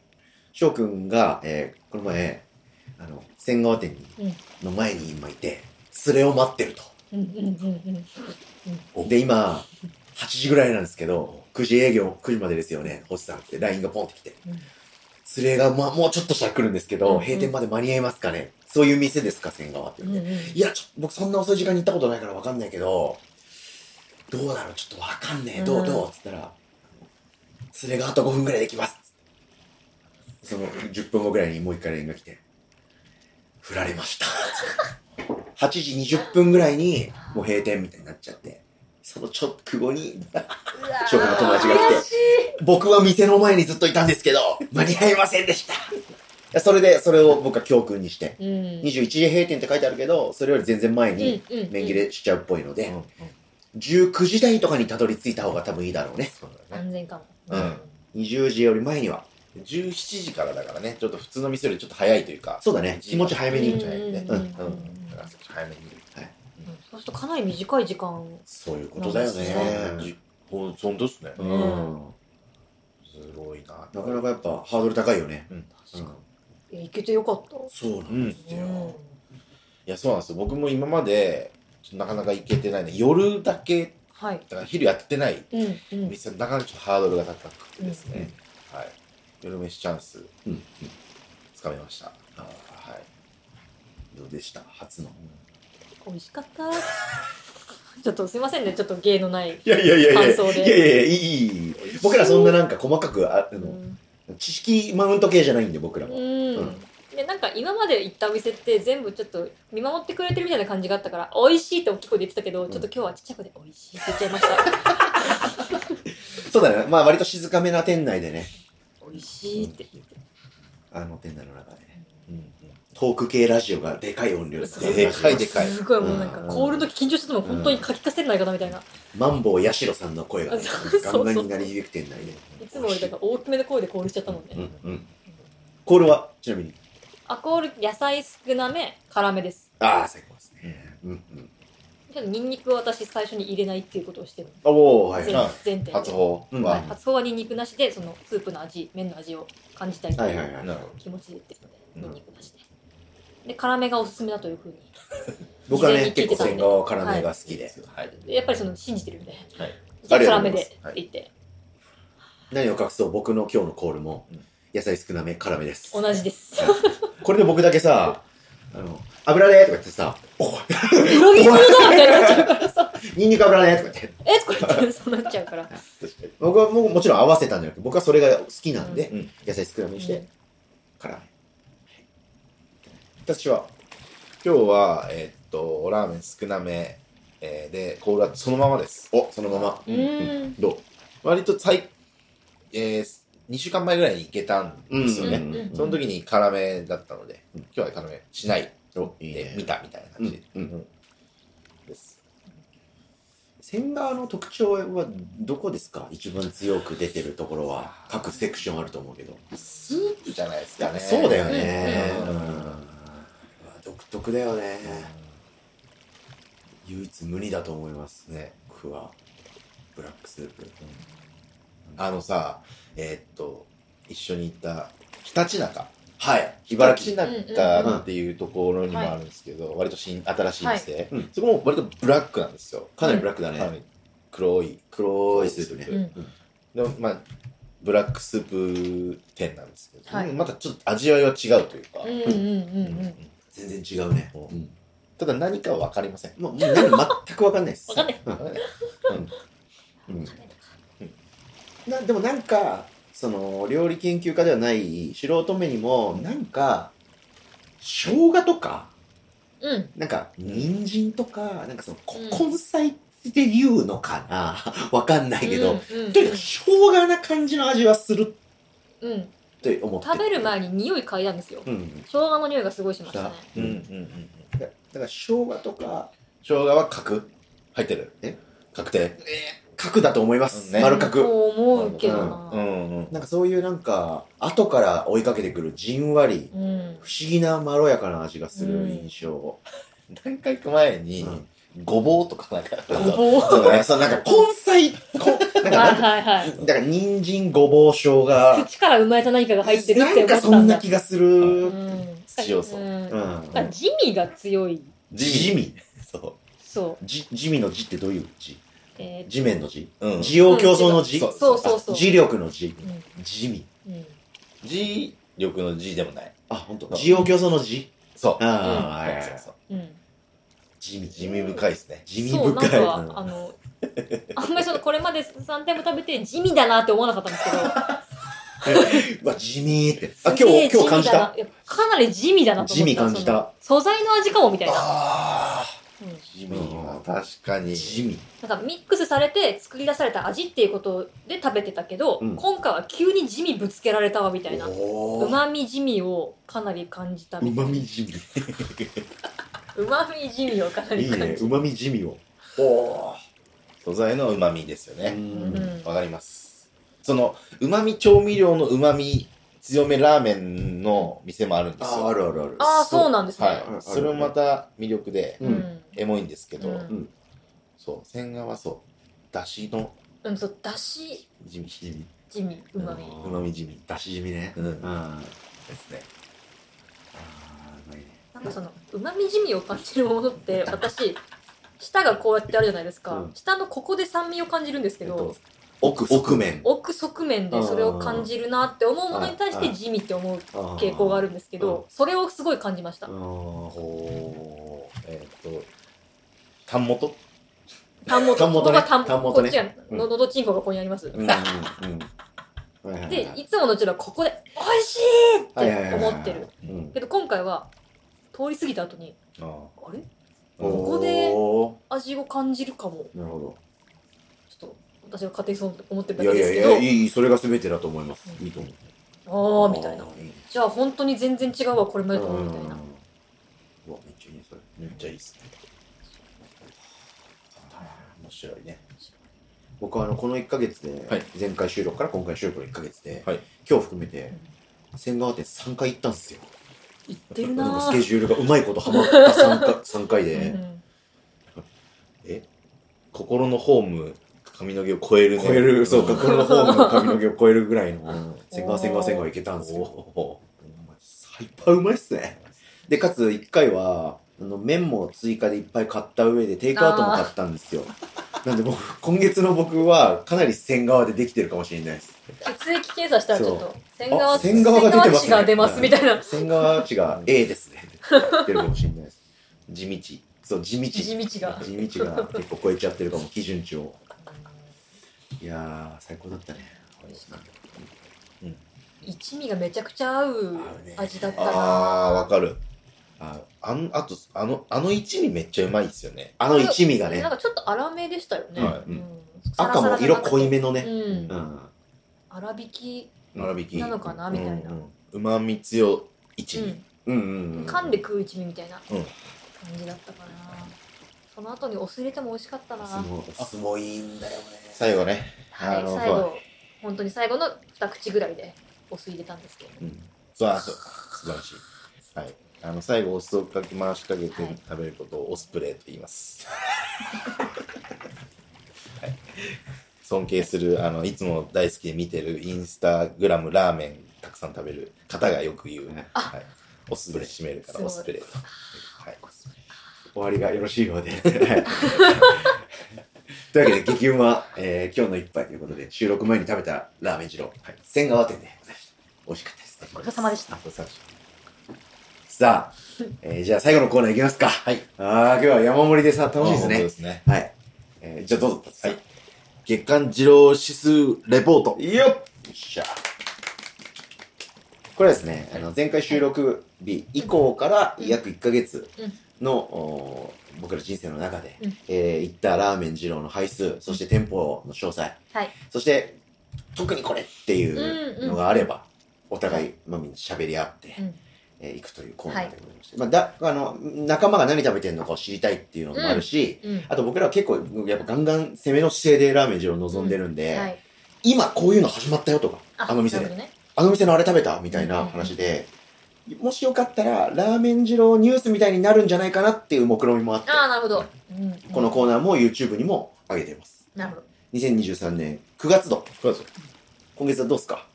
Speaker 1: 翔くんが、えーこの前、あの、仙川店に、の前に今いて、連れを待ってると。
Speaker 3: うんうんうんうん
Speaker 1: で、今、8時ぐらいなんですけど、9時営業、9時までですよね、星さんって LINE がポンってきて。
Speaker 3: うん
Speaker 1: 連れが、まあ、もうちょっとしたら来るんですけ
Speaker 3: うん
Speaker 1: ど、
Speaker 3: うん
Speaker 1: 閉店まで間に合いますかねそういう店ですか、仙川って言
Speaker 3: うん
Speaker 1: わ
Speaker 3: う
Speaker 1: れ
Speaker 3: ん
Speaker 1: て。いや、ちょ、僕そんな遅い時間に行ったことないからわかんないけど、どうだろうちょっとわかんねえ。ど
Speaker 3: うん
Speaker 1: うどうつったら、連れがあと5分ぐらいで来ます。その10分後ぐらいにもう一回 LINE が来て、振られま した。8時20分ぐらいに、もう閉店みたいになっちゃって、その直後に、翔くんの友達が来て
Speaker 3: 悔しい
Speaker 1: 僕は店の前にずっといたんですけど、間に合いませんでした。それで、それを僕は教訓にして、
Speaker 3: うん
Speaker 1: 21時閉店って書いてあるけど、それより全然前に、
Speaker 3: うんうんうん
Speaker 1: 面切れしちゃうっぽいので、
Speaker 2: うんうん
Speaker 1: 19時台とかにたどり着いた方が多分いいだろうね。
Speaker 2: そうだね
Speaker 3: 安全かも
Speaker 1: うん20時より前には。
Speaker 2: 17時からだからねちょっと普通の店よりちょっと早いというか
Speaker 1: そうだね。気持ち早めに。
Speaker 2: 気持ち早いね
Speaker 3: うんうん
Speaker 2: うんうんだからちょっと早めに
Speaker 3: うんそうするとかなり短い時間
Speaker 1: そういうことだよ
Speaker 2: うん
Speaker 1: ね。
Speaker 2: じほん本当っすね
Speaker 1: う
Speaker 3: うん
Speaker 1: ん。
Speaker 2: すごいな
Speaker 1: なかなかやっぱハードル高いよね。
Speaker 3: 確かにいや行けてよかった
Speaker 1: そうな
Speaker 2: うんんい
Speaker 1: ですよ。
Speaker 2: やそうなんですよ僕も今までちょっとなかなか行けてないね夜だけ
Speaker 3: はい
Speaker 2: だから昼やってない
Speaker 3: うんうん
Speaker 2: 店なかなかちょっとハードルが高くてですね、はい夜飯チャンス
Speaker 1: うんうん
Speaker 2: つかめました
Speaker 1: あ
Speaker 2: はい
Speaker 1: ーどうでした初の。
Speaker 3: 美味しかった ちょっとすいませんねちょっと芸のない
Speaker 1: いやいやいやいや。い
Speaker 3: 感想で
Speaker 1: やいやいや、いいいい。僕らそんななんか細かく、ああ
Speaker 3: う
Speaker 1: の、
Speaker 3: ん
Speaker 1: 知識マウント系じゃないんで僕ら
Speaker 3: う
Speaker 1: も。
Speaker 3: んでなんか今まで行ったお店って全部ちょっと見守ってくれてるみたいな感じがあったから美味しいって大きい声で言ってたけどちょっと今日はちっちゃくで美味しいって言っちゃいました
Speaker 1: そうだね。まあ割と静かめな店内でね。
Speaker 3: 美味しいって言って
Speaker 1: あの店内の中でね。
Speaker 2: うんうん
Speaker 1: トーク系ラジオがでかい音量
Speaker 3: そう
Speaker 2: でかいでかい
Speaker 3: すごいもうなんか
Speaker 1: うん
Speaker 3: コールの時緊張してても本当に書きかせるないかなみたいな
Speaker 1: マンボウヤシロさんの声が、ね
Speaker 3: そうそう、
Speaker 1: ガ
Speaker 3: そう
Speaker 1: ンガンになり響く店内で。
Speaker 3: いつもよりだから大きめの声でコールしちゃったもんね、
Speaker 1: うんうん。コールはちなみに。
Speaker 3: アコール野菜少なめ辛めです
Speaker 1: ああ、最高ですね。うんうん。
Speaker 3: けどニンニクを私最初に入れないっていうことをしてる
Speaker 1: おおはい。
Speaker 3: 全
Speaker 1: は
Speaker 3: 全店で
Speaker 2: 初法
Speaker 1: うん
Speaker 3: はい
Speaker 2: は、
Speaker 3: 発想はニンニクなしでそのスープの味麺の味を感じたい
Speaker 1: い
Speaker 3: と
Speaker 1: はい
Speaker 3: い
Speaker 1: は
Speaker 3: う
Speaker 1: い。
Speaker 2: なるほど
Speaker 3: 気持ちで言ってるので、
Speaker 2: うん
Speaker 3: ニンニクなしでで辛めがおすすめだというふうに
Speaker 1: 僕は
Speaker 3: 事前
Speaker 1: ね、
Speaker 3: に聞い
Speaker 1: 結構
Speaker 3: てたんで
Speaker 1: 千川辛めが好きで。
Speaker 2: はい
Speaker 3: でやっぱりその信じてるんで、
Speaker 2: はい
Speaker 1: あ
Speaker 3: じゃあ
Speaker 1: りがとうご
Speaker 3: 辛
Speaker 1: ざ
Speaker 3: め
Speaker 1: い
Speaker 3: で
Speaker 1: ま
Speaker 3: っ
Speaker 1: す
Speaker 3: て言って、
Speaker 1: 何を隠そう、僕の今日のコールも
Speaker 2: うん、
Speaker 1: 野菜少なめ辛めです。
Speaker 3: 同じです
Speaker 1: これで僕だけさ、あの、油でとか言ってさ、おい
Speaker 3: エロビ風だみたいになっちゃうからさ
Speaker 1: ニンニク油でとか言って。
Speaker 3: えとか言ってそうなっちゃ うから
Speaker 1: 僕はもうもちろん合わせたんじゃなくて、僕はそれが好きなんで、
Speaker 2: うんうん
Speaker 1: 野菜少なめにし
Speaker 3: う
Speaker 1: て
Speaker 3: ん、
Speaker 1: 辛め。私は、
Speaker 2: 今日はえーっとラーメン少なめ、えーでコールはそのままです
Speaker 1: お、そのまま。
Speaker 3: うんうん
Speaker 1: ど
Speaker 2: 割と最、えー、2週間前ぐらいに行けたんですよね、
Speaker 1: うん
Speaker 3: うん
Speaker 2: その時に辛めだったので、今日は辛めしないで
Speaker 1: うお、いいね
Speaker 2: 見。たみたいな感じ、
Speaker 1: うんうん
Speaker 2: うんです
Speaker 1: 千川の特徴はどこですか一番強く出てるところは各セクションあると思うけど、
Speaker 2: スープじゃないですかね
Speaker 1: そうだよね、
Speaker 2: う
Speaker 1: うんん独特だよね、唯一無二だと思いますね僕はブラックスープ、
Speaker 2: あのさえーっと一緒に行ったひたちなか
Speaker 1: はい
Speaker 2: ひ
Speaker 1: 茨
Speaker 2: ち
Speaker 1: 城
Speaker 2: なかっていうところにもあるんですけど、割と新新しい店、
Speaker 1: いうん
Speaker 2: そこも割とブラックなんですよ、
Speaker 1: かなりブラックだね、
Speaker 2: かなり黒い
Speaker 1: 黒いスープね、
Speaker 3: うん
Speaker 2: でもまあブラックスープ店なんですけど、
Speaker 3: はい
Speaker 2: またちょっと味わいは違うというか、
Speaker 3: うんうんうんうん
Speaker 1: 全然違うね、
Speaker 2: う
Speaker 1: う
Speaker 2: ん
Speaker 1: ん
Speaker 2: ただ何かは分かりません、
Speaker 1: もうもう何全く分かんないです
Speaker 3: わかんない
Speaker 1: うんなでもなんかその料理研究家ではない素人目にもなんか生姜とか
Speaker 3: うん
Speaker 1: なんか人参とかなんかそのこ
Speaker 3: うん
Speaker 1: 根菜って言うのかな わかんないけど、
Speaker 3: うんうん
Speaker 1: とにかく生姜な感じの味はする
Speaker 3: うん
Speaker 1: って思って
Speaker 3: 食べる前に匂い嗅いだんですよ
Speaker 1: うんうん
Speaker 3: 生姜の匂いがすごいしましたね
Speaker 2: う
Speaker 1: うんん
Speaker 2: うんう
Speaker 1: だ
Speaker 2: ん
Speaker 1: だから生姜とか
Speaker 2: 生姜は角入ってる
Speaker 1: え
Speaker 2: 確定
Speaker 1: 角だと思います、
Speaker 2: うんね
Speaker 1: 丸角
Speaker 3: と思うけど
Speaker 2: う
Speaker 3: なん
Speaker 2: うん
Speaker 1: なんかそういうなんか後から追いかけてくるじんわり
Speaker 3: うん
Speaker 1: 不思議なまろやかな味がする印象、
Speaker 2: 何回か前に、
Speaker 1: うん
Speaker 2: ごぼうとかなんか、
Speaker 3: ごぼう。
Speaker 1: そうだね。そう、なんか根菜、こんなんか
Speaker 3: はいはいはい。
Speaker 1: だから、人参、ごぼう、生姜。入
Speaker 3: 口から生まれた何かが入ってるって
Speaker 1: な
Speaker 3: 思
Speaker 1: ん
Speaker 3: った
Speaker 1: か
Speaker 3: んだ。
Speaker 1: そんな気がする。うん。
Speaker 3: うん
Speaker 2: 土要素
Speaker 3: うん
Speaker 1: う。ん
Speaker 3: あ地味が強い。
Speaker 1: 地味。
Speaker 2: そ
Speaker 3: そ
Speaker 1: じ、地味の字ってどういう字
Speaker 3: う。え
Speaker 1: 地面の字
Speaker 2: う。うん。
Speaker 1: 需要競争の字
Speaker 2: うん
Speaker 3: ー、そうそうそう。
Speaker 1: 磁力の字。
Speaker 2: 地味。
Speaker 3: うん
Speaker 2: 字力の字でもない。
Speaker 1: あ、ほんと。
Speaker 2: そう
Speaker 1: 需要競争の字。
Speaker 2: そう。
Speaker 1: ああ、はいはい
Speaker 2: そ
Speaker 1: はい
Speaker 2: うそう
Speaker 3: うん。
Speaker 1: 地味、地
Speaker 2: 地
Speaker 1: 味深い。
Speaker 2: 味深いですね。
Speaker 1: 地味
Speaker 3: そう、なん
Speaker 1: 深い。う
Speaker 3: か、
Speaker 1: ん
Speaker 3: あの、あんまりその、これまで3回も食べて地味だなって思わなかったんですけ ど、
Speaker 1: うわ、地味って。あ、
Speaker 3: す
Speaker 1: 今
Speaker 3: げえ
Speaker 1: 日、今日感じ
Speaker 3: 地味だ
Speaker 1: た。
Speaker 3: ないやかなり地味だなと思った。
Speaker 1: 地味感じた
Speaker 3: その素材の味かもみたいな。
Speaker 2: ああ。
Speaker 3: うん
Speaker 2: 地味は確かに。
Speaker 1: 地味。
Speaker 3: なんかミックスされて作り出された味っていうことで食べてたけど、
Speaker 1: うん
Speaker 3: 今回は急に地味ぶつけられたわみたいな。
Speaker 1: お
Speaker 3: う
Speaker 1: ー。
Speaker 3: まみ地味をかなり感じた
Speaker 1: う
Speaker 3: みた
Speaker 1: ま
Speaker 3: いな。
Speaker 1: み地味。
Speaker 3: うまみ地味をかないり
Speaker 1: い
Speaker 3: 感じた。
Speaker 1: ね。うまみ地味を。お
Speaker 2: 素材の旨味ですよ
Speaker 1: ー。う
Speaker 2: ね。
Speaker 3: うん
Speaker 1: ん。
Speaker 2: わかります。その、旨味調味料の旨味強めラーメンの店もあるんです
Speaker 1: あ
Speaker 2: よ。
Speaker 1: ー、あるあるある。
Speaker 3: ああ、そうなんですね。
Speaker 2: はい。それもまた魅力で、
Speaker 1: う
Speaker 3: うんん。
Speaker 2: エモいんですけど、
Speaker 3: うん
Speaker 2: そう、千賀はそう、だしの
Speaker 3: うん、そう、だし
Speaker 2: 地味、地味、
Speaker 3: 地味、うまみ。
Speaker 2: うまみ地味
Speaker 1: だし地味ね。
Speaker 2: うん
Speaker 1: あ
Speaker 2: ですね。
Speaker 1: あー、うまいね。
Speaker 3: なんかその、うまみ地味を感じるものって、私、舌がこうやってあるじゃないですか。
Speaker 1: うん
Speaker 3: 舌のここで酸味を感じるんですけど、
Speaker 2: えっと
Speaker 1: 奥、奥面。
Speaker 3: 奥側面でそれを感じるなって思うものに対し
Speaker 1: あ
Speaker 3: て
Speaker 1: ー
Speaker 3: 地味って思う
Speaker 1: 傾
Speaker 3: 傾向があ
Speaker 1: る。
Speaker 3: るんですけ
Speaker 1: う
Speaker 3: ど、それをすごい感じました
Speaker 1: うん、。ほ
Speaker 2: おーえーっと、単元
Speaker 3: 単元。
Speaker 1: 単元ね
Speaker 3: ここが単
Speaker 1: 単
Speaker 3: 元。
Speaker 1: 元
Speaker 3: こ
Speaker 1: ね
Speaker 3: っちが、
Speaker 1: うん
Speaker 3: ののどちんこがここにあります
Speaker 1: う。。うん、うん。はいはいはい
Speaker 3: で、いつものうちはここで、美味し
Speaker 1: はい
Speaker 3: い
Speaker 1: はい
Speaker 3: っ
Speaker 1: はい
Speaker 3: て
Speaker 1: はい
Speaker 3: 思ってる。。
Speaker 1: うん。
Speaker 3: けど今回は、通り過ぎた後に、
Speaker 2: あー
Speaker 3: あれ
Speaker 1: おー
Speaker 3: こで味を感じるかも。
Speaker 1: なるほ
Speaker 3: ちょっと、私は勝手にそう思ってる
Speaker 1: ど。
Speaker 3: だ
Speaker 1: い
Speaker 3: け
Speaker 1: やい
Speaker 3: で
Speaker 1: やい
Speaker 3: すけ
Speaker 1: や、
Speaker 3: ど、
Speaker 1: いい、それが全てだと思います。いいと思う。
Speaker 3: ああ、みたいな。
Speaker 1: うん。
Speaker 3: じゃあ本当に全然違うわ、これまでとはみたいな。
Speaker 1: うわ、めっちゃいいね、それ。
Speaker 2: めっちゃいいっすね。面白いね。
Speaker 1: 僕はあの、この1ヶ月で
Speaker 2: はい、
Speaker 1: 前回収録から今回収録の1ヶ月で、
Speaker 2: はい
Speaker 1: 今日含めて、千川店3回行ったんですよ。
Speaker 3: 言ってる
Speaker 1: なんか
Speaker 3: な
Speaker 1: スケ
Speaker 3: ぁ。
Speaker 1: ジュールがうまいことハマった3回 ,3 回で、
Speaker 3: うん
Speaker 2: 心のホーム、髪の毛を超えるね。
Speaker 1: 超える、そう、
Speaker 2: か。
Speaker 1: 心のホームの髪の毛を超えるぐらいの、千川千川千川いけたんですよ。
Speaker 2: お
Speaker 1: ハイパーうまいっすね。で、かつ、一回は、あの、麺も追加でいっぱい買った上で、テイクアウトも買ったんですよ。なんで僕、今月の僕は、かなり千川でできてるかもしれないです。
Speaker 3: 血液検査したらちょっ
Speaker 1: そ
Speaker 3: と、千川
Speaker 1: あ千川が出てますね
Speaker 3: 千川血が出ますみたいな。
Speaker 1: 千川地が A ですね。ってるかもしれないです。
Speaker 2: ー地道。
Speaker 1: そう、地道。
Speaker 3: 地道が
Speaker 1: 地道が結構超えちゃってるかも、基準値を。いやー、最高だったね。
Speaker 3: 一味がめちゃくちゃ合う味だったな
Speaker 2: あー、わかる。
Speaker 1: あ
Speaker 2: あの、あと、あの、あの一味めっちゃうまいっすよね。
Speaker 1: あの一味がね
Speaker 3: なん、かちょっと粗めでしたよね。
Speaker 2: はい
Speaker 1: うん
Speaker 3: サラ
Speaker 1: 赤
Speaker 3: サ
Speaker 1: も
Speaker 3: ラじゃな
Speaker 1: 色
Speaker 3: くて
Speaker 1: 濃いめのね、
Speaker 3: うん
Speaker 1: う。
Speaker 3: 粗挽き
Speaker 2: 粗挽き。
Speaker 3: なのかなみたいな。
Speaker 2: うまみ強一味。
Speaker 1: うんうんうん
Speaker 3: 噛んで食う一味みたいな
Speaker 2: うん
Speaker 3: 感じだったかなその後にお酢入れても美味しかったな
Speaker 1: お酢
Speaker 3: は
Speaker 1: もお酢もいいんだよね
Speaker 2: 最後ね。あ
Speaker 3: い
Speaker 2: の
Speaker 3: 最後本当に最後の二口ぐらいでお酢入れたんですけど
Speaker 2: そう、あそう素晴らしい。はい。あの、最後、お酢をかき回しかけて
Speaker 3: はい
Speaker 2: 食べることをオスプレイと言います。はい尊敬する、あの、いつも大好きで見てるインスタグラムラーメンたくさん食べる方がよく言う。
Speaker 1: あ
Speaker 2: はい。オスプレイ締めるからオスプレイと。はい。
Speaker 1: 終わりがよろしいよう ではいというわけで激うま、えー今日の一杯ということで収録前に食べたラーメン二郎、はい、千川店でございました美味しかったです
Speaker 3: お疲れ様でした
Speaker 2: あとさ
Speaker 1: さあ、えーじゃあ最後のコーナーいきますかはいああ今日は山盛りでさ楽しいです
Speaker 2: あ本当
Speaker 1: ね
Speaker 2: ですね。
Speaker 1: はい、えーじゃあどうぞ
Speaker 2: はい月間二郎指数レポート。
Speaker 1: いいよよっしゃこれはですね、あの前回収録日以降から約1ヶ月の、おー僕ら人生の中で、
Speaker 3: うん
Speaker 1: えー行ったラーメン二郎の配数そして店舗の詳細
Speaker 3: はい
Speaker 1: そして特にこれってい
Speaker 3: んう
Speaker 1: うんのがあれば、お互い、まあ、みんな喋り合って、
Speaker 3: うん
Speaker 1: えー行くというコーナーでございまして、まあ、だあの仲間が何食べてるのかを知りたいっていうのもあるし、
Speaker 3: うん
Speaker 1: あと僕らは結構やっぱガンガン攻めの姿勢でラーメン二郎を望んでるんで、
Speaker 3: はい
Speaker 1: 今こういうの始まったよとか、あの店
Speaker 3: なる
Speaker 1: で
Speaker 3: ほ、どね
Speaker 1: あの店のあれ食べたみたいな話で、もしよかったら、ラーメン二郎ニュースみたいになるんじゃないかなっていう目論見みもあって、
Speaker 3: ああ、なるほど。うんうん
Speaker 1: このコーナーも YouTube にも上げています。
Speaker 3: なる ほど。
Speaker 1: 2023年9月度。
Speaker 2: そうです
Speaker 1: 今月はどうっすか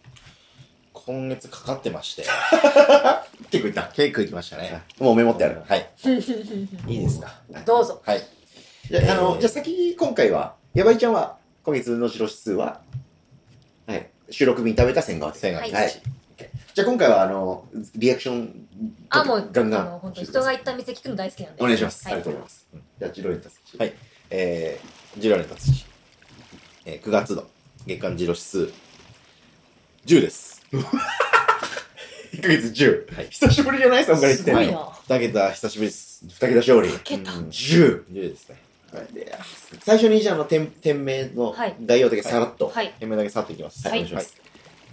Speaker 2: 今月かかってまして、
Speaker 1: 結構いった。
Speaker 2: 結構行きましたね。
Speaker 1: もうメモってある。
Speaker 2: はい。
Speaker 1: いいですか。
Speaker 3: どうぞ。
Speaker 2: はい。
Speaker 1: じゃあ、あの、
Speaker 2: えー
Speaker 1: じゃあ先、今回は、やばいちゃんは、今月の白指数は、はい、収録日に食べた千賀
Speaker 2: 千賀
Speaker 3: はい
Speaker 1: はい。OK じゃあ今回は、あの、リアクション、
Speaker 3: あ、もう、
Speaker 1: ガンガ
Speaker 3: あの
Speaker 1: ン
Speaker 3: 本当に人が行った店聞くの大好きなんで。
Speaker 1: お願いします。
Speaker 3: はい
Speaker 1: ありがとうございます。うんじゃあ、ジロリンタス。
Speaker 2: はい。えー、ジロレタツえー、9月度、月間ジロ指数、10です。
Speaker 1: 1ヶ月10。
Speaker 2: はい
Speaker 1: 久しぶりじゃないですか、僕から言っ
Speaker 3: す
Speaker 1: て。
Speaker 3: ご
Speaker 1: はいい
Speaker 3: な。
Speaker 2: 2桁久しぶりです。
Speaker 1: 二桁勝利。
Speaker 3: けた。
Speaker 1: 10。
Speaker 2: 10ですね。
Speaker 1: で最初にじゃああの店店名の
Speaker 3: はい
Speaker 1: 概要だけさらっと。
Speaker 3: はい。
Speaker 2: 今だけ去っていきます。
Speaker 3: はい
Speaker 2: お願いします。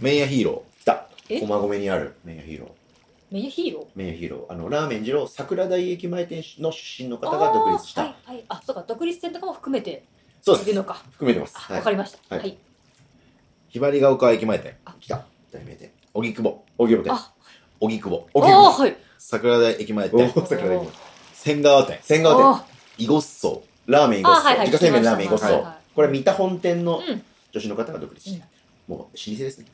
Speaker 2: メイヤヒーロ
Speaker 1: 来た。
Speaker 3: え
Speaker 1: 駒込にあるメイヤヒーロー。
Speaker 3: メニューヒーロー。
Speaker 1: メイヤヒーロー。あの、ラーメン二郎桜台駅前店主の出身の方
Speaker 3: あ
Speaker 1: が独立し
Speaker 3: ー
Speaker 1: た。
Speaker 3: はいはい。あ、そうか、独立戦とかも含めて
Speaker 1: そう
Speaker 3: いる
Speaker 1: です。
Speaker 3: のか。
Speaker 1: 含めてます。は
Speaker 3: あ、わ
Speaker 1: い
Speaker 3: か。りました。
Speaker 1: は
Speaker 3: はいい。
Speaker 2: ー、ひばりが丘駅前店、
Speaker 1: 来た。題名で。
Speaker 2: 荻窪、
Speaker 1: 荻窪店。
Speaker 3: あ、
Speaker 2: 荻窪、
Speaker 3: あ
Speaker 1: 荻
Speaker 3: あ
Speaker 1: 窪。
Speaker 3: ー、はい。
Speaker 2: 桜台駅前
Speaker 1: お
Speaker 2: 店、
Speaker 1: お、桜台駅前。
Speaker 2: 千川店、
Speaker 1: 千
Speaker 3: あ
Speaker 1: 川店。
Speaker 3: ー
Speaker 2: イゴッソ
Speaker 1: ラーメンイ
Speaker 3: あ
Speaker 1: ゴッ
Speaker 3: ー、はい
Speaker 1: ソ。
Speaker 3: はい。
Speaker 1: 自家製麺ラーメンイゴッ
Speaker 3: 聞きました
Speaker 1: ソ。これ、三田本店の
Speaker 3: うん
Speaker 1: 女子の方が独立した。もう、老舗ですね。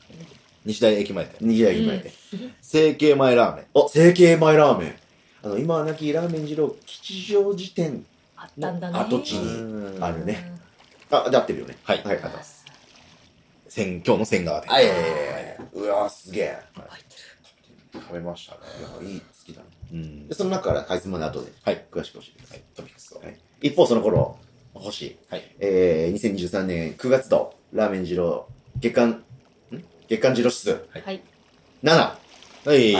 Speaker 2: 西台駅前店、
Speaker 1: 二時代駅前で。
Speaker 2: 成形前ラーメン、
Speaker 1: あ、成形前ラーメン。あの、今はなきラーメン二郎吉祥寺店
Speaker 3: あったんだね。
Speaker 1: の跡地に
Speaker 2: うん
Speaker 1: あるね。あ、で合ってるよね。
Speaker 2: はい
Speaker 1: はい、ありがとうございます。
Speaker 2: 千今日の千川店。
Speaker 1: いやいやいやいやうわすげえ。
Speaker 3: 入ってる。
Speaker 2: 食べましたね。
Speaker 1: いや、いい、好きだね。
Speaker 2: うん
Speaker 1: で、。その中から、かいつまで後で、
Speaker 2: はい。
Speaker 1: 詳しく教えてください。
Speaker 2: トピックスを。
Speaker 1: はい。一方、その頃、星。
Speaker 2: はい。
Speaker 1: えー、2023年9月度、ラーメン二郎、月間、ん月間二郎指数、
Speaker 3: はい。、
Speaker 1: 7。
Speaker 2: はい。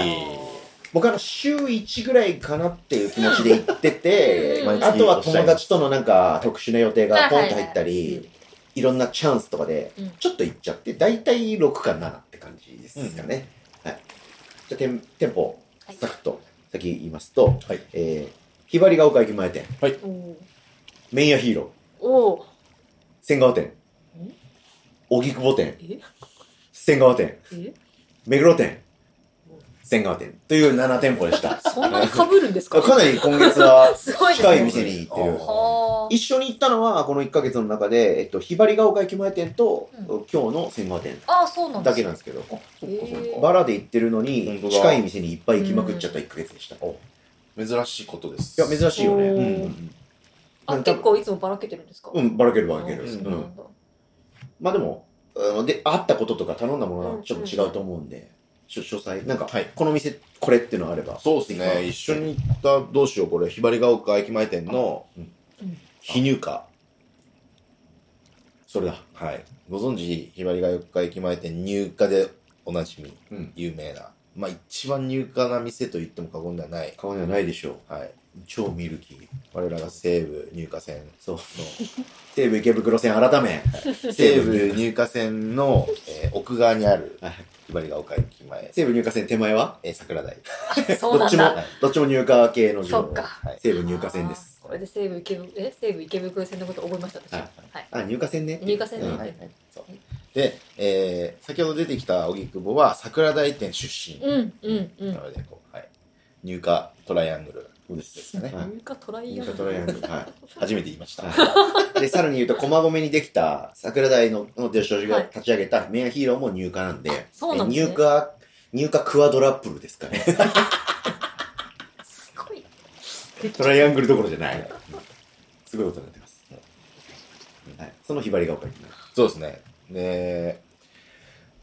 Speaker 1: 僕あの、週1ぐらいかなっていう気持ちで行ってて
Speaker 3: 毎
Speaker 2: 月
Speaker 1: あとは友達とのなんか、特殊な予定がポンと入った
Speaker 3: はいはいはい
Speaker 1: り、いろんなチャンスとかで
Speaker 3: うん、
Speaker 1: ちょっと行っちゃって、だいたい6か7って感じですかね。はい。じゃあ、店店舗、
Speaker 3: はい
Speaker 1: サクッと、先言いますと、
Speaker 2: はい。
Speaker 1: えー、ひばりが丘駅前店、
Speaker 3: おー
Speaker 1: 麺屋ヒーロー、
Speaker 3: おー。
Speaker 1: 千川店、荻窪店、
Speaker 3: え
Speaker 1: 千川店、
Speaker 3: え
Speaker 1: 目黒店、千川店という7店舗でした。
Speaker 3: そんなに被るんで すか
Speaker 1: かなり今月は
Speaker 3: すごいです
Speaker 1: 近い
Speaker 3: ね。
Speaker 1: 店に行ってる。
Speaker 3: はー
Speaker 1: 一緒に行ったのは、この1ヶ月の中で、えっと、ひばりが丘駅前店と、
Speaker 3: うん
Speaker 1: 今日の千川店
Speaker 3: ああ、そうなん
Speaker 1: だ
Speaker 3: だ
Speaker 1: けなんですけど、
Speaker 3: へー
Speaker 1: バラで行ってるの
Speaker 2: 本
Speaker 1: に
Speaker 2: 当、だ
Speaker 1: 近い店にいっぱい行きまくっちゃった1ヶ月でした。い
Speaker 2: 珍しいことです。
Speaker 1: や、珍しいよね。
Speaker 3: おー
Speaker 1: うん
Speaker 3: あ、結構いつもばらけてるんですか
Speaker 1: うん、ばらけるばらける。
Speaker 3: あ
Speaker 1: う
Speaker 3: そ
Speaker 1: ん
Speaker 3: うなんだ
Speaker 1: まあでも、うんで、会ったこととか頼んだものはちょっと違うと思うんで、しょ詳細、なんか、
Speaker 2: はい
Speaker 1: この店、これっていうのあれば。
Speaker 2: そうですね。一緒に行った、どうしよう、これ、ひばりが丘駅前店の
Speaker 3: うん、
Speaker 2: 非入荷。
Speaker 1: それだ。
Speaker 2: はい。ご存知、ひばりが丘駅前店、入荷でおなじみ、
Speaker 1: うん。
Speaker 2: 有名な。まあ、一番入荷な店と言っても過言ではない。
Speaker 1: 顔にはないでしょう。
Speaker 2: はい。
Speaker 1: 超ミルキー。
Speaker 2: 我らが西武入荷線
Speaker 1: そう。
Speaker 2: の、
Speaker 1: 西武池袋線改め。
Speaker 2: 西武入荷線の、えー奥側にある
Speaker 1: はい、
Speaker 2: ひばりが丘駅前、
Speaker 1: 西武入荷線手前は
Speaker 2: えー桜台。
Speaker 3: あそ
Speaker 1: ど
Speaker 3: うな
Speaker 1: っ
Speaker 3: ん
Speaker 1: ちも
Speaker 3: だ。、
Speaker 1: どっちも入荷系の
Speaker 3: そ
Speaker 1: 情
Speaker 3: っ
Speaker 1: 報
Speaker 3: か。
Speaker 2: はい。
Speaker 1: 西武入荷線です。
Speaker 3: あー。これで西武池袋え西武池袋線のこと覚えました私。
Speaker 1: はい
Speaker 3: はい。
Speaker 1: あ、入荷線ね。
Speaker 3: 入荷線ね
Speaker 1: うん
Speaker 2: はいはいそうで、えー、先ほど出てきた荻窪は桜台店出身
Speaker 3: うんうんうん
Speaker 2: な。のでこう、はい、入荷トライアングル
Speaker 1: そうで
Speaker 2: です
Speaker 1: す。
Speaker 2: かね、
Speaker 1: はい
Speaker 3: 入荷トライ
Speaker 1: 入
Speaker 3: ア
Speaker 1: 荷
Speaker 3: ル。
Speaker 1: トライアングル。はい。
Speaker 2: 初めて言いました、
Speaker 1: で、さらに言うと、駒込にできた桜台のの女子が立ち上げたメアヒーローも入荷なんで、
Speaker 3: そうなんです
Speaker 1: 入
Speaker 3: ね
Speaker 1: 荷、入荷クワドラップルですかね。
Speaker 3: すごい。
Speaker 1: トライアングルどころじゃない。すごいことになってます。はい、そのひばりが丘に
Speaker 2: そうですねで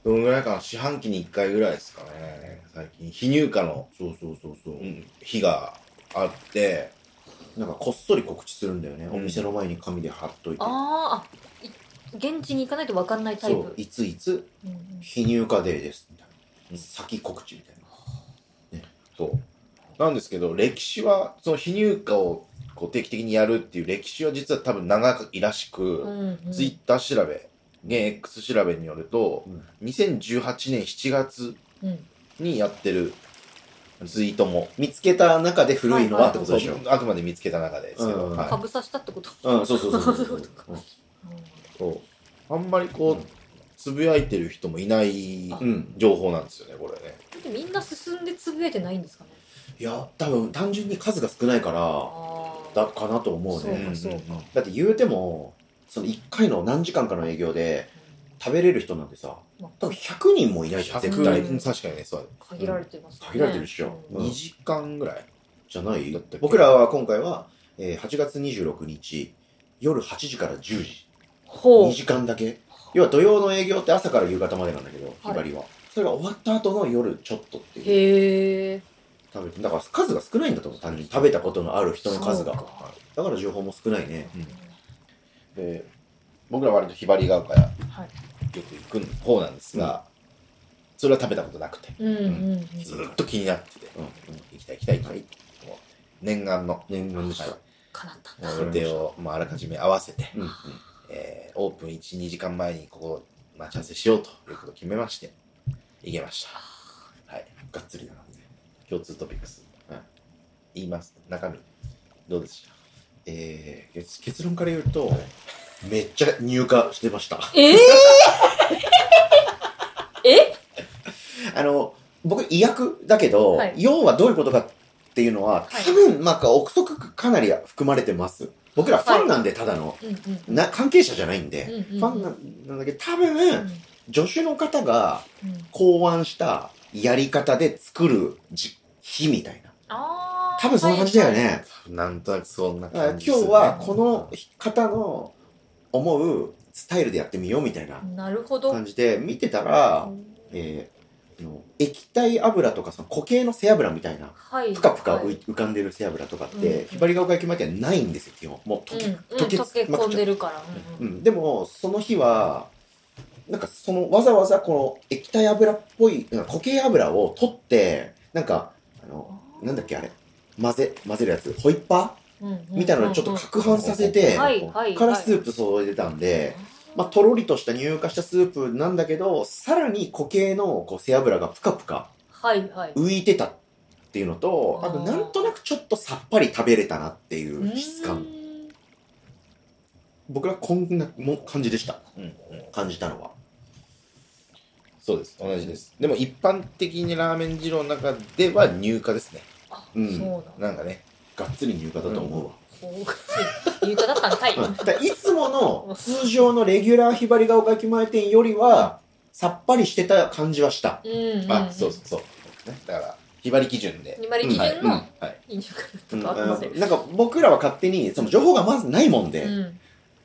Speaker 2: どのぐらいかな四半期に1回ぐらいですかね最近非入荷の、
Speaker 1: そうそうそうそう、
Speaker 2: うん、日があって
Speaker 1: なんかこっそり告知するんだよね。
Speaker 2: うん
Speaker 1: お店の前に紙で貼っといて。
Speaker 3: あーあ、い現地に行かないとわかんないタイ
Speaker 1: そ
Speaker 3: プ。
Speaker 1: う、いついつ、
Speaker 3: うんうん
Speaker 1: 非入荷デーです。みたいな
Speaker 2: うん
Speaker 1: 先告知みたいな。
Speaker 2: そうなんですけど歴史はその非入荷をこう定期的にやるっていう歴史は実は多分長いらしく、
Speaker 3: うんうん
Speaker 2: ツイッター調べ現 X 調べによると、
Speaker 1: うん
Speaker 2: 2018年7月
Speaker 3: うん
Speaker 2: にやってるツイートも
Speaker 1: 見つけた中で古いのはってことでしょ。
Speaker 2: あくまで見つけた中でですけど、
Speaker 1: うん
Speaker 2: はい
Speaker 3: かぶさしたってこと。
Speaker 1: うん、そうそうそうそう。
Speaker 2: そうあんまりこう、
Speaker 1: うん
Speaker 2: つぶやいてる人もいない
Speaker 1: うん。
Speaker 2: 情報なんですよね、これね。
Speaker 3: ってみんな進んでつぶやいてないんですかね
Speaker 1: いや、多分単純に数が少ないから、
Speaker 3: ああ
Speaker 1: だかなと思う
Speaker 3: そう
Speaker 1: ね
Speaker 3: か。そうか
Speaker 2: んんん
Speaker 1: だって言うても、その1回の何時間かの営業で食べれる人なんてさ、多分100人もいないじゃん、絶
Speaker 2: 100
Speaker 1: 対。
Speaker 3: うん
Speaker 2: 確かにね、そうだね
Speaker 3: 限られてますね
Speaker 1: 限られてるっしょ
Speaker 3: うん
Speaker 1: うん
Speaker 2: 2時間ぐらい。
Speaker 1: じゃない
Speaker 2: だって
Speaker 1: 僕らは今回は、えー8月26日、夜8時から10時。
Speaker 3: ほ
Speaker 1: 2
Speaker 3: う
Speaker 1: 時間だけ。要は土曜の営業って朝から夕方までなんだけど、
Speaker 3: はい
Speaker 1: ひばりは。それが終わった後の夜ちょっとっていう。
Speaker 3: へえ
Speaker 1: 食べてだから数が少ないんだと思う、単純に。食べたことのある人の数が。
Speaker 3: そう
Speaker 1: だから情報も少ないね。
Speaker 2: で、僕ら割とひばりが丘やよ
Speaker 3: はい
Speaker 2: く行く方なんですが、それは食べたことなくて、
Speaker 3: うんうんうん
Speaker 2: ずっと気になってて、
Speaker 1: うん
Speaker 2: 行きたい行きたい行きたいって思って、念願の
Speaker 1: 念願でした。
Speaker 3: かなったんだ
Speaker 1: わかりました
Speaker 2: 予定を、まあ、あらかじめ合わせて、
Speaker 1: うんうん
Speaker 2: えーオープン1、2時間前にここ待ち合わせしようということを決めまして、行けました。はい。
Speaker 1: がっつりだな。
Speaker 2: 共通トピックス。うん言います。中身。どうでした
Speaker 1: えー結結論から言うと、めっちゃ入荷してました。
Speaker 3: ええ
Speaker 1: あの、僕、医薬だけど、
Speaker 3: はい
Speaker 1: 要はどういうことかっていうのは、
Speaker 3: はい
Speaker 1: 多分、まあ、憶測かなり含まれてます。僕らファンなんで、ただの、
Speaker 3: うんうん
Speaker 1: な、関係者じゃないんで、
Speaker 3: うんうん
Speaker 1: ファンなんなんだけど、多
Speaker 3: う
Speaker 1: 分、
Speaker 3: ん
Speaker 1: 助手の方が
Speaker 3: うん
Speaker 1: 考案したやり方で作るじ日みたいな。
Speaker 3: あー
Speaker 1: 多分そんな感じだよね。
Speaker 2: なんとなくそんな
Speaker 1: だから
Speaker 2: 感
Speaker 1: 今
Speaker 2: じ
Speaker 1: 日
Speaker 2: ですね
Speaker 1: はこの方の思うスタイルでやってみようみたいな
Speaker 3: はいなるほど
Speaker 1: 感じで、見てたら、えーあの液体油とかその固形の背脂みたいな、
Speaker 3: はい
Speaker 1: ぷかぷか浮,、
Speaker 3: はい
Speaker 1: 浮かんでる背脂とかっ
Speaker 3: う
Speaker 1: て、
Speaker 3: ん
Speaker 1: ひばりが丘駅前店はないんですよ、基本。もう
Speaker 3: うん
Speaker 1: 溶け、
Speaker 3: う
Speaker 1: 溶け
Speaker 3: ん溶け込んでるから
Speaker 1: う
Speaker 3: うんうん
Speaker 1: ん、でも、その日は、なんかそのわざわざこの液体油っぽい、なんか固形油を取って、なんか、あの、なんだっけあれ、混ぜ、混ぜるやつ、ホイッパ
Speaker 3: うんうん
Speaker 1: ーみたいなのをちょっと攪拌させて、
Speaker 3: はいはい
Speaker 1: から
Speaker 3: はい
Speaker 1: スープ注いでたんで、まあ、とろりとした乳化したスープなんだけど、さらに固形のこう背脂がぷかぷか
Speaker 3: はいはい
Speaker 1: 浮いてたっていうのと、
Speaker 3: あ
Speaker 1: あ
Speaker 3: ー
Speaker 1: となんとなくちょっとさっぱり食べれたなっていうう質
Speaker 3: ー
Speaker 1: 感。
Speaker 3: ん
Speaker 1: 僕はこんなも感じでした。
Speaker 2: うんうん
Speaker 1: 感じたのは。
Speaker 2: そうです。同じです。でも一般的にラーメン二郎の中では入荷ですね。
Speaker 3: あそううんなんだ
Speaker 2: なんかね。
Speaker 1: がっつり乳化だと思うわ。
Speaker 3: こう言うただったんかい
Speaker 1: うんだからいつもの通常のレギュラーひばりが丘駅前店よりは、さっぱりしてた感じはした。
Speaker 3: うんうん
Speaker 2: あ、そうそうそう。ねだから、ひばり基準で。
Speaker 3: 二割基準
Speaker 1: うん
Speaker 3: の
Speaker 2: はい。
Speaker 3: 飲食
Speaker 1: う
Speaker 3: と
Speaker 1: ん
Speaker 3: か
Speaker 1: あ
Speaker 3: あくまで
Speaker 1: のなんか僕らは勝手に、その情報がまずないもんで、
Speaker 3: うん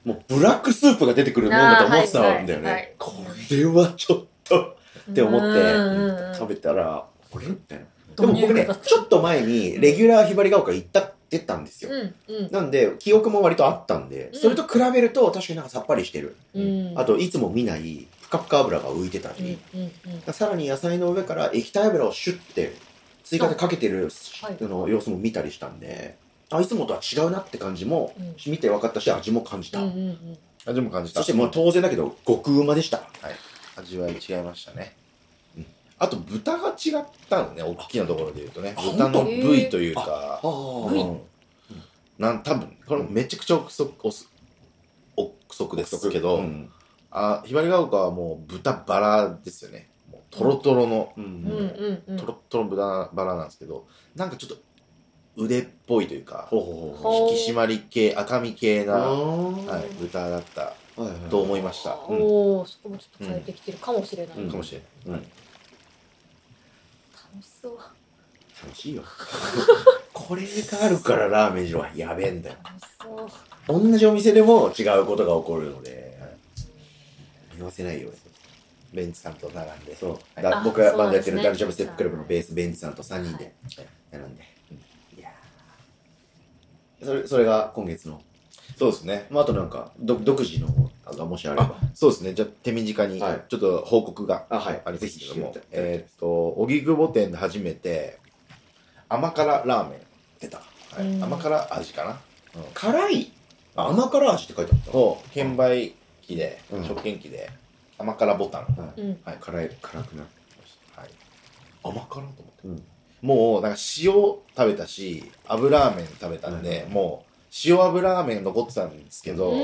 Speaker 1: もうブラックスープが出てくるもんだと思ってたんだよ
Speaker 3: あーはいはいはい
Speaker 1: ね。これはちょっとって思って
Speaker 3: うんうんうん
Speaker 1: 食べたら、これみたいな。で
Speaker 3: どう
Speaker 1: も
Speaker 3: いう
Speaker 1: 僕ね
Speaker 3: ことだっ、た
Speaker 1: ちょっと前にレギュラーひばりが丘行ったってたんですよ。
Speaker 3: うんうん
Speaker 1: なんで、記憶も割とあったんで、
Speaker 3: うん
Speaker 1: それと比べると確かになんかさっぱりしてる。
Speaker 3: うん
Speaker 1: あと、いつも見ないぷかぷか油が浮いてた
Speaker 3: うん
Speaker 1: り、
Speaker 3: うんうん
Speaker 1: さらに野菜の上から液体油をシュッて追加でかけてる、
Speaker 3: はい
Speaker 1: あの様子も見たりしたんで、あ、いつもとは違うなって感じも
Speaker 3: うん
Speaker 1: 見て分かったし、味も感じた。
Speaker 3: うんうんうん
Speaker 2: 味も感じた。
Speaker 1: そしてもう当然だけど、極うまでした。
Speaker 2: 味わい違いましたね。うんあと、豚が違ったのね、大きなところで言うとね
Speaker 1: あ。
Speaker 2: 豚の
Speaker 3: 本当
Speaker 2: 部位というか、
Speaker 1: あ
Speaker 3: 部位
Speaker 2: うんなん多分これめちゃくちゃ憶測憶測ですけど、
Speaker 1: うん。
Speaker 2: あひばりが丘はもう豚バラですよねもうトロトロの、
Speaker 1: う
Speaker 3: うん
Speaker 1: ん。
Speaker 3: うんうん
Speaker 2: トロトロ豚バラなんですけどなんかちょっと腕っぽいというか
Speaker 1: ほうほうほう。
Speaker 3: ほう
Speaker 2: 引き締まり系赤身系な、は、
Speaker 1: ーはい
Speaker 2: 豚だった
Speaker 1: いはい。
Speaker 2: と思いましたか
Speaker 1: うん
Speaker 3: おおそこもちょっと変えてきてるかもしれない、
Speaker 1: うん
Speaker 3: 楽
Speaker 2: もしれない、
Speaker 1: うん
Speaker 2: はい
Speaker 3: しそう
Speaker 1: 楽しいよ。これがあるからラーメン二郎はやべえんだよ。
Speaker 3: 楽しそう
Speaker 1: 同じお店でも違うことが起こるので、言わせないように。
Speaker 2: ベンチさんと並んで
Speaker 1: そう。
Speaker 2: はい
Speaker 1: だ
Speaker 3: あ
Speaker 1: 僕が
Speaker 3: そう
Speaker 1: バ
Speaker 3: な
Speaker 1: ンドやっ
Speaker 3: んで
Speaker 1: て
Speaker 3: す
Speaker 1: る
Speaker 3: ね
Speaker 1: ダルジャブステップクラブのベース、ベンチさんと3人で、並んで。いやーそれ、それが今月の。
Speaker 2: そうですね
Speaker 1: まあ、あとなんか、ど独自のあがもしあれば
Speaker 2: あ。そうですねじゃあ手短に
Speaker 1: はい
Speaker 2: ちょっと報告が
Speaker 1: あ、はい。
Speaker 2: ありま
Speaker 1: ぜ
Speaker 2: す
Speaker 1: ひ
Speaker 2: け
Speaker 1: 聞いてい
Speaker 2: ども
Speaker 1: ただき、たい
Speaker 2: えーっ、と、荻窪店で初めて、甘辛ラーメン出た。は
Speaker 3: う
Speaker 2: い、
Speaker 3: ん
Speaker 2: 甘辛味かな
Speaker 1: 辛いあ甘辛味って書いてあった。
Speaker 2: を、券売機で、
Speaker 1: うん
Speaker 2: 食券機で、甘辛ボタン。
Speaker 1: は
Speaker 3: うん
Speaker 1: い。辛い、辛くなる。
Speaker 2: はい、甘辛と思って。
Speaker 1: うん
Speaker 2: もう、なんか塩食べたし、油ラーメン食べたんで、もう、塩油ラーメン残ってたんですけど、
Speaker 3: う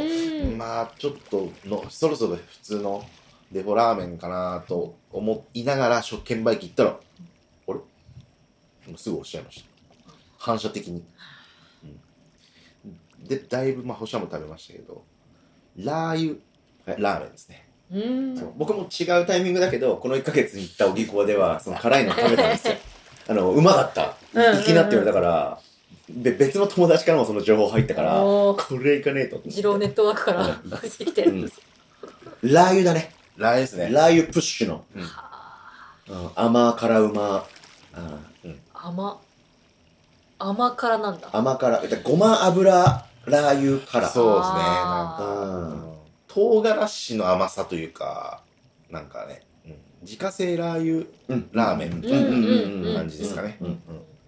Speaker 3: ん
Speaker 2: まあ、ちょっとの、そろそろ普通のデフォラーメンかなと思いながら食券バイク行ったら、あれもうすぐ押しちゃいました。反射的に。うん、で、だいぶ、まあ、保証も食べましたけど、ラー油、ラーメンですね。
Speaker 3: うーん。
Speaker 1: 僕も違うタイミングだけど、この1ヶ月に行った荻窪では、その辛いの食べたんですよ。あの、うまかった。
Speaker 3: うんうんうん
Speaker 1: 行きなって言われたから、で、別の友達からもその情報入ったから、
Speaker 3: おー
Speaker 1: これ行かねえと思って。
Speaker 3: 二郎ネットワークから入ってきてる。
Speaker 1: うんラー油だね。
Speaker 2: ラー油です
Speaker 1: ラ
Speaker 2: ね。
Speaker 1: ー油プッシュの。
Speaker 2: うん
Speaker 1: うん甘辛うま。うん
Speaker 3: 甘。甘辛なんだ。
Speaker 1: 甘辛。だごま油ラー油辛。
Speaker 2: そうですね
Speaker 3: あ
Speaker 1: う
Speaker 3: ー
Speaker 1: ん。
Speaker 2: 唐辛子の甘さというか、なんかね、うん自家製ラー
Speaker 1: う
Speaker 2: 油
Speaker 1: ん
Speaker 2: ラーメンみたいな
Speaker 3: うんうんうんうん
Speaker 2: 感じですかね。
Speaker 1: うん
Speaker 2: うん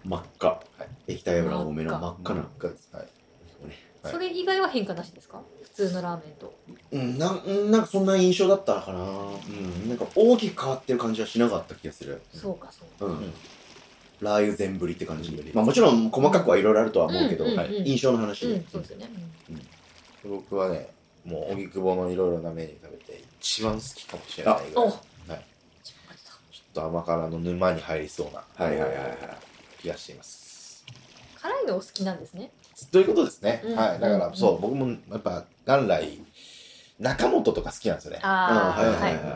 Speaker 1: 真っ赤。液体油多めの真っ赤
Speaker 2: かな
Speaker 1: な。
Speaker 2: はいはい
Speaker 3: それ以外は変化なしですか普通のラーメンと。
Speaker 1: うん、なんうんなんかそんな印象だったかな。うん。なんか大きく変わってる感じはしなかった気がする。
Speaker 3: そうか、そうか。
Speaker 1: うん。
Speaker 2: ん
Speaker 1: ラー油全振りって感じ
Speaker 2: 全振。り
Speaker 1: まあもちろん細かくはいろいろあるとは思うけど、
Speaker 3: んんん
Speaker 2: はい
Speaker 1: 印象の話。
Speaker 3: うん、そうですよね。
Speaker 2: 僕はね、もう荻窪のいろいろなメニュー食べて、一番好きかもしれないぐ
Speaker 3: お
Speaker 2: らい、
Speaker 3: お
Speaker 2: ちょ
Speaker 3: 自分が出た
Speaker 2: っと甘辛の沼に入りそうな
Speaker 1: はいはいはいはい。
Speaker 2: 気がしています。
Speaker 3: 辛いのお好きなんですね。
Speaker 2: ということですね。
Speaker 3: うん
Speaker 2: はい。だから、
Speaker 3: うん
Speaker 2: そう、僕もやっぱ元来、中本とか好きなんですよね。
Speaker 3: ああ、
Speaker 1: うん
Speaker 3: は
Speaker 1: はいいはい。は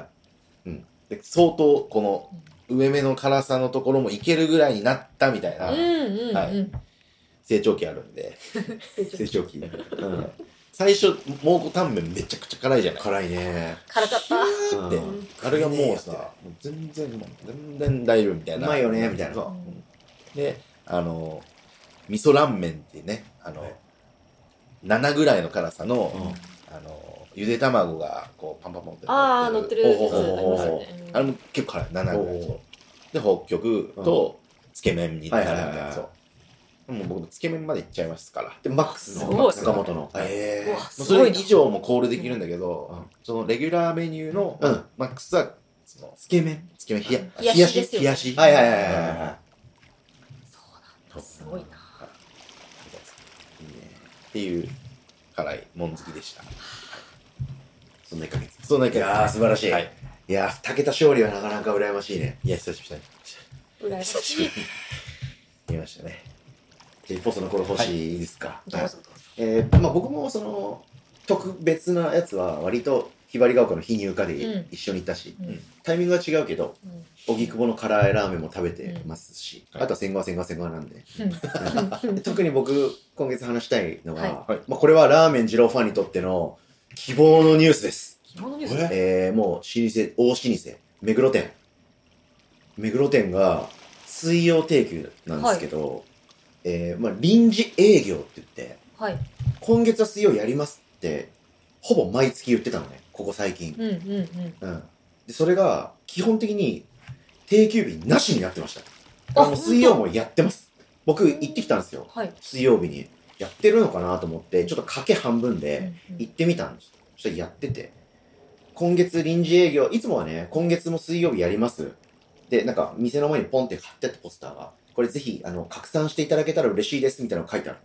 Speaker 1: い
Speaker 2: で相当、この、上目の辛さのところもいけるぐらいになったみたいな
Speaker 3: うんうん
Speaker 2: は
Speaker 3: うん。
Speaker 2: 成長期あるんで、
Speaker 1: 成長期。うん。
Speaker 2: 最初、蒙古タンメンめちゃくちゃ辛いじゃない
Speaker 1: 辛いね。
Speaker 3: 辛かった。
Speaker 1: うん
Speaker 2: で
Speaker 1: う
Speaker 2: あれがもうさ、
Speaker 1: ね
Speaker 2: もう全然、もう全然大丈夫みたいな。
Speaker 1: うまいよねみたいな
Speaker 2: そうう。で、あの、味噌ラーメンっていうね、あの、
Speaker 1: はい
Speaker 2: 7ぐらいの辛さ
Speaker 1: うん
Speaker 2: の、あの、ゆで卵が、こう、パンパンパンって
Speaker 3: ああ、乗ってるやつ
Speaker 1: おお
Speaker 3: ありますよ
Speaker 2: あれ
Speaker 3: ね。
Speaker 2: も結構辛い、7ぐらい
Speaker 1: おうおう
Speaker 2: で、北極と、つけ麺にな
Speaker 1: は
Speaker 2: るみた
Speaker 1: い
Speaker 2: い
Speaker 1: はいはいは
Speaker 2: ないそう。もう僕、つけ麺までいっちゃいますから。
Speaker 1: で、マックス
Speaker 3: す
Speaker 1: の、
Speaker 3: ごい
Speaker 1: 坂本の。え
Speaker 3: うわ
Speaker 2: まあ
Speaker 3: す
Speaker 2: そ
Speaker 3: ご
Speaker 2: れ
Speaker 3: いな
Speaker 2: 以上もコールできるんだけど、
Speaker 1: うん
Speaker 2: そのレギュラーメニューの、
Speaker 1: うん
Speaker 2: マックスはその
Speaker 1: つけ麺
Speaker 2: つけ麺冷や
Speaker 3: 冷やしですよね
Speaker 2: 冷やし
Speaker 1: はいはいはいはいはい。
Speaker 3: そうなんだ。すごいな。
Speaker 2: っていう辛いもん好きでした
Speaker 1: そんな1ヶ月。
Speaker 2: そんなわ
Speaker 1: い
Speaker 2: けです
Speaker 1: やー、素晴らしい。
Speaker 2: はいい、
Speaker 1: やー、二桁勝利はなかなか羨ましいね。
Speaker 2: いや久しぶりに
Speaker 3: 羨ましい。
Speaker 2: 見ましたね
Speaker 1: じゃあ、一方そのこの星、、
Speaker 2: はい
Speaker 1: いですか。
Speaker 3: どうぞどうぞ。
Speaker 1: えーまあ、僕もその特別なやつは割とひばりが丘の非入荷
Speaker 3: う
Speaker 1: で
Speaker 3: ん
Speaker 1: 一緒にいたし、
Speaker 3: うん
Speaker 1: タイミングは違うけど
Speaker 3: うん
Speaker 1: 荻窪の唐揚げラーメンも食べてますし、
Speaker 2: うんはい
Speaker 1: あとは戦後は戦後は戦後はなんで
Speaker 3: うんうん
Speaker 1: 特に僕今月話したいのが、
Speaker 3: は
Speaker 2: はい
Speaker 1: まあ、これはラーメン二郎ファンにとっての希望のニュースです、
Speaker 3: 着物ニュース
Speaker 2: え
Speaker 1: えー、もう老舗大老舗目黒店目黒店が水曜定休なんですけど、えーまあ、臨時営業って言って
Speaker 3: はい。
Speaker 1: 今月は水曜やりますって、ほぼ毎月言ってたのね、ここ最近。
Speaker 3: うんうんうん。
Speaker 1: うん。で、それが、基本的に、定休日なしになってました。
Speaker 3: あ
Speaker 1: あもう水曜もやってます。僕、行ってきたんですよ。
Speaker 3: はい。
Speaker 1: 水曜日に。やってるのかなと思って、ちょっと賭け半分で、行ってみたんです。そしたらやってて。今月臨時営業、いつもはね、今月も水曜日やります。で、なんか、店の前にポンって貼ってあったポスターが、これぜひ、あの、拡散していただけたら嬉しいです、みたいなのが書いてある。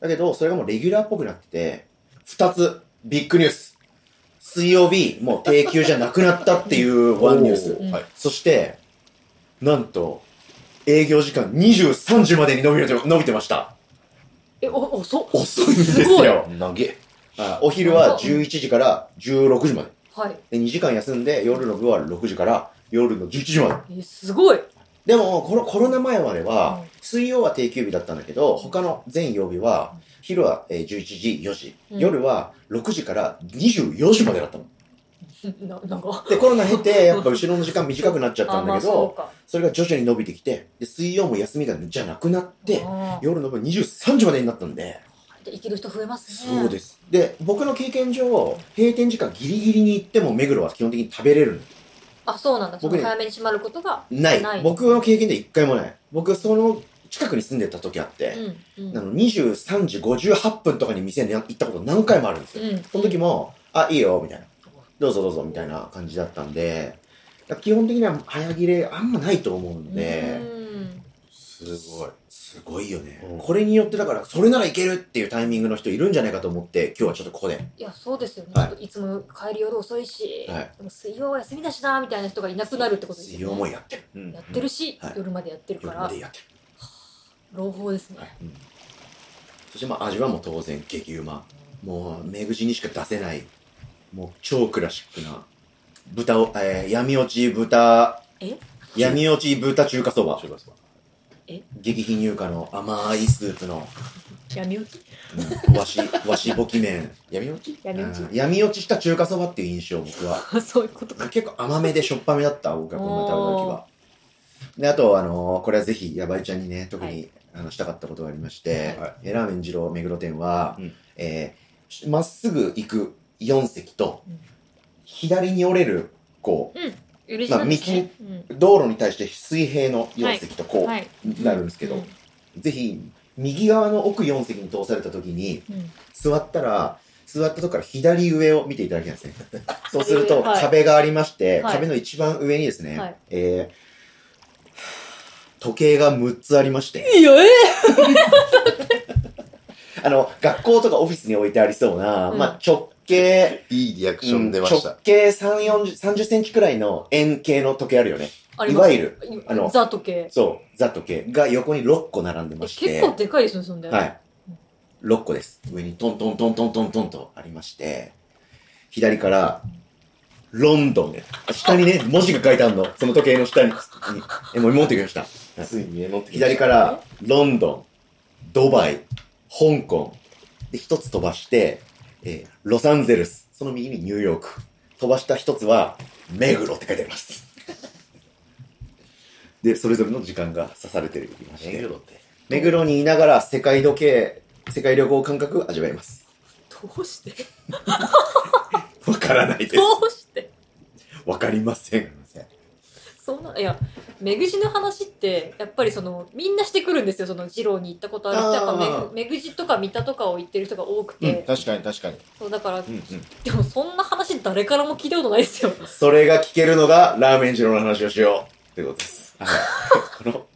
Speaker 1: だけど、それがもうレギュラーっぽくなってて、二つ、ビッグニュース。水曜日、もう定休じゃなくなったっていうワンニュース。
Speaker 3: うん
Speaker 2: はい
Speaker 1: そして、なんと、営業時間23時までに伸びて伸びてました。
Speaker 3: え、お、遅っ。
Speaker 1: 遅いんですよ。
Speaker 3: すごい
Speaker 2: 投げ
Speaker 1: あお昼は11時から16時まで。
Speaker 3: はい。
Speaker 1: で、2時間休んで、夜の部は6時から夜の11時まで。
Speaker 3: え、すごい。
Speaker 1: でも、このコロナ前までは
Speaker 3: うん、
Speaker 1: 水曜は定休日だったんだけど、他の全曜日は、昼はえー11時、4時、
Speaker 3: うん
Speaker 1: 夜は6時から24時までだったの。
Speaker 3: な、なんか。
Speaker 1: で、コロナ経て、やっぱ後ろの時間短くなっちゃったんだけ
Speaker 3: あまあそう
Speaker 1: ど、
Speaker 3: か
Speaker 1: それが徐々に伸びてきて、で、水曜も休みがじゃなくなって、
Speaker 3: あー
Speaker 1: 夜の部23時までになったんで、
Speaker 3: じゃあ行ける人増えますね。
Speaker 1: そうです。で、僕の経験上、閉店時間ギリギリに行っても目黒は基本的に食べれるの。
Speaker 3: あ、そうなんだ。そ
Speaker 1: 僕ね
Speaker 3: の早めに閉まることが。
Speaker 1: ない。
Speaker 3: ない
Speaker 1: 僕の経験で一回もない。僕、その近くに住んでた時あっ
Speaker 3: う
Speaker 1: て、
Speaker 3: ん。うん。
Speaker 1: あの23時58分とかに店に行ったこと何回もあるんですよ。
Speaker 3: うん。
Speaker 1: その時も、あ、いいよ、みたいな。どうぞどうぞ、みたいな感じだったんで、だから基本的には早切れあんまないと思うんで、
Speaker 3: うん
Speaker 2: すごい
Speaker 1: すごいいいよね、
Speaker 2: うん
Speaker 1: これによってだから、それならいけるっていうタイミングの人いるんじゃないかと思って、今日はちょっとここで。
Speaker 3: いや、そうですよね。
Speaker 1: はい
Speaker 3: い、ちょっといつも帰り夜遅いし、
Speaker 1: はい
Speaker 3: でも水曜は休みだしな、みたいな人がいなくなるってことですよね。
Speaker 1: 強い思いやってる。
Speaker 2: うん
Speaker 3: やってるし、
Speaker 1: はい
Speaker 3: 夜までやってるか
Speaker 1: 夜
Speaker 3: ら
Speaker 1: まで、やってる。
Speaker 3: 朗報ですね。
Speaker 1: はいそしてまあ味はもう当然激うま。もう目口にしか出せない。もう超クラシックな。豚を、えー、闇落ち豚、
Speaker 3: え
Speaker 1: 闇落ち豚中華そば
Speaker 2: 中。華そば
Speaker 1: 激貧乳化の甘いスープの、
Speaker 3: 闇落ち
Speaker 1: うん、わし、わしぼき麺。
Speaker 2: 闇落ち
Speaker 3: 闇落ち
Speaker 1: うん闇落ちした中華そばっていう印象、僕は。
Speaker 3: あ そういうことか。
Speaker 1: 結構甘めでしょっぱめだった、僕がこの前食べた時は。で、あと、あのーこれはぜひ、ヤバイちゃんにね、特に、
Speaker 3: はい
Speaker 1: あの、したかったことがありまして、
Speaker 2: はい
Speaker 1: えーラーメン二郎目黒店は、
Speaker 2: うん
Speaker 1: えーまっすぐ行く4席と、
Speaker 3: うん
Speaker 1: 左に折れる、こ
Speaker 3: うれしいなんですね。
Speaker 1: う、道路に対して水平の4席と
Speaker 3: う
Speaker 1: こ
Speaker 3: ん。はい。
Speaker 1: う、なるんですけど、
Speaker 3: うん
Speaker 1: ぜひ、右側の奥4席に通された時に、
Speaker 3: うん
Speaker 1: 座ったら、座ったとこから左上を見ていただきたいんですね。そうすると、
Speaker 3: はい
Speaker 1: 壁がありまして、
Speaker 3: はい
Speaker 1: 壁の一番上にですね、
Speaker 3: はい
Speaker 1: えー時計が6つありまして、
Speaker 3: いや、え
Speaker 1: あの、学校とかオフィスに置いてありそうな、
Speaker 3: うん
Speaker 1: まあ、直径、
Speaker 2: いいリアクシ
Speaker 1: う
Speaker 2: ョ
Speaker 1: ん
Speaker 2: ン出
Speaker 1: 直
Speaker 2: ました、
Speaker 1: 径3、40 30センチくらいの円形の時計あるよね。
Speaker 3: あ
Speaker 1: い
Speaker 3: りま
Speaker 1: わ
Speaker 3: す
Speaker 1: ゆる、あの
Speaker 3: ザ時計。
Speaker 1: そう、ザ時計が横に6個並んで
Speaker 3: え
Speaker 1: まして。
Speaker 3: 結構でかいですね、そんで。
Speaker 1: はい。6個です。上にトントントントントントンとありまして、左から、ロンドン。下にね、文字が書いてあるの。その時計の下に。にえ、もう持ってきました。
Speaker 2: ついにメモってきました
Speaker 1: 左から、ロンドン、ドバイ、香港。で、一つ飛ばして、えーロサンゼルス。その右にニューヨーク。飛ばした一つは、目黒って書いてあります。で、それぞれの時間が刺されてるまして
Speaker 2: 目黒って
Speaker 1: 目黒にいながら世界時計、世界旅行感覚味わえます。
Speaker 3: どうして
Speaker 1: わからないです
Speaker 3: ど。うして
Speaker 1: わかりません。
Speaker 3: そんな、いや、目ぐじの話って、やっぱりその、みんなしてくるんですよ、その、二郎に行ったことある人、やっ
Speaker 1: あー
Speaker 3: ぱめ、目ぐじとか三田とかを行ってる人が多くて、
Speaker 2: 確かに確かに
Speaker 3: そう、だから、
Speaker 2: うんうん
Speaker 3: でもそんな話誰からも聞いたことないで すよ。
Speaker 1: それが聞けるのが、ラーメン二郎の話をしよう。ということです。はいこの、
Speaker 3: こ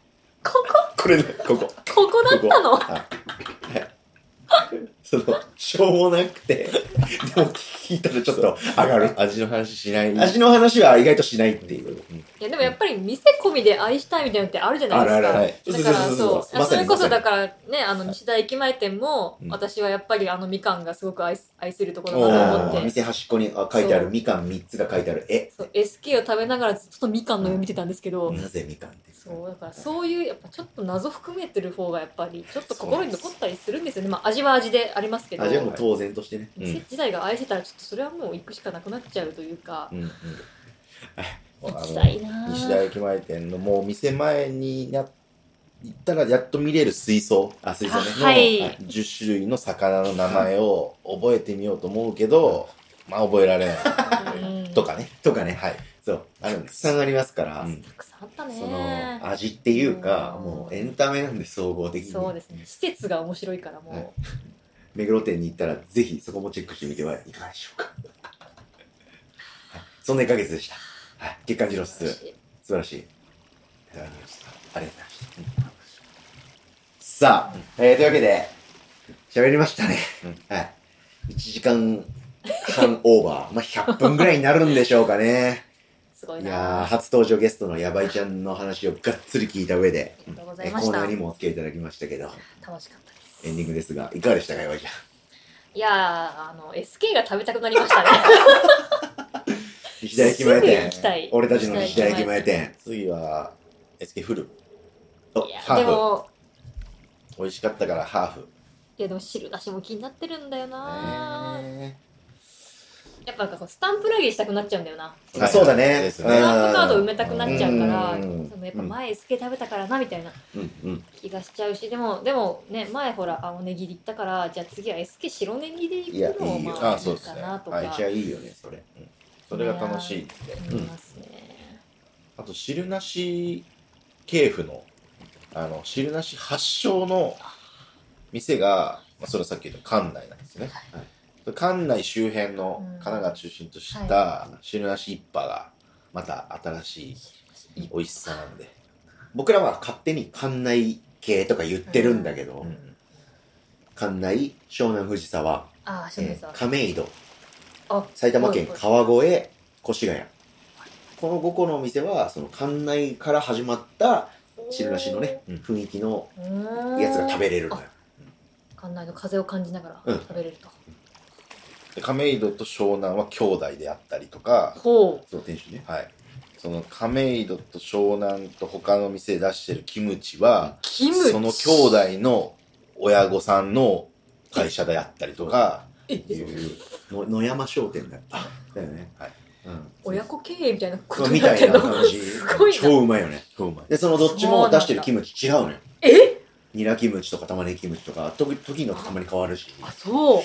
Speaker 3: こ、
Speaker 1: これね、ここ。
Speaker 3: ここだったの
Speaker 1: ここはいはいその、しょうもなくて、でも聞いたらちょっと上がる。
Speaker 2: 味の話しない
Speaker 1: 味の話は意外としないっていう。
Speaker 3: いや、でもやっぱり店込みで愛したいみたいなのってあるじゃない
Speaker 1: あ
Speaker 3: で
Speaker 1: るあ
Speaker 3: すか。
Speaker 1: るある。
Speaker 3: だからそう、そ
Speaker 1: まさ
Speaker 3: れ
Speaker 1: に
Speaker 3: こ
Speaker 1: まさ
Speaker 3: そだ
Speaker 1: に
Speaker 3: からね、あの西田駅前店も、
Speaker 2: うん
Speaker 3: 私はやっぱりあのみかんがすごく愛す愛するところだな
Speaker 1: あ
Speaker 3: と
Speaker 1: ー
Speaker 3: 思って、
Speaker 1: 店端っこにあ書いてあるみかん3つが書いてある絵。
Speaker 3: そう SK を食べながらずっとみかんの絵を見てたんですけど、
Speaker 1: なぜみかんですか
Speaker 3: そうだからそういうやっぱちょっと謎含めてる方がやっぱりちょっと心に残ったりするんですよね。まあ味は味でありますけど、
Speaker 1: 味はもう当然としてね。
Speaker 3: 店自体が愛せたらちょっとそれはもう行くしかなくなっちゃうというか、
Speaker 2: うんうん
Speaker 3: 行
Speaker 2: あ
Speaker 3: きたい
Speaker 2: の
Speaker 3: な
Speaker 2: 西田
Speaker 3: ぁ。
Speaker 2: 駅前店のもう店前にな行ったらやっと見れる水槽
Speaker 1: あ、水槽ね。
Speaker 3: あはい
Speaker 2: の10種類の魚の名前を覚えてみようと思うけど、まあ覚えられない
Speaker 3: うん
Speaker 2: とかね
Speaker 1: とかね。
Speaker 2: はい、
Speaker 1: そう。あるん
Speaker 2: た
Speaker 1: で
Speaker 2: く
Speaker 1: す。
Speaker 2: さ
Speaker 1: たくさんありますから、
Speaker 2: うん
Speaker 3: たくさんあったね
Speaker 1: その、味っていうか、もうエンタメなんで総合的に。
Speaker 3: そうですね。施設が面白いからもう、
Speaker 1: はい目黒店に行ったら、ぜひそこもチェックしてみてはいかがでしょうか。はいそんな1ヶ月でした。はい。月刊二郎室、素晴らしい。大ニュースだありがとうございました。さあ、えーというわけで、喋りましたね。はい。1時間半オーバー。まあ、100分ぐらいになるんでしょうかね。
Speaker 3: すごい
Speaker 1: い
Speaker 3: な
Speaker 1: やー
Speaker 3: ぁ。あ
Speaker 1: 初登場ゲストのヤバイちゃんの話をがっつり聞いた上で、
Speaker 3: りがとうござ
Speaker 1: え
Speaker 3: い
Speaker 1: コ
Speaker 3: まし
Speaker 1: ーナ
Speaker 3: た
Speaker 1: ー。にもお付き合いいただきましたけど、
Speaker 3: 楽しかったです。
Speaker 1: エンディングですが、いかがでしたか、ヤバイちゃん。
Speaker 3: いやー、あの、SK が食べたくなり ましたね。
Speaker 1: 西田駅前
Speaker 3: すぐ
Speaker 1: 店
Speaker 3: 行きたい。
Speaker 1: 俺たちの西田駅前店。
Speaker 2: 次は SK フル
Speaker 3: い
Speaker 1: お
Speaker 3: や、
Speaker 1: ハ
Speaker 3: で
Speaker 1: ーフ。
Speaker 3: も、
Speaker 2: 美味しかったからハーフ
Speaker 3: いや、でも汁なしも気になってるんだよなー。
Speaker 2: ね
Speaker 3: やっぱなんかこう、スタンプラリーしたくなっちゃうんだよな。
Speaker 2: ー
Speaker 1: あそうだね。
Speaker 2: です
Speaker 1: う
Speaker 2: よ
Speaker 1: ん
Speaker 2: ね
Speaker 3: スタンプカード埋めたくなっちゃうから、
Speaker 1: うん
Speaker 3: そのやっぱ前 SK 食べたからな、みたいな
Speaker 1: うんうん。
Speaker 3: 気がしちゃうし、でも、でもね、前ほら、青ネギで行ったから、じゃあ次は SK 白ネギで行くの
Speaker 1: い
Speaker 3: も
Speaker 1: やいいよ
Speaker 3: まあ、
Speaker 2: あ
Speaker 3: い
Speaker 2: そう
Speaker 3: い
Speaker 2: です
Speaker 3: か
Speaker 2: ね
Speaker 3: なとか
Speaker 1: あ、。じゃあいいよね、それ。
Speaker 2: それが楽しいって
Speaker 3: 思いますね。
Speaker 2: あと汁なし系譜のあの汁なし発祥の店が、まあ、それはさっき言った館内なんですね、
Speaker 1: はい
Speaker 2: 館内周辺の
Speaker 3: うん
Speaker 2: 神奈川中心とした汁なし一派がまた新しい美味しさなんで、
Speaker 1: 僕らは勝手に館内系とか言ってるんだけど、
Speaker 2: うん
Speaker 1: 館内、湘南藤沢、
Speaker 3: ああ、そうですわ。
Speaker 1: 亀戸、
Speaker 3: あ、
Speaker 1: 埼玉県
Speaker 3: はい
Speaker 1: 川越、越谷。この5個のお店は、その館内から始まった汁なしのね、
Speaker 2: うん
Speaker 1: 雰囲気の
Speaker 3: うーん。
Speaker 1: やつが食べれるのよ。
Speaker 3: 館内の風を感じなが
Speaker 1: う
Speaker 3: ら
Speaker 1: ん
Speaker 3: 食べれると。
Speaker 2: で亀戸と湘南は兄弟であったりとか、
Speaker 3: ほ
Speaker 1: そう、店主ね。
Speaker 2: はい。その亀戸と湘南と他の店で出してるキムチは
Speaker 3: う。、キムチ。
Speaker 2: その兄弟の親御さんの会社であったりとか、
Speaker 3: え
Speaker 1: い。うの野山商店だった。だよね。
Speaker 2: はい。
Speaker 1: うん。
Speaker 3: 親子経営みたいなこ
Speaker 1: まあ
Speaker 3: と
Speaker 1: み
Speaker 3: だ
Speaker 1: た
Speaker 3: け
Speaker 1: い
Speaker 3: ど
Speaker 1: な。感じ。
Speaker 3: すごいな
Speaker 1: 超うまいよね。
Speaker 2: そうまい。
Speaker 1: で、そのどっちも出してるキムチ違うのよ。
Speaker 3: え
Speaker 1: ニラキムチとか玉ねぎキムチとか、と時によってたまに変わるし。
Speaker 3: あ、そう。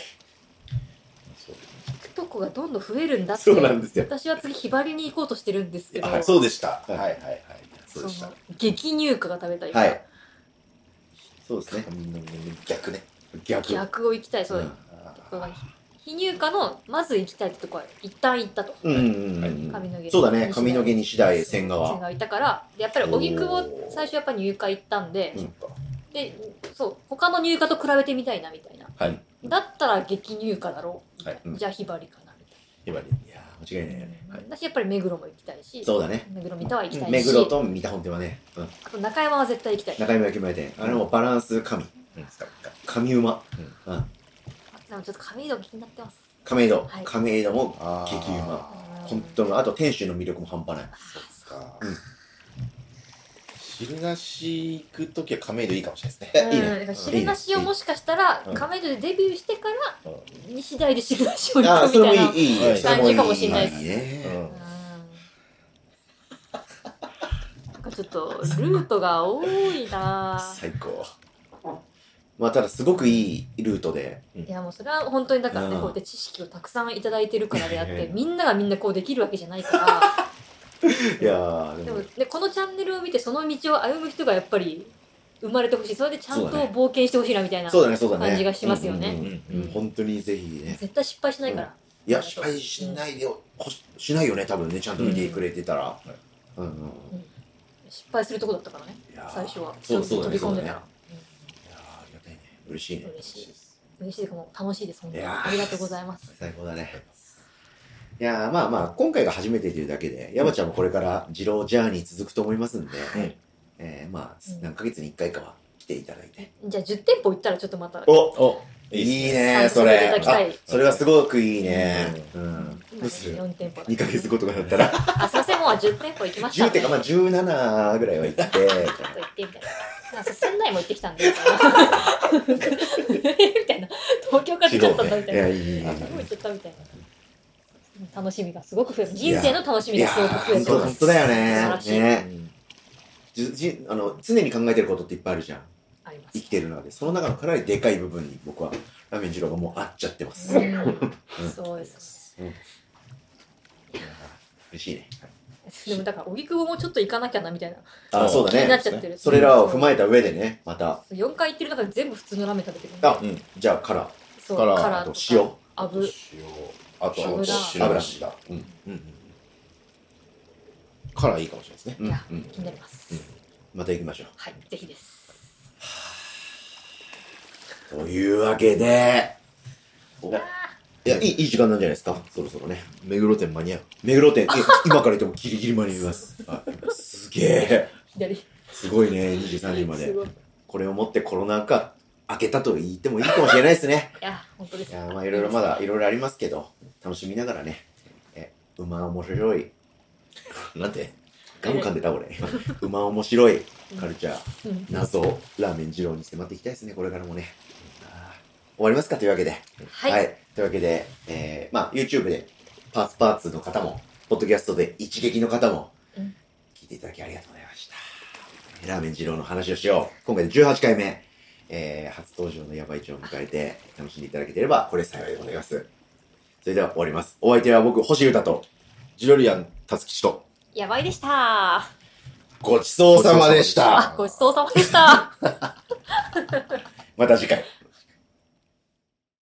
Speaker 2: そう
Speaker 3: 行くとこがどんどん増えるんだって。
Speaker 1: そうなんですよ。
Speaker 3: 私は次、ひばりに行こうとしてるんですけど。
Speaker 2: あそうでした。
Speaker 1: は
Speaker 2: はいいはいはい。そう
Speaker 3: そ
Speaker 2: でした
Speaker 3: の。激乳化が食べたいから。
Speaker 1: はい。そうですね。
Speaker 2: 逆ね。
Speaker 1: 逆。
Speaker 3: 逆を行きたい、そううんところが非乳化のまず行きたいってとこは一旦行ったと
Speaker 1: うんうんうん
Speaker 3: 髪の毛
Speaker 1: そうだね髪の毛西大千
Speaker 3: 線
Speaker 1: 川
Speaker 3: がいたからでやっぱり
Speaker 1: お
Speaker 3: 荻窪
Speaker 1: ー
Speaker 3: 最初やっぱ入荷行ったんで、
Speaker 1: うん
Speaker 3: でそう他の入荷と比べてみたいなみたいな
Speaker 2: はい。
Speaker 3: だったら激入荷だろうみたいな、
Speaker 1: はいうん
Speaker 3: じゃあひばりかなみた
Speaker 2: ひばり。
Speaker 1: いやー間違いないよね
Speaker 3: いな、私やっぱり目黒も行きたいし
Speaker 1: そうだね
Speaker 3: 目黒三田は行きたいし
Speaker 1: 目黒と三田本店はねうん
Speaker 3: あと中山は絶対行きたい
Speaker 1: 中山焼き前店あれもバランス神
Speaker 2: うん。
Speaker 1: 神馬うん
Speaker 3: でもちょっと髪の毛気になってます
Speaker 1: 亀戸
Speaker 3: はい
Speaker 1: 亀戸も
Speaker 2: あー
Speaker 1: 激うま本
Speaker 3: に
Speaker 1: 当のあと店主の魅力も半端ない
Speaker 2: そっか。汁なし行くときは亀戸いいかもしれないですね。
Speaker 1: えいいね
Speaker 3: 汁なしをもしかしたら
Speaker 1: うん
Speaker 3: 亀戸でデビューしてから
Speaker 2: うん
Speaker 3: 西大で汁なしを行
Speaker 1: ああ
Speaker 3: く
Speaker 1: そ
Speaker 3: み
Speaker 1: れ
Speaker 3: た
Speaker 1: も
Speaker 3: いない
Speaker 1: いいいい
Speaker 2: はい
Speaker 1: それもいい
Speaker 3: 感じかもしれないです
Speaker 1: ね
Speaker 2: うん
Speaker 3: うんなんかちょっとルートが多い なぁ
Speaker 1: 最高まあただすごくいいルートで
Speaker 3: いやもうそれは本当にだからね、
Speaker 1: うん
Speaker 3: こうやって知識をたくさんいただいてるからであっ
Speaker 1: いやい
Speaker 3: て
Speaker 1: や
Speaker 3: みんながみんなこうできるわけじゃないか
Speaker 1: いやー
Speaker 3: ら
Speaker 1: で
Speaker 3: で
Speaker 1: も
Speaker 3: もでこのチャンネルを見てその道を歩む人がやっぱり生まれてほしいそれでちゃん
Speaker 1: そ
Speaker 3: と
Speaker 1: うだね
Speaker 3: 冒険してほしいなみたいな、
Speaker 1: そうだねそうだね
Speaker 3: 感じがしますよね
Speaker 1: うんうんうんうん本当にぜひね
Speaker 3: 絶対失敗しないから、
Speaker 1: いや、失敗しないでよ、ほししないよね、多分ね、ちゃんと見てくれてたら。うんうん。
Speaker 3: 失敗するとこだったからね
Speaker 1: いやー
Speaker 3: 最初は
Speaker 1: そうそうだね、
Speaker 3: 飛び込んで
Speaker 1: そうだねい
Speaker 3: た
Speaker 1: や
Speaker 3: ら、
Speaker 1: ーありがたいね。嬉しいね。
Speaker 3: 嬉しい嬉しいですもう楽しいです本当に
Speaker 1: いやー
Speaker 3: ありがとうございます
Speaker 1: 最高だね。いやーまあまあ、今回が初めてというだけで、山ちゃんもこれから二郎ジャーニー続くと思いますんで、
Speaker 2: うん
Speaker 1: えーまあ
Speaker 3: う、ん
Speaker 1: 何ヶ月に一回かは来ていただいて。
Speaker 3: じゃあ10店舗行ったらちょっとまた
Speaker 1: お
Speaker 2: お、
Speaker 1: い
Speaker 2: っ
Speaker 1: い
Speaker 2: す。
Speaker 1: ね、そ
Speaker 3: 参加して
Speaker 1: れ
Speaker 3: いただ。きた
Speaker 1: あ
Speaker 3: い、
Speaker 1: それはすごくいいね。うん。
Speaker 3: 今
Speaker 1: ど
Speaker 3: ね
Speaker 1: うする
Speaker 3: 4店舗だ
Speaker 1: ?2 ヶ月後とかだったら、
Speaker 3: あすいませんもう10店舗行きました
Speaker 1: 10てかまあ17ぐらいは行って、
Speaker 3: ちょっと行ってみたいな。なんか仙台も行ってきたんで、み たいな。東京から 来ちゃったんだみたい
Speaker 1: い
Speaker 3: な。
Speaker 1: や、
Speaker 3: あ
Speaker 1: いいいいいい。
Speaker 3: どこ行っちゃったみたいな。楽しみがすごく増える。人生の楽しみ
Speaker 1: いや
Speaker 3: がすごく増え
Speaker 1: ー、
Speaker 3: る。
Speaker 2: そう
Speaker 1: 本当だよ
Speaker 3: 素晴
Speaker 1: ね
Speaker 3: ら。しい
Speaker 1: ね。じじあの常に考えてることっていっぱいあるじゃん
Speaker 3: ありま
Speaker 1: 生
Speaker 3: す
Speaker 1: き。てる中でその中のかなりでかい部分に僕はラーメン二郎がもう合っちゃってます、
Speaker 3: う
Speaker 1: うん
Speaker 3: んそうです
Speaker 1: 嬉しいね
Speaker 3: ね。でもだから、荻窪もちょっと行かなきゃなみたいな。
Speaker 1: あ
Speaker 2: そ
Speaker 1: そうう
Speaker 3: 気に
Speaker 1: だ
Speaker 3: なっちゃっ
Speaker 1: ね
Speaker 3: てる。
Speaker 1: それらを踏まえた上でねまた
Speaker 3: 4回行ってる中で全部普通のラーメン食べてる。
Speaker 1: あ
Speaker 2: うん。
Speaker 1: じゃあカラー
Speaker 3: そう、
Speaker 2: から
Speaker 3: カラー
Speaker 1: あと
Speaker 3: と
Speaker 1: 塩
Speaker 3: か、油。
Speaker 2: 塩。あと
Speaker 3: 油
Speaker 2: は白だしだ。
Speaker 1: うん
Speaker 2: うんうん。からいいかもしれないですね。
Speaker 1: うん
Speaker 3: いや
Speaker 1: うん
Speaker 3: 気になります。
Speaker 1: また行きましょ
Speaker 3: はい、ぜひです。
Speaker 1: うというわけでおい
Speaker 3: あ
Speaker 1: やいいいい時間なんじゃないですかそろそろね
Speaker 2: 目黒店間に合う。
Speaker 1: 目黒店え今から行ってもギリギリ間に合いますあすげえ
Speaker 3: ー左。
Speaker 1: すごいね23時まです
Speaker 3: ごいい
Speaker 1: これをもってコロナ禍明けたと言ってもいいかもしれないです ね
Speaker 3: や、本当で
Speaker 1: い
Speaker 3: す。
Speaker 1: やーまあいろいろまだいろいろありますけど楽しみながらねえ馬面白い
Speaker 2: なんて
Speaker 1: ガム噛んでた俺馬面白いカルチャー
Speaker 3: うん。
Speaker 1: 謎をラーメン二郎に迫っていきたいですねこれからもねあー終わりますかというわけで
Speaker 3: はい。
Speaker 1: というわけで、えーまあ YouTube でパーツパーツの方もポッドキャストで一撃の方も
Speaker 3: うん
Speaker 1: 聞いていただきありがとうございましたえーラーメン二郎の話をしよう今回で18回目えー初登場のヤバイチを迎えて楽しんでいただけてればこれ幸いでございますそれでは終わりますお相手は僕星歌と
Speaker 2: ジロリアン、たつきちと。
Speaker 3: やばいでした。
Speaker 1: ごちそうさまでし
Speaker 2: ごちそうさまでした
Speaker 3: あ、ごちそうさまでした。
Speaker 1: また次回